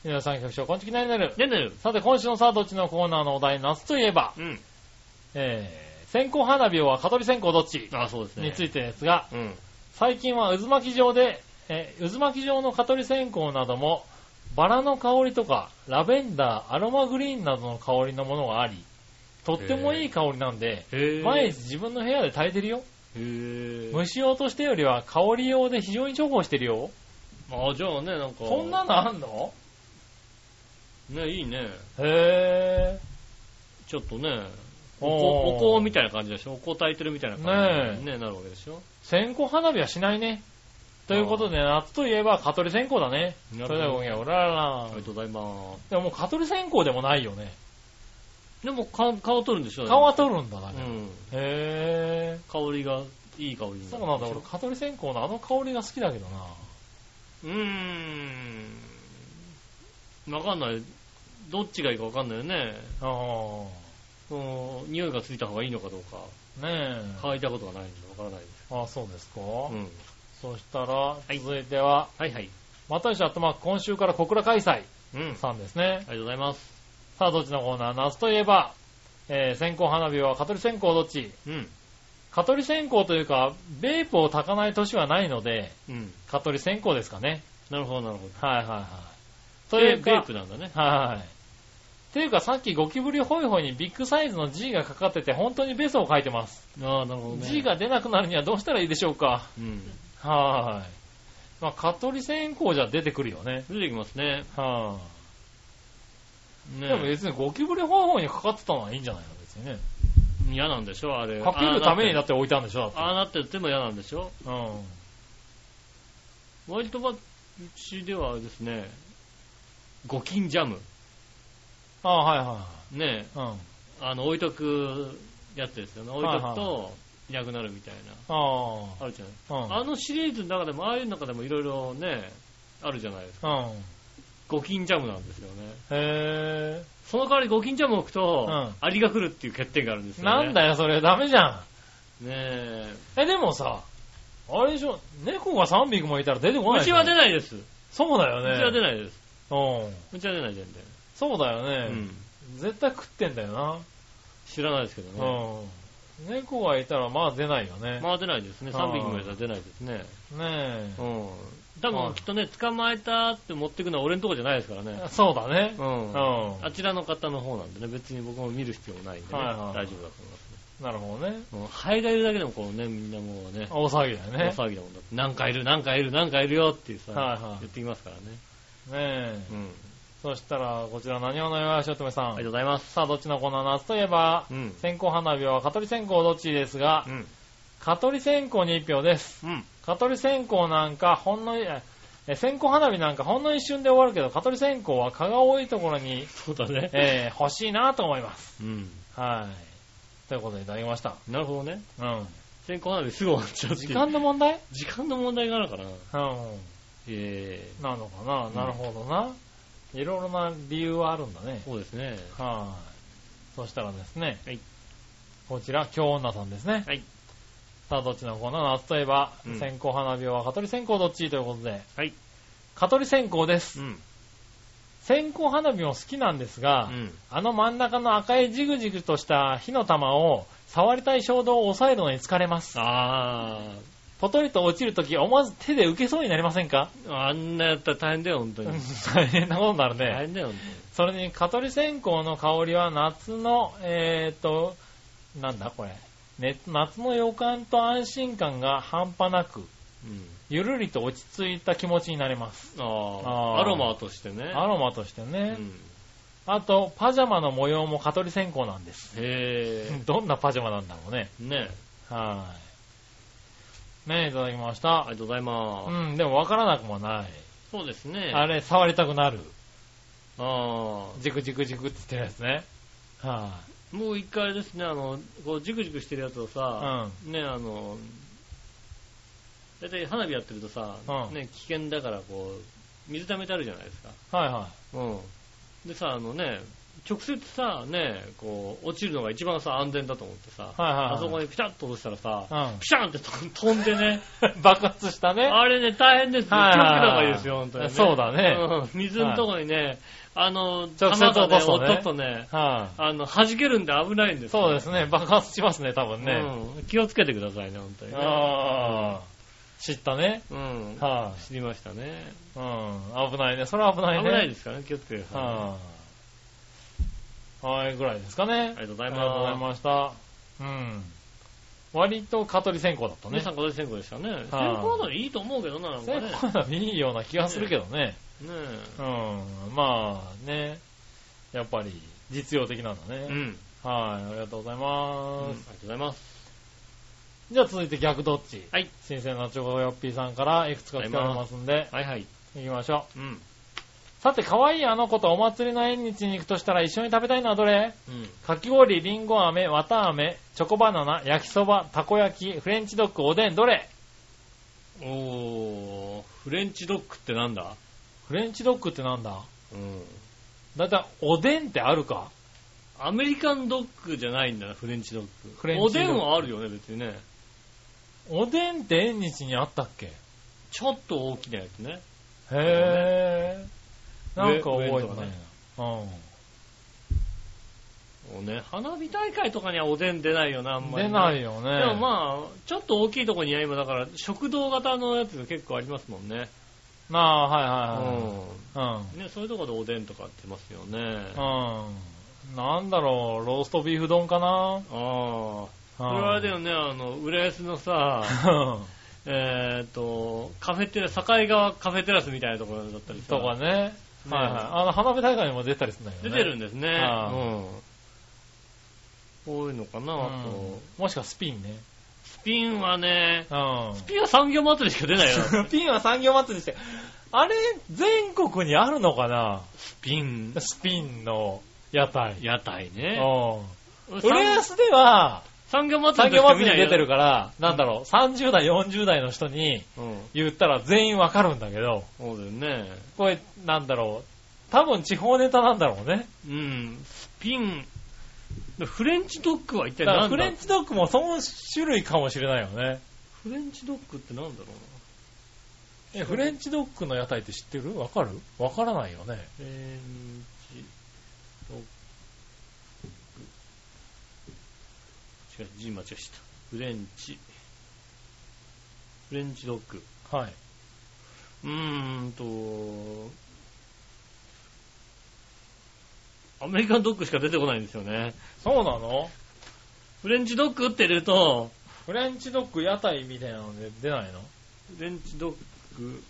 C: ー、皆さん局長、こんちきなになる。
B: ねんねる。
C: さて、今週のさあ、どっちのコーナーのお題、夏といえば、
B: うん。
C: えー、線香花火は蚊取り線香どっち
B: あ、そうですね。
C: についてですが、
B: うん。
C: 最近は渦巻き状で、えー渦巻き状の蚊取り線香なども、バラの香りとか、ラベンダー、アロマグリーンなどの香りのものがあり、とってもいい香りなんで、
B: へぇ
C: 毎日自分の部屋で炊いてるよ。
B: へぇ
C: 虫用としてよりは香り用で非常に重宝してるよ。
B: あ、じゃあね、なんか。
C: こんなのあんの
B: ね、いいね。
C: へ
B: ちょっとね、
C: ぇ
B: お
C: お
B: こお
C: ー
B: 香みたいな感じでしょお香炊いてるみたいな感じ
C: ね
B: にねなるわけでしょ
C: 線香花火はしないね。ということで、夏といえば、蚊取り線香だね。そ
B: なる
C: れ
B: ほど
C: では、ごきげんよううららら
B: ありがとうございます。
C: でも、もう蚊取り線香でもないよね。
B: でも、顔、顔取るんでしょ
C: 蚊は
B: 取
C: 取るんだな。
B: うん。
C: へ
B: 香りが、いい香りに
C: ぇー。
B: な
C: そう
B: る
C: なんだ、俺、蚊取り線香のあの香りが好きだけどな。
B: うーん。わかんない。どっちがいいかわかんないよね。
C: あ
B: その、匂いがついた方がいいのかどうか、
C: あ。ねえ。
B: 嗅いだことがないんでわからないです。
C: あそうですか。
B: うん。
C: そしたら、
B: い
C: 続いては、
B: はいはい。
C: またよしアットマーク、今週から小倉開催
B: うん。あり
C: さんですね。
B: がとうございます。
C: さあ、どっちのコーナー夏といえば、えー、線香花火は蚊取り線香どっち
B: うん。
C: 蚊取り線香というか、ベープを炊かない年はないので、
B: うん。
C: 蚊取り線香ですかね。
B: なるほど、なるほど。
C: はいはいはい。と
B: と
C: い
B: いうう
C: か、
B: ベープなんだね。
C: はいはい。というかさっきゴキブリホイホイにビッグサイズの G がかかってて本当にベソを書いてます。
B: ああ、なるほどね。
C: G が出なくなるにはどうしたらいいでしょうか
B: うん。
C: はい。まあ、蚊取り線香じゃ出てくるよね。
B: 出てきますね。
C: は
B: ね
C: い。でも別にゴキブリホイホイにかかってたのはいいんじゃないの別にね。
B: 嫌なんでしょあれ。
C: かけるためにだ
B: あ
C: って置いたんでしょだっ
B: あなってても嫌なんでしょ
C: て。うん。
B: 割とば、うちではですね、五金ジャム。
C: ああ、はいは
B: ね
C: いはい。うん。
B: あの、置いとくやつですよね。置いとく
C: はい
B: と、いなくなるみたい
C: あ
B: な。あるじゃない。
C: あ。うん。
B: あのシリーズの中でも、ああいう中でもいろいろね、あるじゃないですか。
C: うん。
B: 五金ジャムなんですよね。
C: へ
B: その代わり五金ジャムを置くと、
C: うん
B: アリが来るっていう欠点があるんです
C: え。
B: よね。
C: なんだよ、それ。ダメじゃん。
B: ねえ。
C: え、でもさ、あれでしょ、猫が3匹もいたら出てこないうでし
B: ち
C: ょ
B: は出ないです。う
C: そうだよね。
B: ちは出
C: い。
B: ないです。
C: うん。
B: うちは出ない全然。
C: そうだよ
B: う
C: ね、
B: ん。
C: 絶対食ってんだよ
B: 知らないですけど
C: な。
B: ね。
C: うん。猫がいたらまあ出ないよね。
B: まあ出ないですね。
C: あー
B: 3匹もいたら出ないですね。
C: ね
B: うん。多分きっとね、捕まえたって持ってくのは俺のとこじゃないですからね
C: え。。そうだね。
B: う。
C: うんん。
B: あちらの方の方なんでね、別に僕も見る必要もないんでね、
C: はいは
B: 大
C: い
B: 丈夫だと思います。
C: なるほどね。
B: もうハエがいるだけでもこうね、みんなもうね、
C: 大騒ぎだよ
B: 大
C: ね。
B: 騒ぎだもんだって。何かいる、何かいる、何かいるよっていうさ、
C: はいはい
B: 言ってきますからね。
C: ねえ。
B: うん。
C: そしたら、こちら、何をのよしおとめさ
B: ありが
C: ん。
B: とうございます。
C: さあ、どっちのコーナー夏といえば、
B: うん。
C: 線香花火は蚊取り線香どっちですが
B: う、ん。
C: 蚊取り線香に1票です。
B: うん。
C: 蚊取り線香なんかほんの、えー線香花火なんかほんの一瞬で終わるけど、蚊取り線香は蚊が多いところに、
B: そうだね。
C: えー欲しいなと思います。
B: うん。
C: はい。ということでいただきました。
B: なるほどね。
C: うん。
B: 線香花火すぐ終わっちゃうってい
C: 時
B: う。
C: 間の問題
B: 時間の問題があるから。
C: うん。
B: え
C: なのかな、なるほどな。いろいろな理由はあるんだね
B: ー、。そうですね。
C: はい。そしたらですね。
B: はい
C: こちら、京女さんですね。
B: はい
C: さあ、どっちのコーナー夏といえば、
B: うん
C: 線香花火は蚊取り線香どっちということで。
B: はい。
C: 蚊取り線香です。
B: うん。
C: 線香花火も好きなんです
B: う
C: が、
B: ん。
C: あの真ん中の赤いジグジグとした火の玉を触りたい衝動を抑えるのに疲れます。
B: あ
C: ポトリと落ちるとき思わず手で受けそうになりませんか
B: ー、あんなやったら大変だよ、本当に。
C: 大変なことになる
B: 大
C: ね。
B: 変だよ、本
C: それに、蚊取り線香の香りは夏の、えーと、なんだこれ、ね夏の予感と安心感が半端なく、
B: 当に。うん。
C: ゆるりと落ち着いた気持ちになります。
B: あ
C: あ
B: ー
C: ー
B: アロマとしてね。
C: アロマとして
B: う
C: ね。
B: ん。
C: あと、パジャマの模様も蚊取り線香なんです。
B: へ
C: どんなパジャマなんだろうね。
B: ー。ね
C: はい。ねえ、いただきまし
B: あり。
C: た
B: がとうございます。
C: うん、でも分からなくもない。
B: そうですね。
C: あれ、触りたくなる。
B: あ
C: ジクジクジクって言ってるやつね。は
B: ーもう一回ですね、あの、こう、ジクジクしてるやつをさ、ね、あの、だいたい花火やってるとさ、
C: うん
B: ね、危険だからこう、水溜めてあるじゃないですか。
C: はいは
B: うん。でさ、あのね、直接さ、ね、こう、落ちるのが一番さ、安全だと思ってさ、
C: はいはいはい
B: あそこにピタッと落としたらさ、
C: い。
B: ピシャンって飛んでね、
C: うん。 爆発した ね。
B: あれね、大変ですよ。気をつけた
C: はいはい
B: 方がいいですよ、本当に、ね。
C: そうだね
B: うん水のとこにね、あの、
C: 直接
B: 玉が
C: 落と
B: ね、
C: すとね
B: 落とすとね、
C: は
B: あの、弾けるんで危ないんで
C: い。
B: す
C: そうですすね。爆発しますね、多分ね。
B: うん。気をつけてくださいね、本当にね。
C: ああ。知ったね。
B: うん。
C: は
B: 知りましたね。
C: い。うん。危ないね。それは危ない
B: 危
C: ね。
B: ないですからね、気をつけてくださいね。
C: はい。はい、ぐらいですかね。
B: ありがとうござ
C: あ
B: い
C: りがとうござい
B: ま
C: ました。うん。割と蚊取り線香だった
B: す。
C: ね。
B: 皆さ、
C: そうん
B: 今年先行でしたね。先行ならいいと思うけどな、なんかね。ね
C: いいような気がするけどね。うん。まあね。やっぱり実用的なんだ
B: え。
C: ね。
B: うん。
C: はい。ありがとうござい
B: ありが
C: ま
B: と
C: す。
B: うございます。
C: じゃあ続いて逆どっち。
B: はい。
C: 新鮮なチョコヨッピーさんからいくつか来ておりますんで、
B: はいはい。
C: 行きましょ
B: うん。
C: う。さて、可愛いあの子とお祭りの縁日に行くとしたら一緒に食べたいのはどれ
B: うん。
C: かき氷、りんご飴、わたあめ、チョコバナナ、焼きそば、たこ焼き、フレンチドッグ、おでん、どれ
B: おー、フレンチドッグってなんだ
C: フレンチドッグってなんだ
B: うん。
C: だいたいおでんってあるか
B: アメリカンドッグじゃないんだな、フレンチドッグ。
C: フレンチドッ
B: お
C: グ
B: でんはあるよね、別にね。
C: おでんって縁日にあったっけ
B: ちょっと大きなやつね。
C: へぇー。なんか覚
B: 上
C: えて
B: 上とか
C: ない
B: ね
C: な。
B: もうね、花火大会とかにはおでん出ないよな、あん
C: うん。
B: まり、。
C: 出ないいよね。
B: でもまあ、ちょっと大きいとこには今だから、食堂型のやつが結構ありますもんね。
C: なあ、はいはいはい。
B: う
C: う
B: ん。
C: ん。
B: ね、そういうとこでおでんとかってますよね。あ
C: うん。なんだろう、ローストビーフ丼かな
B: あ。
C: そ
B: それはあれだ よね、あの、浦安のさ、えーっと、カフェテラス、境川カフェテラスみたいなところだったりさ
C: とかね。はいはい。あの、花火大会にも出たりするんだよ
B: 出
C: ね。
B: てるんですね。
C: はい
B: うん。こういうのかな、
C: う
B: あと
C: ん。もしかスピンね。
B: スピンはね、
C: うん。
B: スピンは産業祭りしか出ない よ。
C: ス ピンは産業祭りして。あれ、全国にあるのかな
B: スピン、
C: スピンの屋台。
B: 屋台
C: う
B: ね。
C: ん。浦
B: 産
C: 安では、
B: 産業祭り
C: 産
B: で
C: 業
B: しか見
C: 祭り
B: ない
C: に
B: よ
C: 出てる。から、なんだろう、30代、40代の人に
B: うん。
C: 言ったら全員わかるんだけど、
B: そうだよね。
C: これ、なんだろう、多分地方ネタなんだろうね。
B: うん。スピン、フレンチドッグは一体
C: だから
B: 何だ
C: フレンチドッグもその種類かもしれないよね。
B: フレンチドッグってなんだろうな。
C: え、フレンチドッグの屋台って知ってるわかるわからないよね。
B: フレンチドッグ。違う、字間違えした。フレンチ。フレンチドッグ。
C: はい。
B: うーんと、アメリカンドッグしか出てこないんですよね。
C: そうなの
B: フレンチドッグって入れると、
C: フレンチドッグ屋台みたいなので出ないの
B: フレンチドッグ、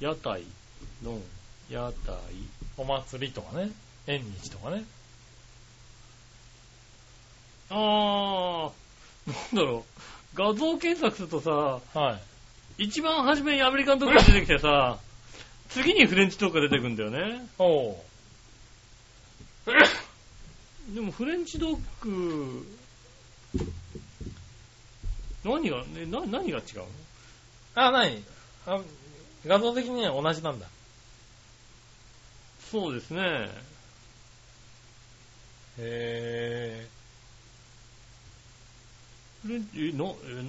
B: 屋台の、屋台、
C: お祭りとかね。縁日とかね。
B: あー、なんだろう。画像検索するとさ、
C: はい。
B: 一番初めにアメリカンドッグが出てきてさ、次にフレンチドッグが出てくんだよね。
C: おう。
B: でもフレンチドッグ、何が、ね、な何が違うの
C: あ、ない。あ画像的には同じなんだ。
B: そうですね。
C: へ
B: フレンチ、えの、え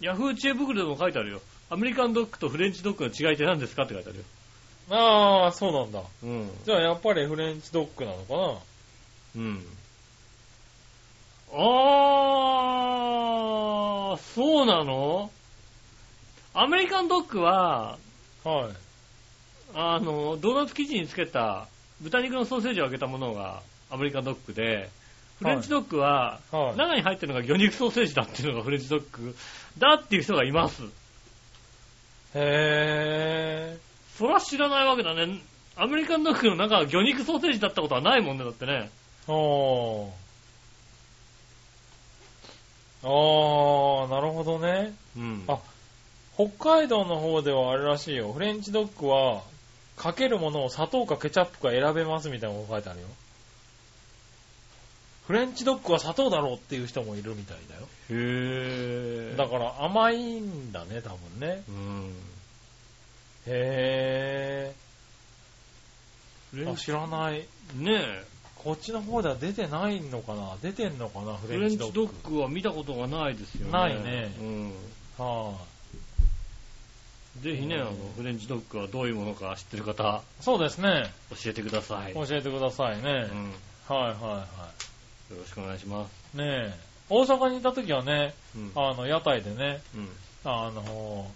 B: ヤフー知恵袋でも書いてあるよ。アメリカンドッグとフレンチドッグの違いって何ですかって書いてあるよ。
C: ぇー。ああ、そうなんだ。
B: うん。
C: じゃあやっぱりフレンチドッグなのかな
B: うん。あー、そうなのアメリカンドッグは、
C: はい。
B: あの、ドーナツ生地につけた豚肉のソーセージを揚げたものがアメリカンドッグで、フレンチドッグは、
C: はい。
B: 中に入ってるのが魚肉ソーセージだっていうのがフレンチドッグだっていう人がいます。
C: へぇ
B: そら知らないわけだね。アメリカンドッグの中は魚肉ソーセージだったことはないもんね、だってね。
C: ー。おー。あー、なるほどね。
B: うん。
C: あ北海道の方ではあれらしいよ。フレンチドッグは、かけるものを砂糖かケチャップか選べますみたいなこと書いてあるよ。フレンチドッグは砂糖だろうっていう人もいるみたいだよ。
B: へ
C: だから甘いんだね、多分ね。
B: うん。
C: へ
B: フ
C: ぇ
B: レ
C: あ、
B: ンチ、
C: 知らない。
B: ねえ、
C: こっちの方では出てないのかな出てんのかなフ
B: フ
C: レ
B: レン
C: ン
B: チ
C: チ
B: ド
C: ド
B: ッ
C: ッ
B: グ
C: グ。
B: は見たことがないですよね。
C: ないね
B: うん。
C: は
B: ぜひね、あの
C: うん、
B: フレンチドッグはどういうものか知ってる方、
C: い。そうですね。
B: 教えてください。
C: 教えてくださいね
B: う。ん。よ
C: はいは
B: ろしくお願いします。
C: いはい。ねえ。大阪にいた時はね、
B: うん
C: あの、屋台でね、
B: うん。
C: あの、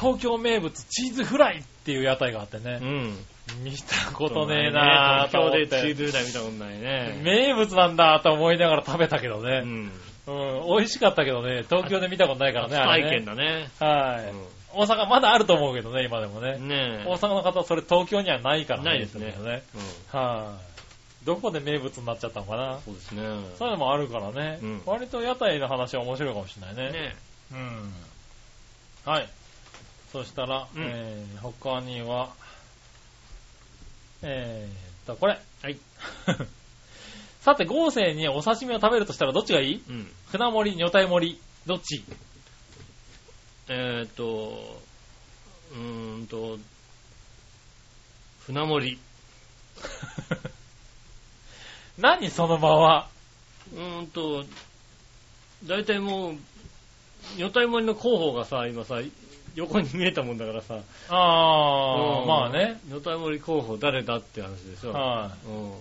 C: 東京名物チーズフライっていう屋台があって
B: う
C: ね、
B: ん。
C: 見たことねえなぁと
B: 今
C: 思
B: 日
C: っ
B: でチー
C: て、
B: ズフライ見たことないね。
C: 名物なんだと思いながら食べたけど
B: う
C: ね、
B: ん。
C: うん、美味しかったけどね、東京で見たことないからね、
B: 初
C: あ
B: 体
C: れ
B: 験
C: ね。
B: だね。
C: はい。大阪まだあると思うけどね、今でも
B: う
C: ね。
B: んねえ。
C: 大阪の方はそれ東京にはないからね。
B: ないですね
C: 今ね
B: うん
C: はい。どこで名物になっちゃったのかな
B: そうですね。
C: そういうのもあるからね。
B: うん
C: 割と屋台の話は面白いかもしれないね。
B: ね
C: うん。はい。そしたら、
B: うん
C: えー、他には、えーっと、これ。
B: はい。
C: さて、豪勢にお刺身を食べるとしたらどっちがいい
B: うん。
C: 船盛り、女体盛り、どっち
B: えーっと、うーんと、船盛り。
C: 何その場は。
B: うーんと、大体もう、女体盛りの候補がさ、今さ、横に見えたもんだからさ、
C: あ
B: う
C: ー、
B: ん
C: まあね。。
B: 女体盛り候補誰だって話でしょ。
C: は
B: うん
C: い。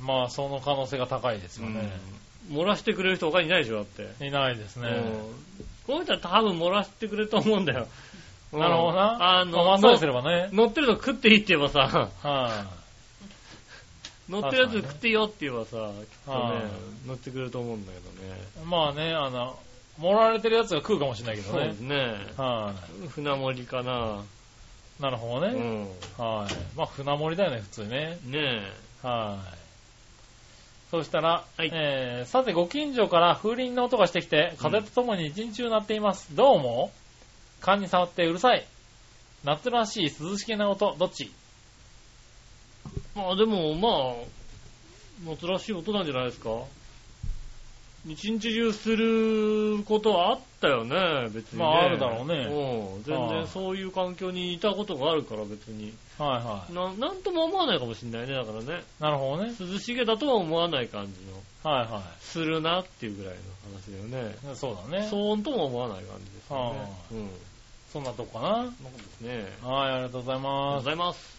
C: まあ、その可能性が高いですよね。
B: 漏らしてくれる人他にいないでしょ、だって。
C: いないですね。
B: うんこの人は多分漏らしてくれると思うんだよ。
C: なるほど
B: うん
C: な。
B: あの、
C: まあ、そうすればね。
B: 乗ってるの食っていいって言えばさ、
C: は
B: 乗ってるやつ食っていいよって言えばさ、きっと
C: は
B: ね
C: い、
B: 乗ってくれると思うんだけどね。
C: い。まあね、あの、盛られてるやつが食うかもしれないけど
B: そうで
C: ね
B: す。ね。
C: は
B: 船盛りかな。
C: い。なるほど
B: う
C: ね。
B: ん。
C: はい。まあ、船盛りだよね、普通ね。
B: ねえ。
C: はい。そしたら、
B: はい
C: えー、さてご近所から風鈴の音がしてきて、風とともに一日中鳴っています。どうも缶に触ってうるさい。夏らしい涼しげな音、どっち
B: まあでも、まあ、夏らしい音なんじゃないですか。一日中することはあったよね、別に、ね。
C: まああるだろうね
B: うん。全然そういう環境にいたことがあるから別に。
C: はいは
B: ななんとも思わないかもしれないね、だからね。
C: い。なるほどね。
B: 涼しげだとは思わない感じの。
C: はいは
B: するなっていうぐらいの話だよね。
C: い。そうだね。そ
B: 騒音とも思わない感じですよね
C: は。
B: うん。
C: んなとこか
B: そんなことですね。
C: な。はい、ありがとうござい
B: ありがとう
C: ま
B: ご
C: す。
B: ざいます。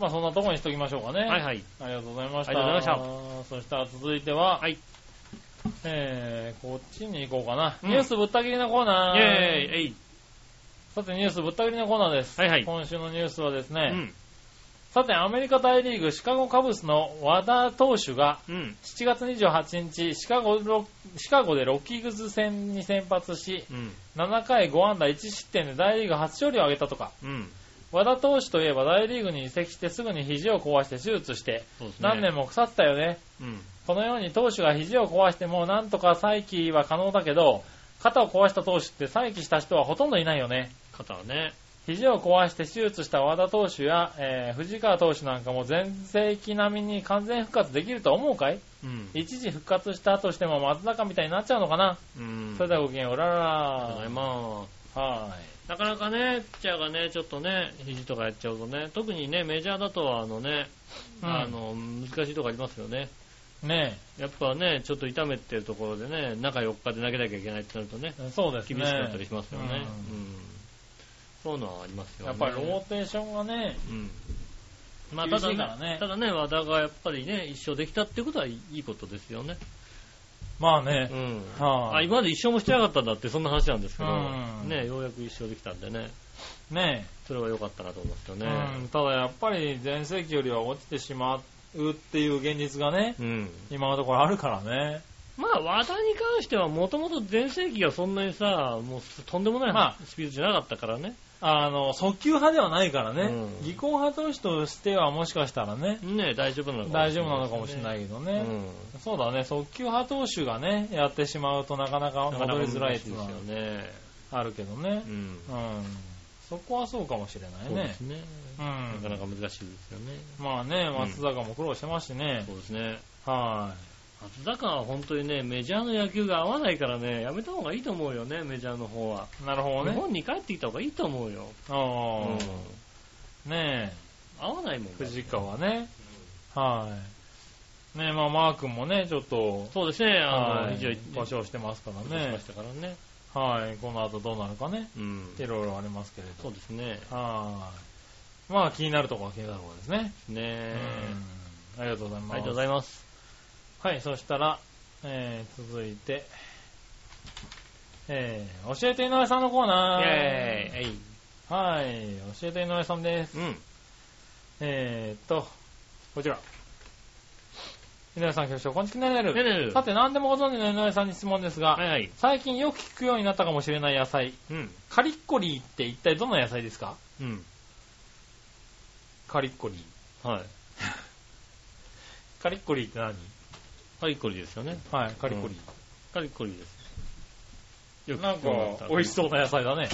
C: まあそんなとこにしときましょうかね。
B: はいはい。
C: ありがとうございました。
B: ありがとうご
C: そしたら続いては、
B: はい
C: えー、こっちに行こうかな。
B: うん
C: ニュースぶった切りのコーナー。
B: イェーイえい
C: さてニュースぶった切りのコーナーです。
B: はいはい
C: 今週のニュースはですね、
B: うん。
C: さてアメリカ大リーグシカゴカブスの和田投手が
B: うん。
C: 7月28日シカゴロシカゴでロッキーグズ戦に先発し、
B: うん。
C: 7回5安打1失点で大リーグ初勝利を挙げたとか、
B: うん。
C: 和田投手といえば大リーグに移籍してすぐに肘を壊して手術して、
B: そうですね。
C: 何年も腐ってたよね。
B: うん。
C: このように投手が肘を壊してもなんとか再起は可能だけど、肩を壊した投手って再起した人はほとんどいないよね。
B: 肩はね。
C: 肘を壊して手術した和田投手や、えー藤川投手なんかも全盛期並みに完全復活できると思うかい
B: うん。
C: 一時復活したとしても松坂みたいになっちゃうのかな、
B: うん。
C: それではごきげんよう、うらら
B: ありがとうござい
C: ら。
B: ます。
C: は
B: なかなかね、ピッチャーがね、ちょっとね、肘とかやっちゃうとね、特にね、メジャーだとはあのね、
C: うん
B: あの、難しいとこありますよね。
C: い。ね
B: やっぱね、ちょっと痛めてるところでね、中4日で投げなきゃいけないってなるとね、
C: え、そうですね。
B: 厳しかったりしますよね。
C: う
B: うんんそういうのはありますよね。
C: やっぱりローテーションがね、
B: うん。ま
C: ま
B: あ、た
C: あた
B: だ
C: だ
B: ね
C: ね
B: ただね、和田がやっぱりね、一生できたってことはいいことですよね。
C: まあね
B: う、ん。あ、
C: はい、
B: 今まで一生もしてなかったんだって、そんな話なんですけど、
C: うん
B: ね、ようやく一生できたんでね、
C: ね
B: それは良かったなと思いますよ
C: え、
B: ね。
C: うん、ただやっぱり全盛期よりは落ちてしまうっていう現実がね、
B: うん
C: 今のところあるからね。
B: まあ、和田に関しては、もともと全盛期がそんなにさ、もうとんでもない、
C: ま
B: スピードじゃなかったからね。
C: あの、速球派ではないからね、
B: うん
C: 技巧派投手としてはもしかしたらね、
B: ね、大丈夫なのかもしれない
C: 大丈夫なのかもしれないけど
B: う
C: ね。
B: ん。
C: そうだね、速球派投手がね、やってしまうとなかなか戻りづらいっていうのは
B: ですよね。
C: あるけどね
B: う。ん。
C: うん。そこはそうかもしれない
B: そうで
C: ね
B: す。ね。
C: う。
B: なかなんか難しいですよね。
C: まあね、松坂も苦労してますしね。
B: そうですね。
C: は
B: 松坂は本当にね、メジャーの野球が合わないからね、やめた方がいいと思うよね、メジャーの方は。
C: なるほど
B: 日
C: ね。
B: 本に帰ってきた方がいいと思うよ。
C: あ
B: うん
C: あ、ね
B: 合わないもん
C: え、
B: ね
C: 藤川ね。はい。ねえ、まあ、マー君もね、ちょっと、
B: そうですね、あ
C: は
B: の、
C: い
B: 一応、
C: 故障してますから
B: ね
C: ね
B: し。たからね。
C: はい、この後どうなるかね。
B: うん
C: いろいろありますけれ
B: そ
C: ど
B: う。ですね。
C: はい。まあ、気になるところは気になるところですね。
B: ねえ
C: うんありがとうございます。
B: ありがとうございます。
C: はい、そしたら、えー、続いて、えー、教えて井上さんのコ
B: イ
C: ー
B: ェ
C: ナ
B: ー
C: ー。
B: イ。えい
C: はい、教えて井上さんです。
B: うん。
C: えーっと、こちら。井上さん、局長、こんにちは、ねるね
B: ね
C: る。
B: ねる。
C: さて、何でもご存知の井上さんに質問ですが、
B: はいはい。
C: 最近よく聞くようになったかもしれない野菜、
B: うん。
C: カリッコリーって一体どんな野菜ですか
B: うん。
C: カリッコリー。
B: はい。
C: カリッコリーって何
B: カリコリですよね。
C: はい、カリッコリ
B: カリコリです。
C: ー。
B: よ
C: なんか、美味しそうな野菜だね。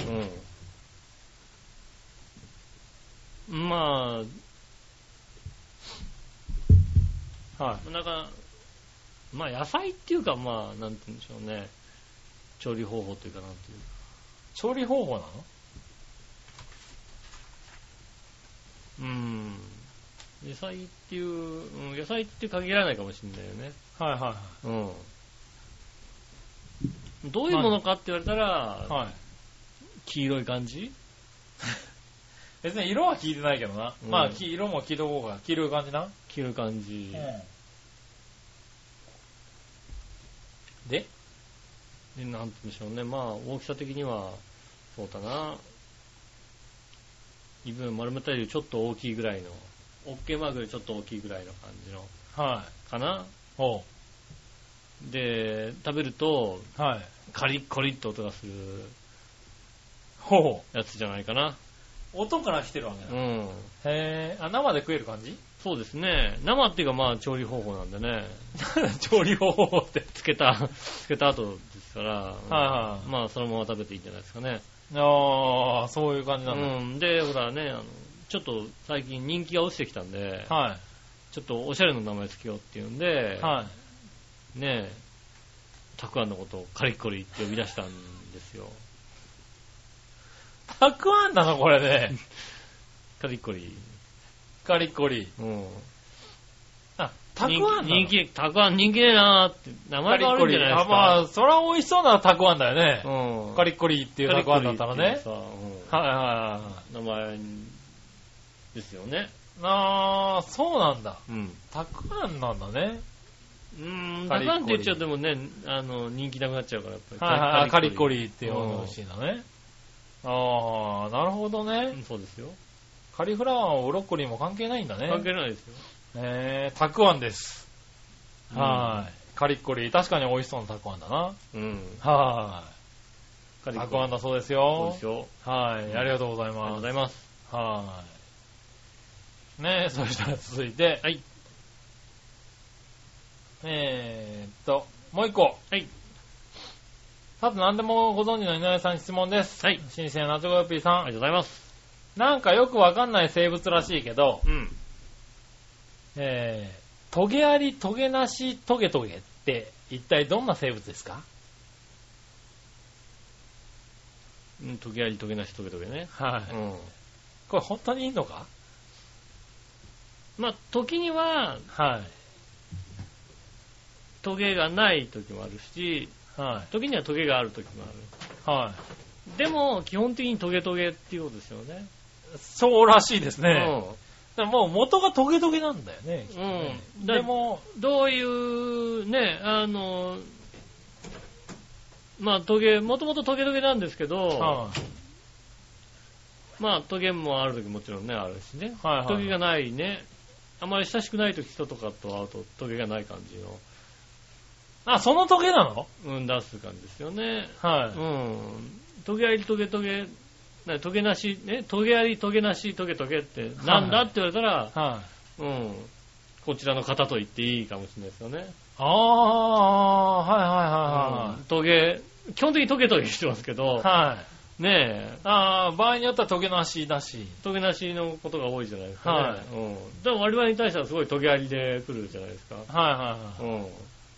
B: うん。ま
C: は
B: あ、なんか、まあ野菜っていうか、まあ、なんて言うんでしょうね。調理方法というか、なんていうか。
C: い。調理方法なの
B: うーん。野菜っていう、うん、野菜って限らないかもしれないよね。
C: はいはいはい。
B: うん。どういうものかって言われたら、
C: はい。
B: 黄色い感じ
C: 別に色は聞いてないけどな。
B: うん
C: まあ、き色も聞いとこうか。黄色い感じな。
B: 黄色い感じ。
C: で
B: で、なんて言うんでしょうね。まあ、大きさ的には、そうだな。自分丸めたよりちょっと大きいぐらいの、オッケーマークよりちょっと大きいぐらいの感じの、
C: は
B: かな。
C: い。おう。
B: で、食べると、
C: はい。
B: カリッコリッと音がする
C: ほ
B: やつじゃないかな。
C: う。音から来てるわけだ。
B: うん。
C: へぇあ、生で食える感じ
B: そうですね。生っていうかまあ調理方法なんでね。
C: 調理方法って。
B: つけた、つけた後ですから、
C: はいはい
B: まあそのまま食べていいんじゃないですかね。
C: ああ、そういう感じなんだ。
B: うん。で、ほらね、あの、ちょっと最近人気が落ちてきたんで、
C: は
B: ちょっとおしゃれな名前つけようっていうんで
C: い。、はい。
B: ねえ、たくあんのことをカリッコリって呼び出したんですよ。
C: たくあんだな、これね。
B: カリッコリ。
C: カリコリ。
B: うん。
C: あ、たくあんなの
B: 人気、人気たくあん人気ねえなーって、名
C: カ
B: 前
C: リ
B: が
C: コ
B: 悪いんじ
C: リ。
B: ゃないで
C: あ、
B: すか。
C: まあ、そら美味しそうなたくあんだよね。
B: うん。
C: カ
B: リ
C: リコリっていうたくあんだったらね。
B: カリッコリっていうさ
C: はいはいは
B: うん名前ですよね。
C: い。ああ、そうなんだ。
B: うん。
C: たくあんなんだね。
B: うーん、
C: カ
B: た
C: リ
B: く
C: ッコリ
B: あんって言っちゃうとでもね、あの、人気なくなっちゃうから、やっぱ
C: はい
B: り。
C: はい、カリコ
B: リ。
C: リって呼んでほしいのね。ああ、なるほどね
B: う。んそうですよ。
C: カリフラワーもブロッコリーも関係ないんだね。
B: 関係ないですよ。
C: えー、たくあんです。
B: うん
C: はい。カリッコリー、確かに美味しそうなたくあんだな。
B: うん。
C: は
B: カ
C: い。たくあん
B: だ。
C: だそうです
B: そう
C: よ
B: です。よ。
C: はい。ありがとうござい
B: ありがとう
C: ま
B: ご
C: す。
B: ざいます。
C: はい。ねえ、そしたら続いて、
B: はい。
C: えーっと、もう一個。
B: はい。
C: さて何でもご存知の井上さんに質問です。
B: はい。
C: 新鮮なチョコヨッピーさ
B: あ
C: ん
B: りが。とうございます。
C: なんかよくわかんない生物らしいけど、
B: うん。
C: えー、トゲあり、トゲなし、トゲトゲって一体どんな生物ですか
B: うん、トゲあり、トゲなし、トゲトゲね。
C: は
B: う。ん。
C: これ本当にいいのか
B: まあ、時には、
C: は
B: トゲがない時もあるし、
C: い。は
B: 時にはトゲがある時もあ
C: い。は
B: る。でも、基本的にトゲトゲっていうことですよね。
C: い。そうらしいですね。でももう元がトゲトゲなんだよね。きっとね
B: うん
C: でも、
B: うん。どういう、ね、あの、まあ、トゲ、もともとトゲトゲなんですけど、
C: はい。
B: まあ、トゲもある時もちろんね、あるしね。
C: はいはい
B: トゲがないね。あまり親しくない時人とかと会うとトゲがない感じの、
C: あ、そのトゲなの
B: うん、出す感じですよね。
C: は
B: う
C: い。
B: ん。トゲありトゲトゲ、なトゲなし、ね、トゲありトゲなしトゲトゲってなんだ
C: はい
B: って言われたら、
C: はい。
B: うん。こちらの方と言っていいかもしれないですよね。
C: ああ、は
B: うんトゲ、基本的にトゲトゲしてますけ
C: いはいはい
B: ど、
C: はい。はい。
B: ねえ、
C: ああ、場合によってはトゲなしだし。
B: トゲなしのことが多いじゃないですか、ね。
C: はい
B: うん。でも我々に対してはすごいトゲありで来るじゃないですか。
C: はいはいはい。
B: うん。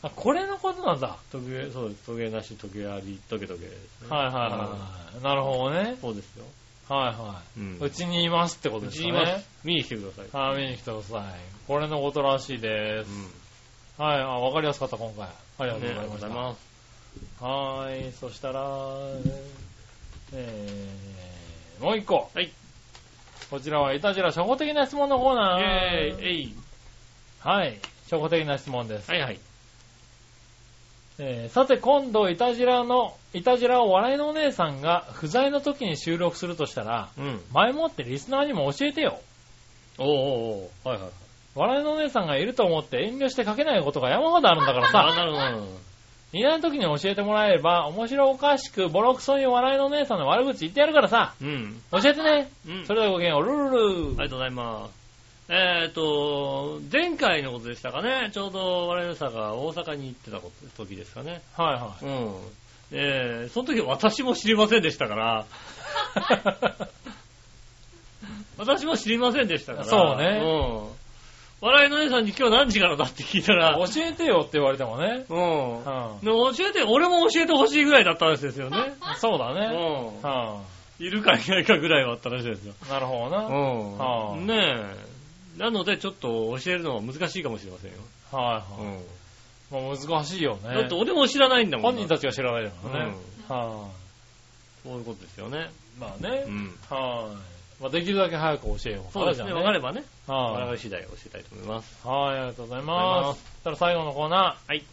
C: あ、これのことなんだ。
B: トゲ、そうです。トゲなし、トゲあり、トゲトゲですね。
C: はいはいはい。なるほどね。
B: そうですよ。
C: はいは
B: う
C: い。
B: ん
C: うちにいますってことですか
B: うちにいま
C: ね。
B: 見に来てください。
C: はい、見に来てください。これのことらしいです。はい、あ、わかりやすかった今回。あり
B: あ
C: が
B: り
C: と
B: が
C: う
B: とう
C: ご
B: ご
C: ざ
B: ざ
C: い
B: い
C: ま。
B: ますす。
C: はーい、そしたら、えー、もう一個。
B: はい。
C: こちらは、いたじら初歩的な質問のコー
B: イ
C: ナー。
B: ェーイ、えい。
C: はい、初歩的な質問です。
B: はいはい。
C: えーさて今度、いたじらの、いたじらを笑いのお姉さんが不在の時に収録するとしたら、
B: うん。
C: 前もってリスナーにも教えてよ。
B: おーおーおーはいはい。
C: 笑いのお姉さんがいると思って遠慮して書けないことが山ほどあるんだから
B: あ、
C: さ、
B: なるほどなるほど。
C: いない時に教えてもらえれば、面白おかしくボロクソに笑いのお姉さんの悪口言ってやるからさ、
B: うん。
C: 教えてね。
B: うん。
C: それではごきげんよう、ルルル
B: ありがとうございます。えっ、と、前回のことでしたかね。ちょうど我々さんが大阪に行ってたこと時ですかね。
C: はいは
B: うん。えー、その時私も知りませんでした から。私も知りませんでしたから。
C: そうね
B: うん。笑いの姉さんに今日何時からだって聞いたら、
C: い。教えてよって言われてもね。
B: う。
C: うんん。
B: で教えて、俺も教えてほしいぐらいだった話ですよね。
C: そうだね。う。
B: うんん。いるかいないかぐらいはあった話ですよ。
C: なるほどな。はいはあ
B: うん。ねえ。なので、ちょっと教えるのは難しいかもしれませんよ。
C: はい。まあ難しいよね。
B: だって俺も知らないんだもん
C: 本
B: な
C: 人たちが知らないからね。は
B: そういうことですよね。
C: い。まあね。
B: ん。
C: はい。まあできるだけ早く教えよう。
B: そうですね。
C: わ
B: 分
C: か
B: か
C: れ
B: れ
C: ば。
B: ばね。我
C: は
B: 々次第教えたいと思います。
C: い。はい、ありがとうござい
B: ありがとうござい
C: ま。
B: ます
C: そしたら最後のコーナー。
B: はい。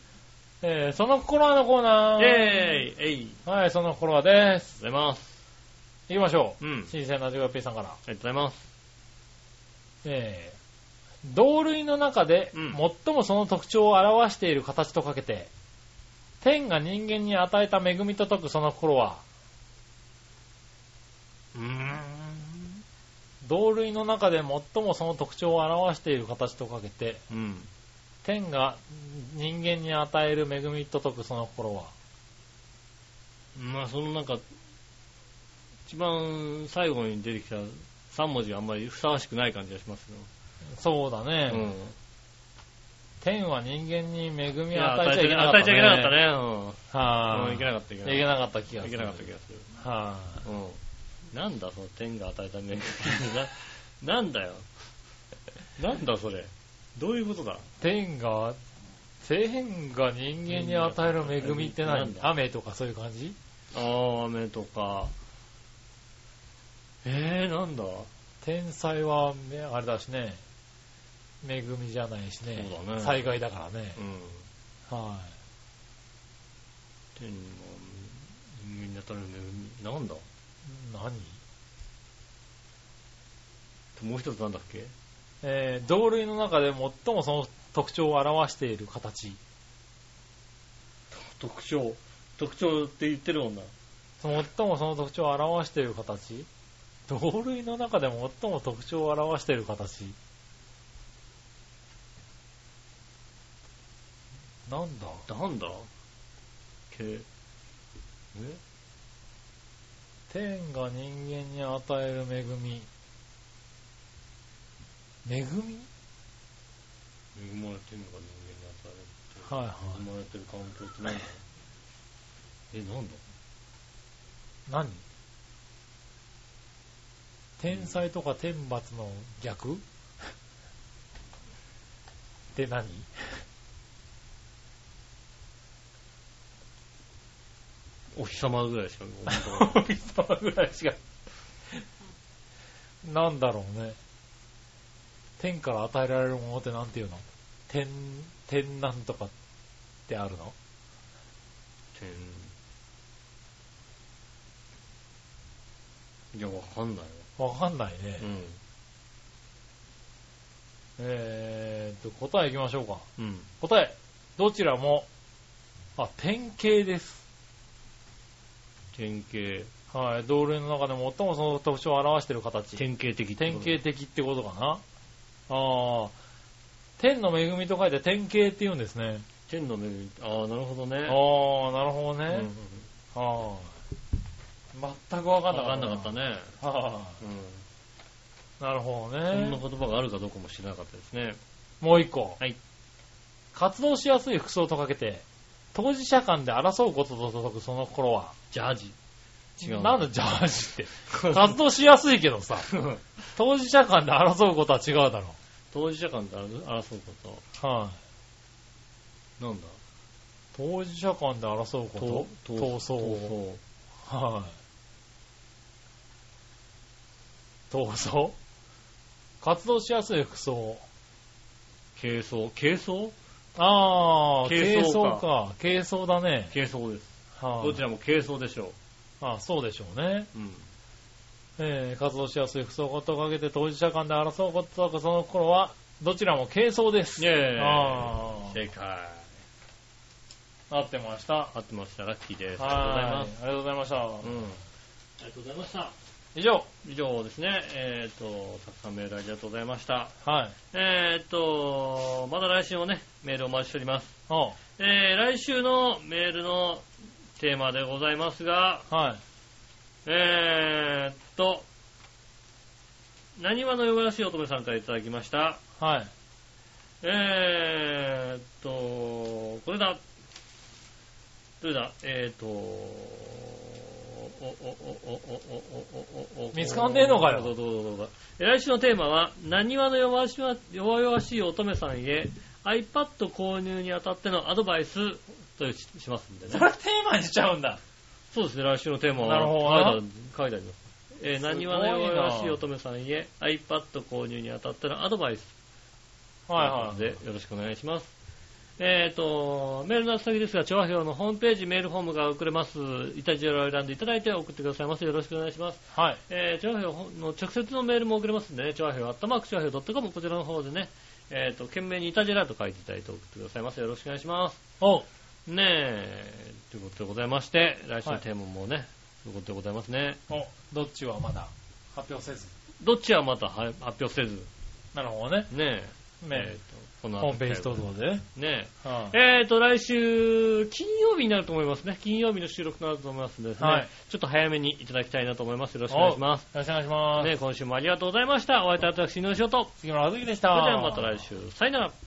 C: えー、その心はのコーナ
B: イェー
C: ー。
B: イえい
C: はい、その心はで
B: あ
C: す。
B: りがとうございます。
C: 行きましょう。
B: うん。あり
C: 新鮮なジョガピーさんから。
B: がとうございます。
C: えー、同類の中で
B: うん
C: 最もその特徴を表している形とかけて、天が人間に与えた恵みと解くその心は、
B: うーん。
C: 同類の中で最もその特徴を表している形とかけて、
B: うん。
C: 天が人間に与える恵みと解くその心は。
B: まあ、そのなんか、一番最後に出てきた3文字があんまりふさわしくない感じがします
C: そうだ
B: よ。
C: ね。
B: うん。
C: 天は人間に恵
B: い
C: みを
B: や
C: 与えちゃいけなかった、
B: 与
C: ね。
B: えちゃいけなかった。ね。うん。
C: は
B: うん
C: い、
B: いけなかった、いけ
C: い
B: な
C: け
B: かっ
C: なかった気が
B: た。
C: す
B: い
C: る。
B: けなかった気がする。
C: は
B: うん。なんだ、その天が与えた恵み。 な、なんだよ。なんだ、それ。どういうことだ
C: い。天が、天が人間に与える恵みって
B: な
C: 何
B: んだ
C: 雨とかそういう感じ
B: ああ、雨とか。えー、なんだ、
C: 天才はめ、あれだしね。恵みじゃないしね。
B: そうだね
C: 災害だからね。
B: うん。
C: は
B: 天の人間に当たる恵み。なんだ
C: い。何
B: もう一つなんだっけ
C: えー同類の中で最もその特徴を表している形。
B: 特徴。特徴って言ってるもんな。
C: 最もその特徴を表している形同類の中で最も特徴を表している形なんだ
B: なんだけ、え
C: 天が人間に与える恵み恵み
B: 恵まれてるのか人間
C: はい
B: に与え
C: は
B: る。恵まれてる環境ってなんだ え、なんだ
C: い何天才とか天罰の逆って何
B: お日様ぐらいしか思い浮かばない。
C: お日様ぐらいしか。なんだろうね。天から与えられるものってなんていうの天、天なんとかってあるの
B: 天いや、わかんないわ。
C: わかんないね。
B: ん。
C: えーっと、答えいきましょうか。
B: うん。
C: 答え、どちらも、あ、天形です。
B: 典型。
C: はい、同類の中で最もその特徴を表している形。
B: 典型的
C: 典型的ってことかな。あー、天の恵みと書いて典型って言うんですね。
B: 天の恵み。ああ、なるほどね。
C: あー、なるほどね。
B: うんうん
C: はあ、全く分かん
B: わか
C: なかった。
B: んなかったね。
C: は
B: うん。
C: あ、なるほ
B: こ
C: ど
B: んな
C: ね。
B: 言葉があるかどうかも知らなかったですね。
C: もう一個。
B: はい。
C: 活動しやすい服装とかけて、当事者間で争うことと解くその頃は、
B: ジャージ。違う
C: なんだジャージって。活動しやすいけどさ、当事者間で争うことは違うだろ
B: 当事者間で争うこ
C: う。はい、
B: と。なんだ
C: 当事者間で争うこと闘争を。
B: 闘
C: はい、闘争活動しやすい服装。
B: 争。軽装。軽装
C: ああ、
B: 軽
C: 軽
B: 装
C: 装
B: か
C: か。軽装だね。
B: 軽装です。
C: はい
B: どちらも軽装でしょ
C: あそうでしょうね。
B: う。うん。
C: えー活動しやすい服装ことをかけて当事者間で争うこととかその頃は、どちらも軽装です。
B: イェーイ
C: あ
B: 正解。
C: ーなってました。
B: 合ってました。ラッキーです。あ
C: はい。ありがとうございました。
B: りがとうございます。うん。ありがとうございました。
C: 以上。
B: 以上ですね。えっ、と、たくさんメールありがとうございました。
C: はい。
B: えっ、と、まだ来週もね、メールお待ちしております。
C: お
B: えー、来週のメールのテーマでございますが、
C: はい。
B: えー、っと、何話のよがらしい乙女さんからいただきました。
C: はい。
B: えー、っと、これだ。どれだえー、っと、おおおおおおおおおお
C: 見つかんねえのかよ
B: どうぞどうぞどうぞえ来週のテーマは、何話の弱々しわ弱々しい乙女さんへ iPad 購入にあたってのアドバイスとししますんでね。
C: それテーマにしちゃうんだ。
B: そうですね、来週のテーマは
C: なるほどな
B: 書いてあ書いてあります。えー、
C: すごいな
B: 何話の弱々しい乙女さんへ iPad 購入にあたってのアドバイス
C: はいはい。
B: で、よろしくお願いします。えっ、と、メールの宛先ですが、調和表のホームページ、メールフォームが送れます。イタジェラを選んでいただいて送ってくださいませ。よろしくお願いします。
C: はい。
B: えー、調和表の直接のメールも送れますんでね、調和表、アットマーク調和表 .com、こちらの方でね、えっ、と、懸命にイタジェラと書いていただいて送ってくださいませ。よろしくお願いします。
C: お
B: ねえ、ということでございまして、来週のテーマもね、ということでございますね。
C: おどっちはまだ発表せず。
B: どっちはまたは発表せず、
C: なるほどね。
B: ねえ、え
C: ね
B: ーと、この
C: ホームページ等々でね。
B: ねえ、
C: はい。
B: えーと、来週、金曜日になると思いますね。金曜日の収録となると思いますので、ね
C: はい
B: ちょっと早めにいただきたいなと思います。よろしくお願いします。
C: よろしくお願いします。
B: ね、今週もありがとうございました。お会いいたい私、井上翔と。
C: 杉村和樹でした。
B: それではまた来週。さよなら。